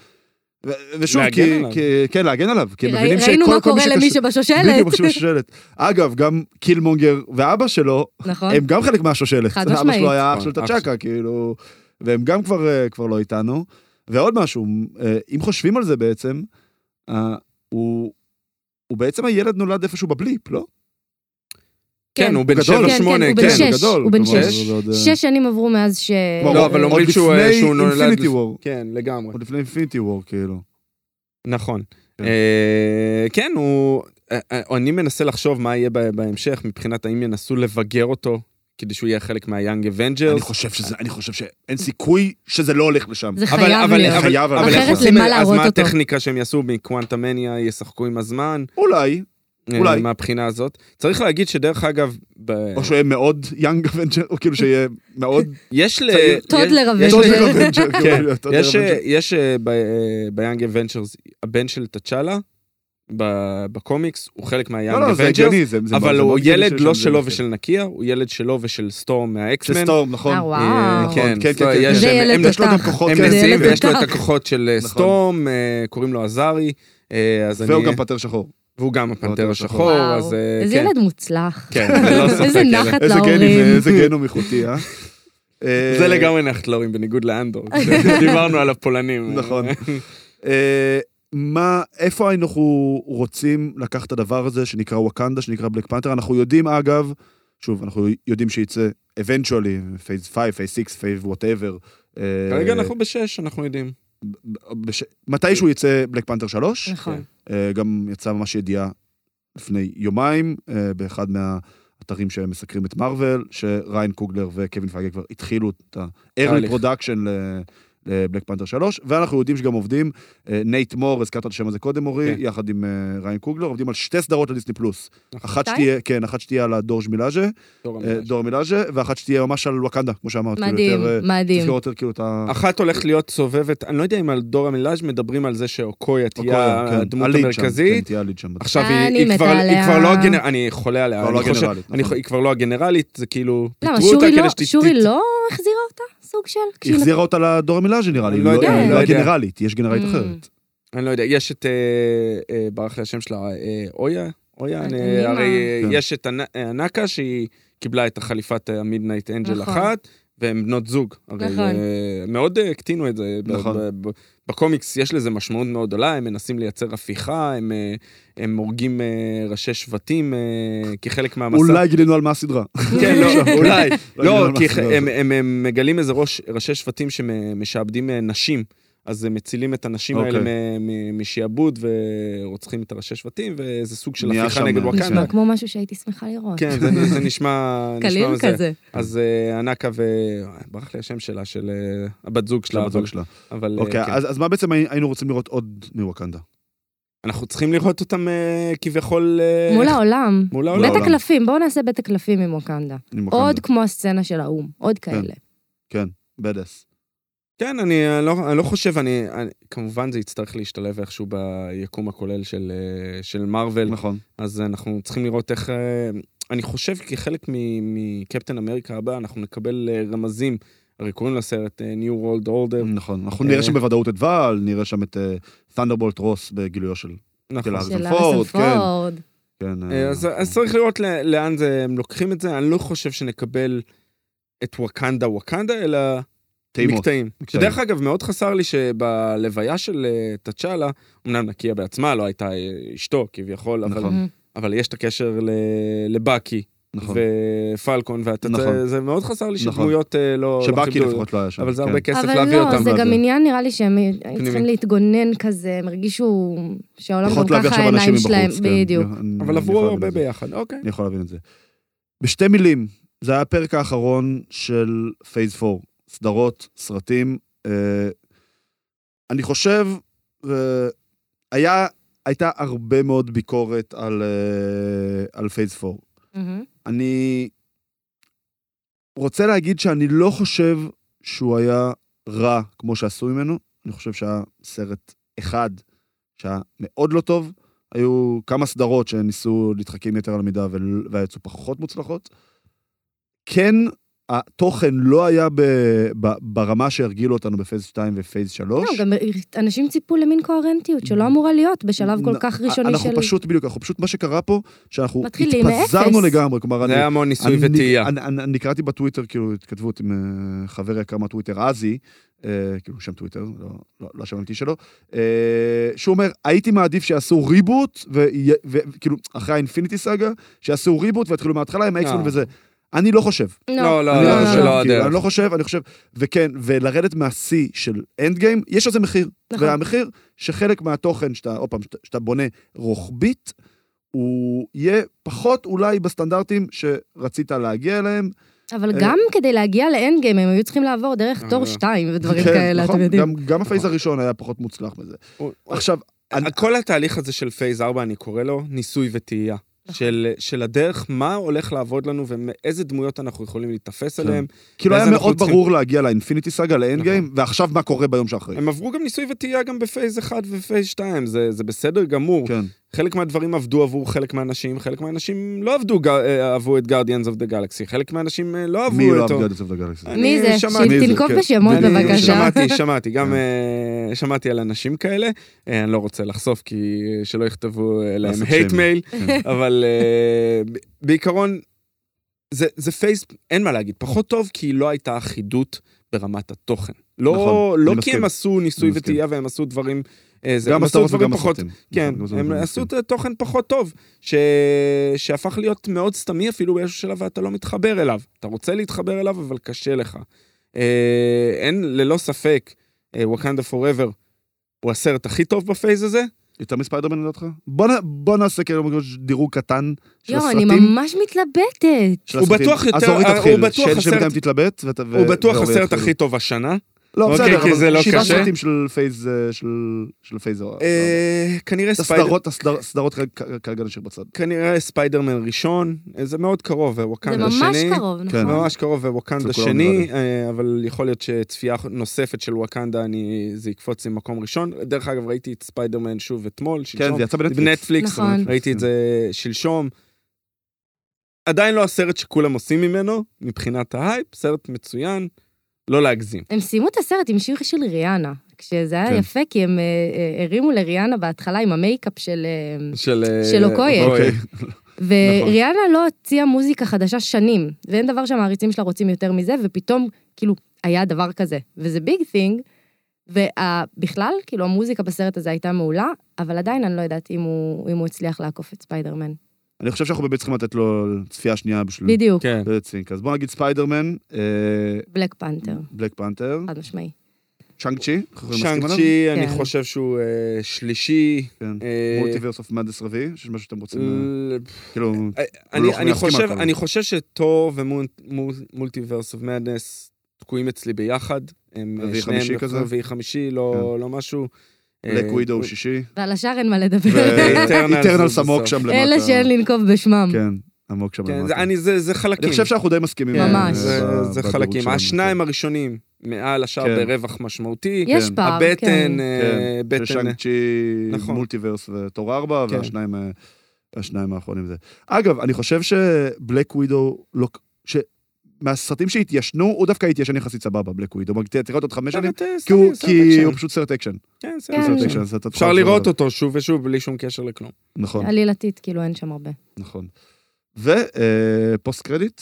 Speaker 1: ו- ושוב,
Speaker 2: להגן
Speaker 1: כי,
Speaker 2: עליו.
Speaker 1: כי, כן, להגן עליו, כי הם
Speaker 4: ראי-
Speaker 1: מבינים שכל
Speaker 4: ראינו מה
Speaker 1: כל מי
Speaker 4: קורה למי
Speaker 1: שקשור-
Speaker 4: שבשושלת.
Speaker 1: בדיוק, משהו בשושלת. אגב, גם קילמונגר ואבא שלו,
Speaker 4: נכון?
Speaker 1: הם גם חלק מהשושלת.
Speaker 4: חד
Speaker 1: אבא
Speaker 4: משמעית.
Speaker 1: שלו היה אח
Speaker 2: נכון,
Speaker 1: של
Speaker 2: אח
Speaker 1: תצ'קה, כאילו, והם גם כבר, אה, כבר לא איתנו. ועוד משהו, אה, אם חושבים על זה בעצם, אה, הוא, הוא בעצם הילד נולד איפשהו בבליפ, לא?
Speaker 2: כן, הוא בן
Speaker 1: גדול.
Speaker 2: 7-8,
Speaker 1: כן,
Speaker 4: כן, הוא בן
Speaker 2: כן.
Speaker 4: שש.
Speaker 1: גדול,
Speaker 4: הוא בן
Speaker 1: כלומר,
Speaker 2: שש.
Speaker 1: זה עוד, אה,
Speaker 4: שש שנים עברו מאז ש...
Speaker 1: כבר
Speaker 2: לא, אבל אומרים שהוא, אה, שהוא
Speaker 1: עוד
Speaker 2: נולד
Speaker 1: לפני
Speaker 2: לפ-
Speaker 1: אינפיניטי וור.
Speaker 2: כן, לגמרי.
Speaker 1: עוד לפני אינפיניטי וור, כאילו.
Speaker 2: נכון.
Speaker 1: כן.
Speaker 2: אה, כן, הוא... אה, אה, אני מנסה לחשוב מה יהיה ב- בהמשך, מבחינת האם ינסו לבגר אותו, כדי שהוא יהיה חלק מהיאנג אבנג'רס.
Speaker 1: אני חושב שזה, אני חושב שאין סיכוי שזה לא הולך לשם.
Speaker 4: זה חייב
Speaker 2: אבל,
Speaker 4: להיות.
Speaker 2: אבל,
Speaker 1: חייב,
Speaker 2: אבל
Speaker 1: אבל
Speaker 2: איך
Speaker 1: אחרת
Speaker 2: עושים
Speaker 4: למה
Speaker 2: את זה? אז
Speaker 4: להראות
Speaker 2: מה
Speaker 4: אותו?
Speaker 2: הטכניקה שהם יעשו מקוואנטמניה, ישחקו עם הזמן,
Speaker 1: אולי,
Speaker 2: אה,
Speaker 1: אולי.
Speaker 2: מהבחינה הזאת. צריך להגיד שדרך אגב, ב...
Speaker 1: או שהוא יהיה מאוד יאנג אבנג'ר, או כאילו שיהיה מאוד...
Speaker 2: יש ל...
Speaker 1: צעיר.
Speaker 4: טודלר
Speaker 2: יש-
Speaker 1: טודלר
Speaker 4: אבנג'ר.
Speaker 1: אבנג'ר, כאילו,
Speaker 2: כן.
Speaker 1: להיות טודלר
Speaker 2: יש, אה,
Speaker 1: אבנג'ר.
Speaker 2: יש אה, ב- אה, ביאנג אבנג'רס, הבן של תצ'אלה, ב- בקומיקס, הוא חלק
Speaker 1: לא,
Speaker 2: מהיאנג
Speaker 1: לא, זה
Speaker 2: אבנג'רס.
Speaker 1: הגיוני, זה... זה-
Speaker 2: אבל
Speaker 1: זה
Speaker 2: הוא
Speaker 1: מאוד הגיוני
Speaker 2: ילד
Speaker 1: שיש
Speaker 2: לא
Speaker 1: שם
Speaker 2: שלו
Speaker 1: זה.
Speaker 2: ושל נקיה, הוא ילד שלו ושל סטורם
Speaker 1: של
Speaker 2: מהאקסמן.
Speaker 1: סטורם, נכון.
Speaker 4: אה, וואו.
Speaker 2: אה,
Speaker 4: נכון,
Speaker 2: כן,
Speaker 1: כן, כן,
Speaker 2: לא,
Speaker 1: כן,
Speaker 2: יש-
Speaker 4: זה
Speaker 2: הם-
Speaker 4: ילד
Speaker 2: הם-
Speaker 1: יש לו גם
Speaker 4: תותח.
Speaker 1: כוחות,
Speaker 2: הם
Speaker 1: כן,
Speaker 4: זה
Speaker 2: נשיאים
Speaker 4: ילד
Speaker 2: ויש לו את
Speaker 4: תותח.
Speaker 2: הכוחות של אה,
Speaker 1: נכון.
Speaker 2: סטורם, אה, קוראים לו עזרי, אה, אז אני...
Speaker 1: והוא גם פטר שחור.
Speaker 2: והוא גם הפנתר
Speaker 1: פנתר
Speaker 2: השחור,
Speaker 4: וואו,
Speaker 2: אז אה,
Speaker 4: איזה
Speaker 2: כן.
Speaker 4: ילד מוצלח.
Speaker 2: כן, ללא ספק
Speaker 4: איזה
Speaker 2: ילד.
Speaker 4: נחת
Speaker 1: איזה גנים,
Speaker 4: להורים.
Speaker 1: איזה גנום איכותי, אה? אה,
Speaker 2: זה לגמרי נחת להורים, בניגוד לאנדור, שדיברנו על הפולנים.
Speaker 1: נכון. אה, מה, איפה אנחנו רוצים לקחת את הדבר הזה שנקרא וואקנדה, שנקרא בלק פנתר? אנחנו יודעים, אגב, שוב, אנחנו יודעים שייצא eventually, פייס 5, פייס 6, פייס וואטאבר. אה,
Speaker 2: כרגע אנחנו בשש, אנחנו יודעים.
Speaker 1: מתישהו יצא בלק פנתר 3.
Speaker 4: נכון.
Speaker 1: אה, גם יצאה ממש ידיעה לפני יומיים, אה, באחד מהאתרים שמסקרים את מארוול, שריין קוגלר וקווין פייגה כבר התחילו את ה-early
Speaker 2: תהליך.
Speaker 1: production ל- לבלק פנתר 3, ואנחנו יודעים שגם עובדים, אה, נייט מור, הזכרת את השם הזה קודם, אורי,
Speaker 2: כן.
Speaker 1: יחד עם אה, ריין קוגלר, עובדים על שתי סדרות לדיסני פלוס.
Speaker 2: נכון.
Speaker 1: אחת
Speaker 4: שתיים?
Speaker 1: שתהיה, כן, אחת שתהיה על הדור מילאז'ה,
Speaker 2: דור
Speaker 1: אה,
Speaker 2: המדע.
Speaker 1: דור מילאז'ה, ואחת שתהיה ממש על וואקנדה, כמו שאמרת. כאילו,
Speaker 4: מדהים,
Speaker 1: יותר, אה, צריך
Speaker 4: מדהים.
Speaker 1: לראות יותר כאילו את ה...
Speaker 2: אחת הולכת להיות סובבת, אני לא יודע אם על דור המילאז' מדברים על זה שאוקויה תהיה
Speaker 1: כן,
Speaker 2: הדמות
Speaker 1: הליד שם, כן,
Speaker 2: המרכזית.
Speaker 1: תהיה הליד שם.
Speaker 2: עכשיו
Speaker 4: אה, אני
Speaker 2: היא- היא
Speaker 4: מתה
Speaker 2: כבר- היא
Speaker 4: עליה.
Speaker 2: כבר לא הגנרלית, אני חולה עליה,
Speaker 1: כבר לא
Speaker 2: אני חושב-
Speaker 1: הגנרלית,
Speaker 2: אני
Speaker 1: נכון.
Speaker 2: חו- היא כבר לא הגנרלית, זה כאילו,
Speaker 4: למה,
Speaker 2: פיטרו אותה
Speaker 4: שורי
Speaker 2: כדי
Speaker 4: לא-
Speaker 2: שת-
Speaker 4: שורי
Speaker 2: ת-
Speaker 4: לא החזירה אותה? סוג של?
Speaker 1: היא החזירה אותה לדור המילאז'ה נראה לי,
Speaker 2: אני
Speaker 1: היא
Speaker 2: לא
Speaker 1: לא
Speaker 2: יודע,
Speaker 1: היא
Speaker 4: אני
Speaker 1: לא
Speaker 2: לא יודע.
Speaker 1: הגנרלית, יש גנרלית
Speaker 4: Mm.
Speaker 1: אחרת.
Speaker 2: אני לא יודע, יש את, אה, אה, ברח לי השם שלה, אה, אויה, אויה, אני-
Speaker 4: הנימה.
Speaker 2: הרי אה,
Speaker 1: כן.
Speaker 2: יש את הנ- אה, הנקה שהיא קיבלה את החליפת המידנייט אנג'ל
Speaker 4: נכון.
Speaker 2: אחת, והן בנות זוג. הרי,
Speaker 4: נכון.
Speaker 2: אה, מאוד אה, הקטינו את זה. ב-
Speaker 1: נכון.
Speaker 2: ב- ב- בקומיקס יש לזה משמעות מאוד גדולה, הם מנסים לייצר הפיכה, הם, אה, הם הורגים אה, ראשי שבטים אה, כחלק מהמסע.
Speaker 1: אולי גילינו על מה הסדרה.
Speaker 2: כן, לא, אולי.
Speaker 1: גילינו
Speaker 2: לא,
Speaker 1: על מה
Speaker 2: כי
Speaker 1: הסדרה.
Speaker 2: הם- הם- הם מגלים איזה ראש- ראשי שבטים שמשעבדים אה, נשים, אז הם מצילים את הנשים האלה
Speaker 1: אוקיי.
Speaker 2: מ- מ- משעבוד ורוצחים את הראשי שבטים, וזה סוג של
Speaker 1: נהיה
Speaker 2: הפיכה
Speaker 1: שם-
Speaker 2: נגד וואקנדה.
Speaker 4: נשמע כמו משהו שהייתי שמחה לראות.
Speaker 2: כן, זה- זה נשמע... נשמע
Speaker 4: קליל
Speaker 2: מזה.
Speaker 4: כזה.
Speaker 2: אז אה, ענקה ו... אה, ברח לי השם שלה, של אה, הבת זוג
Speaker 1: של
Speaker 2: שלה.
Speaker 1: הבת זוג
Speaker 2: אבל-
Speaker 1: שלה.
Speaker 2: אבל... אה,
Speaker 1: אוקיי,
Speaker 2: כן.
Speaker 1: אז אז מה בעצם היינו רוצים לראות עוד מווקנדה?
Speaker 2: אנחנו צריכים לראות אותם אה, כביכול... אה,
Speaker 4: מול העולם.
Speaker 2: מול העולם.
Speaker 1: העולם.
Speaker 4: בית הקלפים, בואו נעשה בית הקלפים עם ווקנדה.
Speaker 1: עם ווקנדה.
Speaker 4: עוד כמו הסצנה של האו"ם, עוד
Speaker 1: כן.
Speaker 4: כאלה.
Speaker 1: בדס.
Speaker 2: כן, אני אה, לא, אני לא חושב, אני, אני... כמובן זה יצטרך להשתלב איכשהו ביקום הכולל של, אה, של מארוול.
Speaker 1: נכון.
Speaker 2: אז אנחנו צריכים לראות איך... אה, אני חושב כחלק מ- מקפטן אמריקה הבא, אנחנו נקבל אה, רמזים, הרי קוראים לסרט אה, New World Order.
Speaker 1: נכון. אנחנו נראה
Speaker 2: אה,
Speaker 1: שם בוודאות את ואל, נראה שם את תנדרבולט רוס בגילויו של...
Speaker 2: נכון.
Speaker 1: אריזון
Speaker 4: של
Speaker 1: פורד,
Speaker 4: אריסון
Speaker 1: כן.
Speaker 4: פורד.
Speaker 1: כן. אה,
Speaker 2: אה, אז אז צריך לראות ל- לאן זה, הם לוקחים את זה, אני לא חושב שנקבל את וואקנדה וואקנדה, אלא
Speaker 1: טעימות.
Speaker 2: מקטעים.
Speaker 1: מקטעים.
Speaker 2: שדרך אגב, מאוד חסר לי שבלוויה של אה, תצ'אלה, אמנם נקיה בעצמה, לא הייתה אה, אשתו כביכול, אבל-
Speaker 1: נכון.
Speaker 2: אבל יש את הקשר ל- לבאקי
Speaker 1: נכון.
Speaker 2: ופלקון,
Speaker 1: נכון.
Speaker 2: וזה מאוד חסר לי
Speaker 1: נכון.
Speaker 2: שדמויות אה, לא... לא
Speaker 1: שבאקי
Speaker 2: כיבדו-
Speaker 1: לפחות לא היה שם.
Speaker 2: אבל זה
Speaker 1: כן.
Speaker 2: הרבה כסף
Speaker 4: אבל
Speaker 2: להביא
Speaker 4: לא,
Speaker 2: אותם.
Speaker 4: זה
Speaker 1: לזה.
Speaker 4: גם עניין, נראה לי שהם היו צריכים
Speaker 2: פנימי.
Speaker 4: להתגונן כזה, הם הרגישו שהעולם
Speaker 1: יכולת
Speaker 4: גם
Speaker 1: להביא
Speaker 4: ככה
Speaker 1: עכשיו אנשים
Speaker 4: העיניים שלהם,
Speaker 1: מבחוץ. כן.
Speaker 4: בדיוק.
Speaker 1: אני-
Speaker 2: אבל
Speaker 1: אני
Speaker 2: עברו
Speaker 1: יכול להבין
Speaker 2: הרבה
Speaker 1: את זה.
Speaker 2: ביחד, אוקיי.
Speaker 1: אני יכול להבין את זה. בשתי מילים, זה היה הפרק האחרון של פייס 4. סדרות, סרטים. אה, אני חושב, אה, היה, הייתה הרבה מאוד ביקורת על, אה, על פייס 4.
Speaker 4: מהמם.
Speaker 1: אני רוצה להגיד שאני לא חושב שהוא היה רע כמו שעשו ממנו. אני חושב שהיה סרט אחד שהיה מאוד לא טוב. היו כמה סדרות שניסו להתחכם יתר על המידה ול- ויצאו פחות מוצלחות. כן, התוכן לא היה ב... ב... ברמה שהרגילו אותנו בפייס 2 ופייס 3.
Speaker 4: לא, גם אנשים ציפו למין קוהרנטיות שלא אמורה להיות בשלב כל כך ראשוני של...
Speaker 1: אנחנו פשוט, בדיוק, אנחנו פשוט, מה שקרה פה, שאנחנו
Speaker 4: מתחילים
Speaker 1: התפזרנו
Speaker 4: מאפס.
Speaker 1: לגמרי, כלומר,
Speaker 2: זה
Speaker 1: אני...
Speaker 2: היה המון ניסוי
Speaker 1: אני-
Speaker 2: וטעייה.
Speaker 1: אני, אני, אני קראתי בטוויטר, כאילו, התכתבות עם אה, חבר יקר מהטוויטר, עזי, אה, כאילו, שם טוויטר, לא, לא, לא השם האמיתי שלו, אה, שהוא אומר, הייתי מעדיף שיעשו ריבוט, וכאילו, כאילו, אחרי האינפיניטי סאגה, שיעשו ריבוט ויתחילו מההתחלה עם האקסמן
Speaker 2: אה.
Speaker 1: וזה. אני לא חושב.
Speaker 2: לא, לא,
Speaker 1: אני
Speaker 4: לא,
Speaker 1: לא
Speaker 4: לא,
Speaker 1: חושב,
Speaker 4: לא.
Speaker 1: כאילו,
Speaker 2: הדרך.
Speaker 1: אני לא חושב, אני חושב, וכן, ולרדת מהשיא של אנד גיים, יש לזה מחיר.
Speaker 4: נכון.
Speaker 1: והמחיר שחלק מהתוכן שאתה, עוד פעם, שאתה- שאתה בונה רוחבית, הוא יהיה פחות אולי בסטנדרטים שרצית להגיע אליהם.
Speaker 4: אבל
Speaker 1: אה,
Speaker 4: גם כדי להגיע לאנד גיים הם היו צריכים לעבור דרך
Speaker 2: אה,
Speaker 4: דור
Speaker 2: לא.
Speaker 4: 2 ודברים
Speaker 1: כן,
Speaker 4: כאלה,
Speaker 1: נכון?
Speaker 4: אתם יודעים.
Speaker 1: גם- גם הפייס הראשון היה פחות מוצלח מזה.
Speaker 2: הוא-
Speaker 1: עכשיו, אני-
Speaker 2: כל התהליך הזה של פייז 4, אני קורא לו ניסוי וטעייה.
Speaker 4: נכון.
Speaker 2: של, של הדרך, מה הולך לעבוד לנו ומאיזה דמויות אנחנו יכולים להיתפס
Speaker 1: כן.
Speaker 2: עליהם.
Speaker 1: כאילו
Speaker 2: ואז
Speaker 1: היה
Speaker 2: אנחנו
Speaker 1: מאוד
Speaker 2: צריכים- נכון.
Speaker 1: ברור להגיע לאינפיניטי סאגה, לאנד גיים, ועכשיו מה קורה ביום שאחרי.
Speaker 2: הם עברו גם ניסוי וטעייה גם בפייז 1 ופייז 2, זה, זה בסדר גמור.
Speaker 1: כן,
Speaker 2: חלק מהדברים עבדו עבור חלק מהאנשים, חלק מהאנשים לא עבדו, ג- אה, אהבו את Guardians of the Galaxy, חלק מהאנשים אה, לא
Speaker 1: מי
Speaker 2: אהבו
Speaker 1: לא
Speaker 2: אותו.
Speaker 1: עבד את זה בגלקסי?
Speaker 2: אני
Speaker 4: מי זה?
Speaker 2: שמעתי.
Speaker 1: מי זה,
Speaker 4: שתנקוב
Speaker 1: כן.
Speaker 4: בשמות
Speaker 1: אני-
Speaker 2: אני
Speaker 4: בבקשה.
Speaker 2: שמעתי, שמעתי, גם
Speaker 1: כן.
Speaker 2: אה, שמעתי על אנשים כאלה. אה, אני לא רוצה לחשוף כי אה, שלא יכתבו אה, להם
Speaker 1: לעשות
Speaker 2: hate
Speaker 1: שיימינג.
Speaker 2: mail,
Speaker 1: כן.
Speaker 2: אבל אה, ב- בעיקרון, זה, זה פייס, אין מה להגיד, פחות טוב כי לא הייתה אחידות ברמת התוכן. לא,
Speaker 1: נכון, אני
Speaker 2: לא כי
Speaker 1: מסכים.
Speaker 2: הם עשו
Speaker 1: אני
Speaker 2: ניסוי
Speaker 1: מסכים.
Speaker 2: וטעייה והם עשו דברים, אה, זה,
Speaker 1: גם
Speaker 2: הם עשו
Speaker 1: הסדרות
Speaker 2: דברים
Speaker 1: וגם
Speaker 2: פחות,
Speaker 1: הסרטים.
Speaker 2: כן,
Speaker 1: נכון, גם הסדרות
Speaker 2: הם
Speaker 1: וגם
Speaker 2: עשו
Speaker 1: הסרטים.
Speaker 2: את תוכן פחות טוב, ש... שהפך להיות מאוד סתמי אפילו באיזשהו שלב ואתה לא מתחבר אליו. אתה רוצה להתחבר אליו, אבל קשה לך. אה, אין, ללא ספק, וואקנדה פוראבר הוא הסרט הכי טוב בפייז הזה.
Speaker 1: יותר מספיידרמן לדעתך? בוא נ- בוא נעשה כאילו דירוג קטן של
Speaker 4: יואו, לא, אני
Speaker 1: הסרטים.
Speaker 4: ממש מתלבטת.
Speaker 1: של
Speaker 2: הוא
Speaker 1: הסרטים.
Speaker 2: בטוח יותר-
Speaker 1: אז אורי
Speaker 2: אה, הוא
Speaker 1: תתחיל,
Speaker 2: בטוח
Speaker 1: שאין שם
Speaker 2: הסרט-
Speaker 1: גם תתלבט. ואת- ו-
Speaker 2: הוא בטוח
Speaker 1: ואורי
Speaker 2: הסרט
Speaker 1: יתחיל.
Speaker 2: הכי טוב השנה.
Speaker 1: לא,
Speaker 2: אוקיי,
Speaker 1: בסדר,
Speaker 2: כי זה
Speaker 1: אבל
Speaker 2: לא
Speaker 1: שבעה
Speaker 2: קשה.
Speaker 1: סרטים של פייז, אה, של של פייז. אה,
Speaker 2: אה, כנראה
Speaker 1: את
Speaker 2: ספיידר-
Speaker 1: הסדרות, הסדר- הסדרות כ- כ- כרגע נשאיר בצד.
Speaker 2: כנראה ספיידרמן ראשון, אה, זה מאוד קרוב,
Speaker 4: זה
Speaker 2: ווואקנדה
Speaker 4: ממש
Speaker 2: שני.
Speaker 4: קרוב,
Speaker 1: כן.
Speaker 4: נכון.
Speaker 2: ממש קרוב ווואקנדה
Speaker 1: אצל כולם נראה
Speaker 2: שני,
Speaker 1: לי.
Speaker 2: אה, אבל יכול להיות שצפייה נוספת של וואקנדה, אני, זה יקפוץ עם מקום ראשון. דרך אגב, ראיתי את ספיידרמן שוב אתמול,
Speaker 1: כן,
Speaker 2: שלשום.
Speaker 1: זה יצא בנטפליקס.
Speaker 4: נטפליקס.
Speaker 2: בנטפליקס,
Speaker 4: נכון.
Speaker 2: ראיתי את זה שלשום. עדיין לא הסרט שכולם עושים ממנו, מבחינת ההייפ, סרט מצוין, לא להגזים.
Speaker 4: הם סיימו את הסרט עם שיר של ריאנה. כשזה
Speaker 1: כן.
Speaker 4: היה יפה, כי הם אה, אה, הרימו לריאנה בהתחלה עם המייקאפ של... אה,
Speaker 2: של... אה,
Speaker 4: של אוקויה.
Speaker 1: אוקיי.
Speaker 4: וריאנה לא הוציאה מוזיקה חדשה שנים, ואין דבר שהמעריצים שלה רוצים יותר מזה, ופתאום, כאילו, היה דבר כזה. וזה ביג תינג, ובכלל, כאילו, המוזיקה בסרט הזה הייתה מעולה, אבל עדיין אני לא יודעת אם הוא, אם הוא הצליח לעקוף את ספיידרמן.
Speaker 1: אני חושב שאנחנו באמת צריכים לתת לו צפייה שנייה בשביל...
Speaker 4: בדיוק,
Speaker 2: כן.
Speaker 1: בדיוק. אז בוא נגיד ספיידרמן, אה,
Speaker 4: בלק פנתר,
Speaker 1: בלק פנתר,
Speaker 4: חד משמעי.
Speaker 1: צ'אנג צ'י, אנחנו יכולים להסכים
Speaker 2: צ'אנג
Speaker 1: עליו?
Speaker 2: צ'י, אני
Speaker 4: כן.
Speaker 2: חושב שהוא אה, שלישי.
Speaker 1: כן.
Speaker 2: אה,
Speaker 1: מולטיברס אוף מדס רביעי, שיש משהו שאתם רוצים... אה,
Speaker 2: ל-
Speaker 1: כאילו,
Speaker 2: אני-
Speaker 1: אנחנו
Speaker 2: אני
Speaker 1: נסכים
Speaker 2: חושב-
Speaker 1: על כל
Speaker 2: אני
Speaker 1: זה.
Speaker 2: חושב שתור ומולטיברס אוף מדנס תקועים אצלי ביחד. הם אה,
Speaker 1: רביעי,
Speaker 2: שניהם
Speaker 1: חמישי כזה? כן.
Speaker 2: רביעי חמישי, לא לא משהו.
Speaker 1: בלק
Speaker 2: אה,
Speaker 1: ווידו שישי,
Speaker 4: ועל השאר אין מה לדבר.
Speaker 2: ואיטרנלס
Speaker 1: ואיטרנל
Speaker 2: זה
Speaker 1: סמוק
Speaker 2: בסוף.
Speaker 1: שם למטה.
Speaker 4: אלה שאין לנקוב בשמם.
Speaker 1: כן, עמוק שם
Speaker 2: כן,
Speaker 1: למטה.
Speaker 2: זה- אני- זה זה חלקים.
Speaker 1: אני חושב שאנחנו די מסכימים.
Speaker 4: כן,
Speaker 1: אה,
Speaker 4: ממש.
Speaker 2: זה-
Speaker 1: ב-
Speaker 2: זה
Speaker 1: בדירוג
Speaker 2: חלקים.
Speaker 1: שלנו.
Speaker 2: השניים הראשונים, מעל השאר
Speaker 1: כן.
Speaker 2: ברווח משמעותי.
Speaker 4: יש
Speaker 1: כן.
Speaker 4: פער, כן.
Speaker 2: הבטן, אה,
Speaker 1: כן, של
Speaker 2: בטן...
Speaker 1: שאנג צ'י,
Speaker 2: נכון.
Speaker 1: מולטיברס ותור ארבע,
Speaker 2: כן.
Speaker 1: והשניים אה, השניים האחרונים זה. אגב, אני חושב שבלק ווידו, לא- ש- מהסרטים שהתיישנו, הוא דווקא התיישן יחסית סבבה, בלק ווידו. אבל תראה אותו עוד חמש שנים,
Speaker 2: סרט, אה,
Speaker 1: כי הוא-
Speaker 2: סרט
Speaker 1: כי
Speaker 2: אקשן.
Speaker 1: הוא פשוט סרט אקשן.
Speaker 2: כן, סרט
Speaker 1: הוא
Speaker 4: כן.
Speaker 1: סרט
Speaker 2: אקשן.
Speaker 1: אקשן, סרט אתה
Speaker 2: אפשר
Speaker 1: יכול לחזור
Speaker 2: לראות
Speaker 1: עליו.
Speaker 2: אותו שוב ושוב בלי שום קשר לכלום.
Speaker 1: נכון,
Speaker 4: עלילתית, כאילו אין שם הרבה.
Speaker 1: נכון. ופוסט קרדיט,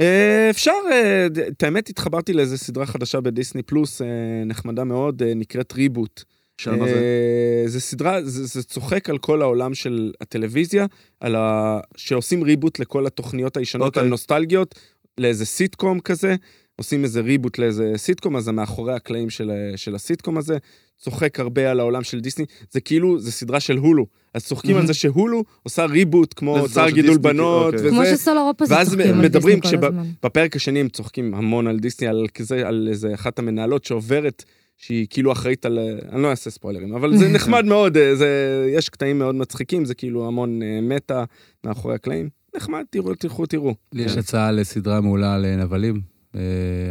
Speaker 2: אה, אפשר, אה, ד- את האמת התחברתי לאיזה סדרה חדשה בדיסני פלוס, אה, נחמדה מאוד, אה, נקראת ריבוט.
Speaker 1: של כן, מה זה?
Speaker 2: אה, זה סדרה, זה, זה צוחק על כל העולם של הטלוויזיה, על ה... שעושים ריבוט לכל התוכניות הישנות
Speaker 1: אוקיי.
Speaker 2: הנוסטלגיות, לאיזה סיטקום כזה, עושים איזה ריבוט לאיזה סיטקום, אז זה מאחורי הקלעים של, ה- של הסיטקום הזה, צוחק הרבה על העולם של דיסני, זה כאילו, זה סדרה של הולו, אז צוחקים על זה שהולו עושה ריבוט, כמו
Speaker 1: לסדרה
Speaker 2: אוצר
Speaker 1: של
Speaker 2: גידול
Speaker 1: דיסני,
Speaker 2: בנות,
Speaker 1: אוקיי.
Speaker 4: כמו
Speaker 2: וזה...
Speaker 4: שסולרופוס
Speaker 2: ואז
Speaker 4: צוחקים על
Speaker 2: מדברים
Speaker 4: דיסני כל
Speaker 2: כשב-
Speaker 4: הזמן.
Speaker 2: בפרק השני הם צוחקים המון על דיסני, על, כזה, על איזה אחת המנהלות שעוברת, שהיא כאילו אחראית על... אה, אני לא אעשה ספוילרים, אבל זה נחמד מאוד, אה, זה, יש קטעים מאוד מצחיקים, זה כאילו המון אה, מטה מאחורי הקלעים. נחמד, תראו, תלכו, תראו.
Speaker 3: לי יש
Speaker 2: כן.
Speaker 3: הצעה לסדרה מעולה על אה, נבלים, אה,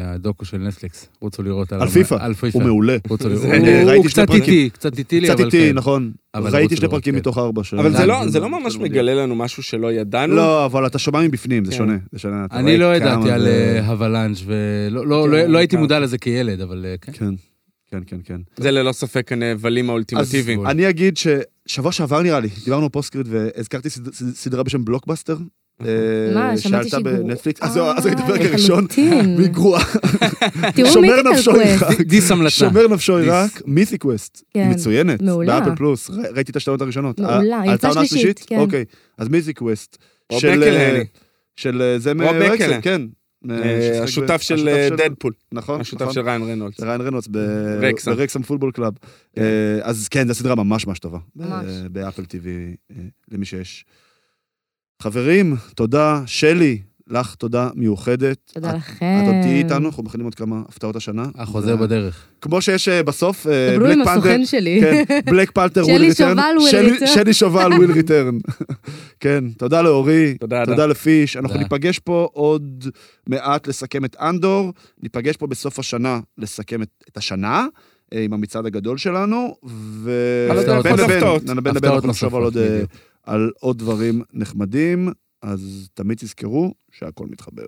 Speaker 3: הדוקו של נטפליקס. רוצו לראות
Speaker 1: על פיפא.
Speaker 3: על פיפא.
Speaker 1: הוא מעולה.
Speaker 3: רוצו לראות.
Speaker 2: זה-
Speaker 3: הוא-
Speaker 1: ראיתי
Speaker 3: הוא
Speaker 1: שני
Speaker 3: קצת
Speaker 1: פרקים.
Speaker 3: איטי, קצת איטי לי,
Speaker 1: קצת
Speaker 3: אבל
Speaker 1: איטי,
Speaker 3: כן.
Speaker 1: נכון.
Speaker 3: אבל
Speaker 1: ראיתי
Speaker 3: רוצה
Speaker 1: שני
Speaker 3: לראות,
Speaker 1: פרקים
Speaker 3: כן.
Speaker 1: מתוך ארבע. ש-
Speaker 2: אבל זה
Speaker 3: זה
Speaker 2: לא, זה לא
Speaker 1: מדהים.
Speaker 2: ממש מגלה לנו משהו שלא ידענו.
Speaker 1: לא, אבל אתה שומע מבפנים, זה
Speaker 2: כן.
Speaker 1: שונה. זה שונה. אתה
Speaker 3: אני
Speaker 1: רואה
Speaker 3: לא
Speaker 1: כמה
Speaker 3: ידעתי על
Speaker 1: זה-
Speaker 3: אה, הוולאנג' ולא לא-
Speaker 2: כן,
Speaker 3: לא- לא הייתי
Speaker 2: כן.
Speaker 3: מודע לזה כילד, אבל אה, כן.
Speaker 1: כן, כן, כן, כן.
Speaker 2: זה ללא ספק הנבלים האולטימטיביים.
Speaker 3: בול.
Speaker 1: אני אגיד ששבוע שעבר נראה לי, דיברנו פוסט-קריט והזכרתי סד- סד- סדרה בשם בלוקבאסטר. אה,
Speaker 4: מה, שמעתי
Speaker 1: שעלתה
Speaker 4: שהיא גרועה.
Speaker 1: בנטפליקס. אז זהו, אז ראיתי את הפרק
Speaker 4: אה,
Speaker 1: הראשון.
Speaker 4: לחלוטין.
Speaker 1: והיא גרועה.
Speaker 4: תראו
Speaker 1: שומר
Speaker 4: מיתיקל
Speaker 1: נפשו
Speaker 4: קווסט.
Speaker 1: ירחק.
Speaker 3: דיס המלצה.
Speaker 1: שומר נפשו
Speaker 3: דיס.
Speaker 1: עיראק, מית'י קווסט,
Speaker 4: כן.
Speaker 1: מצוינת,
Speaker 4: מעולה.
Speaker 1: באפל פלוס, ר- ראיתי את השתיות הראשונות.
Speaker 4: מעולה,
Speaker 1: אה,
Speaker 4: יצאה
Speaker 1: עלתה עונה
Speaker 4: שלישית, כן.
Speaker 1: אוקיי, אז מית'י קווסט.
Speaker 2: רוב
Speaker 1: של, אה,
Speaker 2: בקלהני.
Speaker 1: של אה, זה
Speaker 2: רוב
Speaker 1: מרקסל,
Speaker 2: בקלה.
Speaker 1: כן.
Speaker 2: אה,
Speaker 1: ששיחק ב-
Speaker 2: השותף של אה, דדפול,
Speaker 1: נכון,
Speaker 2: השותף
Speaker 1: נכון.
Speaker 2: של ריין ריינולדס.
Speaker 1: זה ריין רנולדס ב-
Speaker 2: רקסם.
Speaker 1: ברקסם פולבול קלאב. אה, אז כן, זו סדרה ממש ממש טובה. ב-
Speaker 4: ממש.
Speaker 1: באפל טיווי, אה, למי שיש. חברים, תודה. שלי, לך תודה מיוחדת.
Speaker 4: תודה
Speaker 1: את-
Speaker 4: לכם.
Speaker 1: אה, את עוד תהיי איתנו, אנחנו מכינים עוד כמה הפתעות השנה.
Speaker 3: החוזר
Speaker 1: ו-
Speaker 3: בדרך.
Speaker 1: כמו שיש אה, בסוף, אה,
Speaker 4: דברו עם
Speaker 1: בלק פנתר,
Speaker 4: הסוכן שלי.
Speaker 1: כן, בלק פלטר
Speaker 4: שלי
Speaker 1: וויל ריטרן.
Speaker 4: שובל will return.
Speaker 1: שלי שובל וויל ריטרן. כן, תודה לאורי,
Speaker 2: תודה, אדם.
Speaker 1: תודה לפיש. אנחנו
Speaker 3: תודה.
Speaker 1: ניפגש פה עוד מעט לסכם את אנדור, ניפגש פה בסוף השנה לסכם את את השנה. אה, עם המצעד הגדול שלנו, ו...
Speaker 2: אבל
Speaker 3: הפתעות
Speaker 1: בין
Speaker 3: נוספות.
Speaker 1: לבין,
Speaker 2: הפתעות.
Speaker 1: בין לבין
Speaker 3: הפתעות
Speaker 1: אנחנו נחשוב על עוד,
Speaker 3: נוספות,
Speaker 1: אה,
Speaker 3: בדיוק.
Speaker 1: על עוד דברים נחמדים, אז תמיד תזכרו שהכל מתחבר.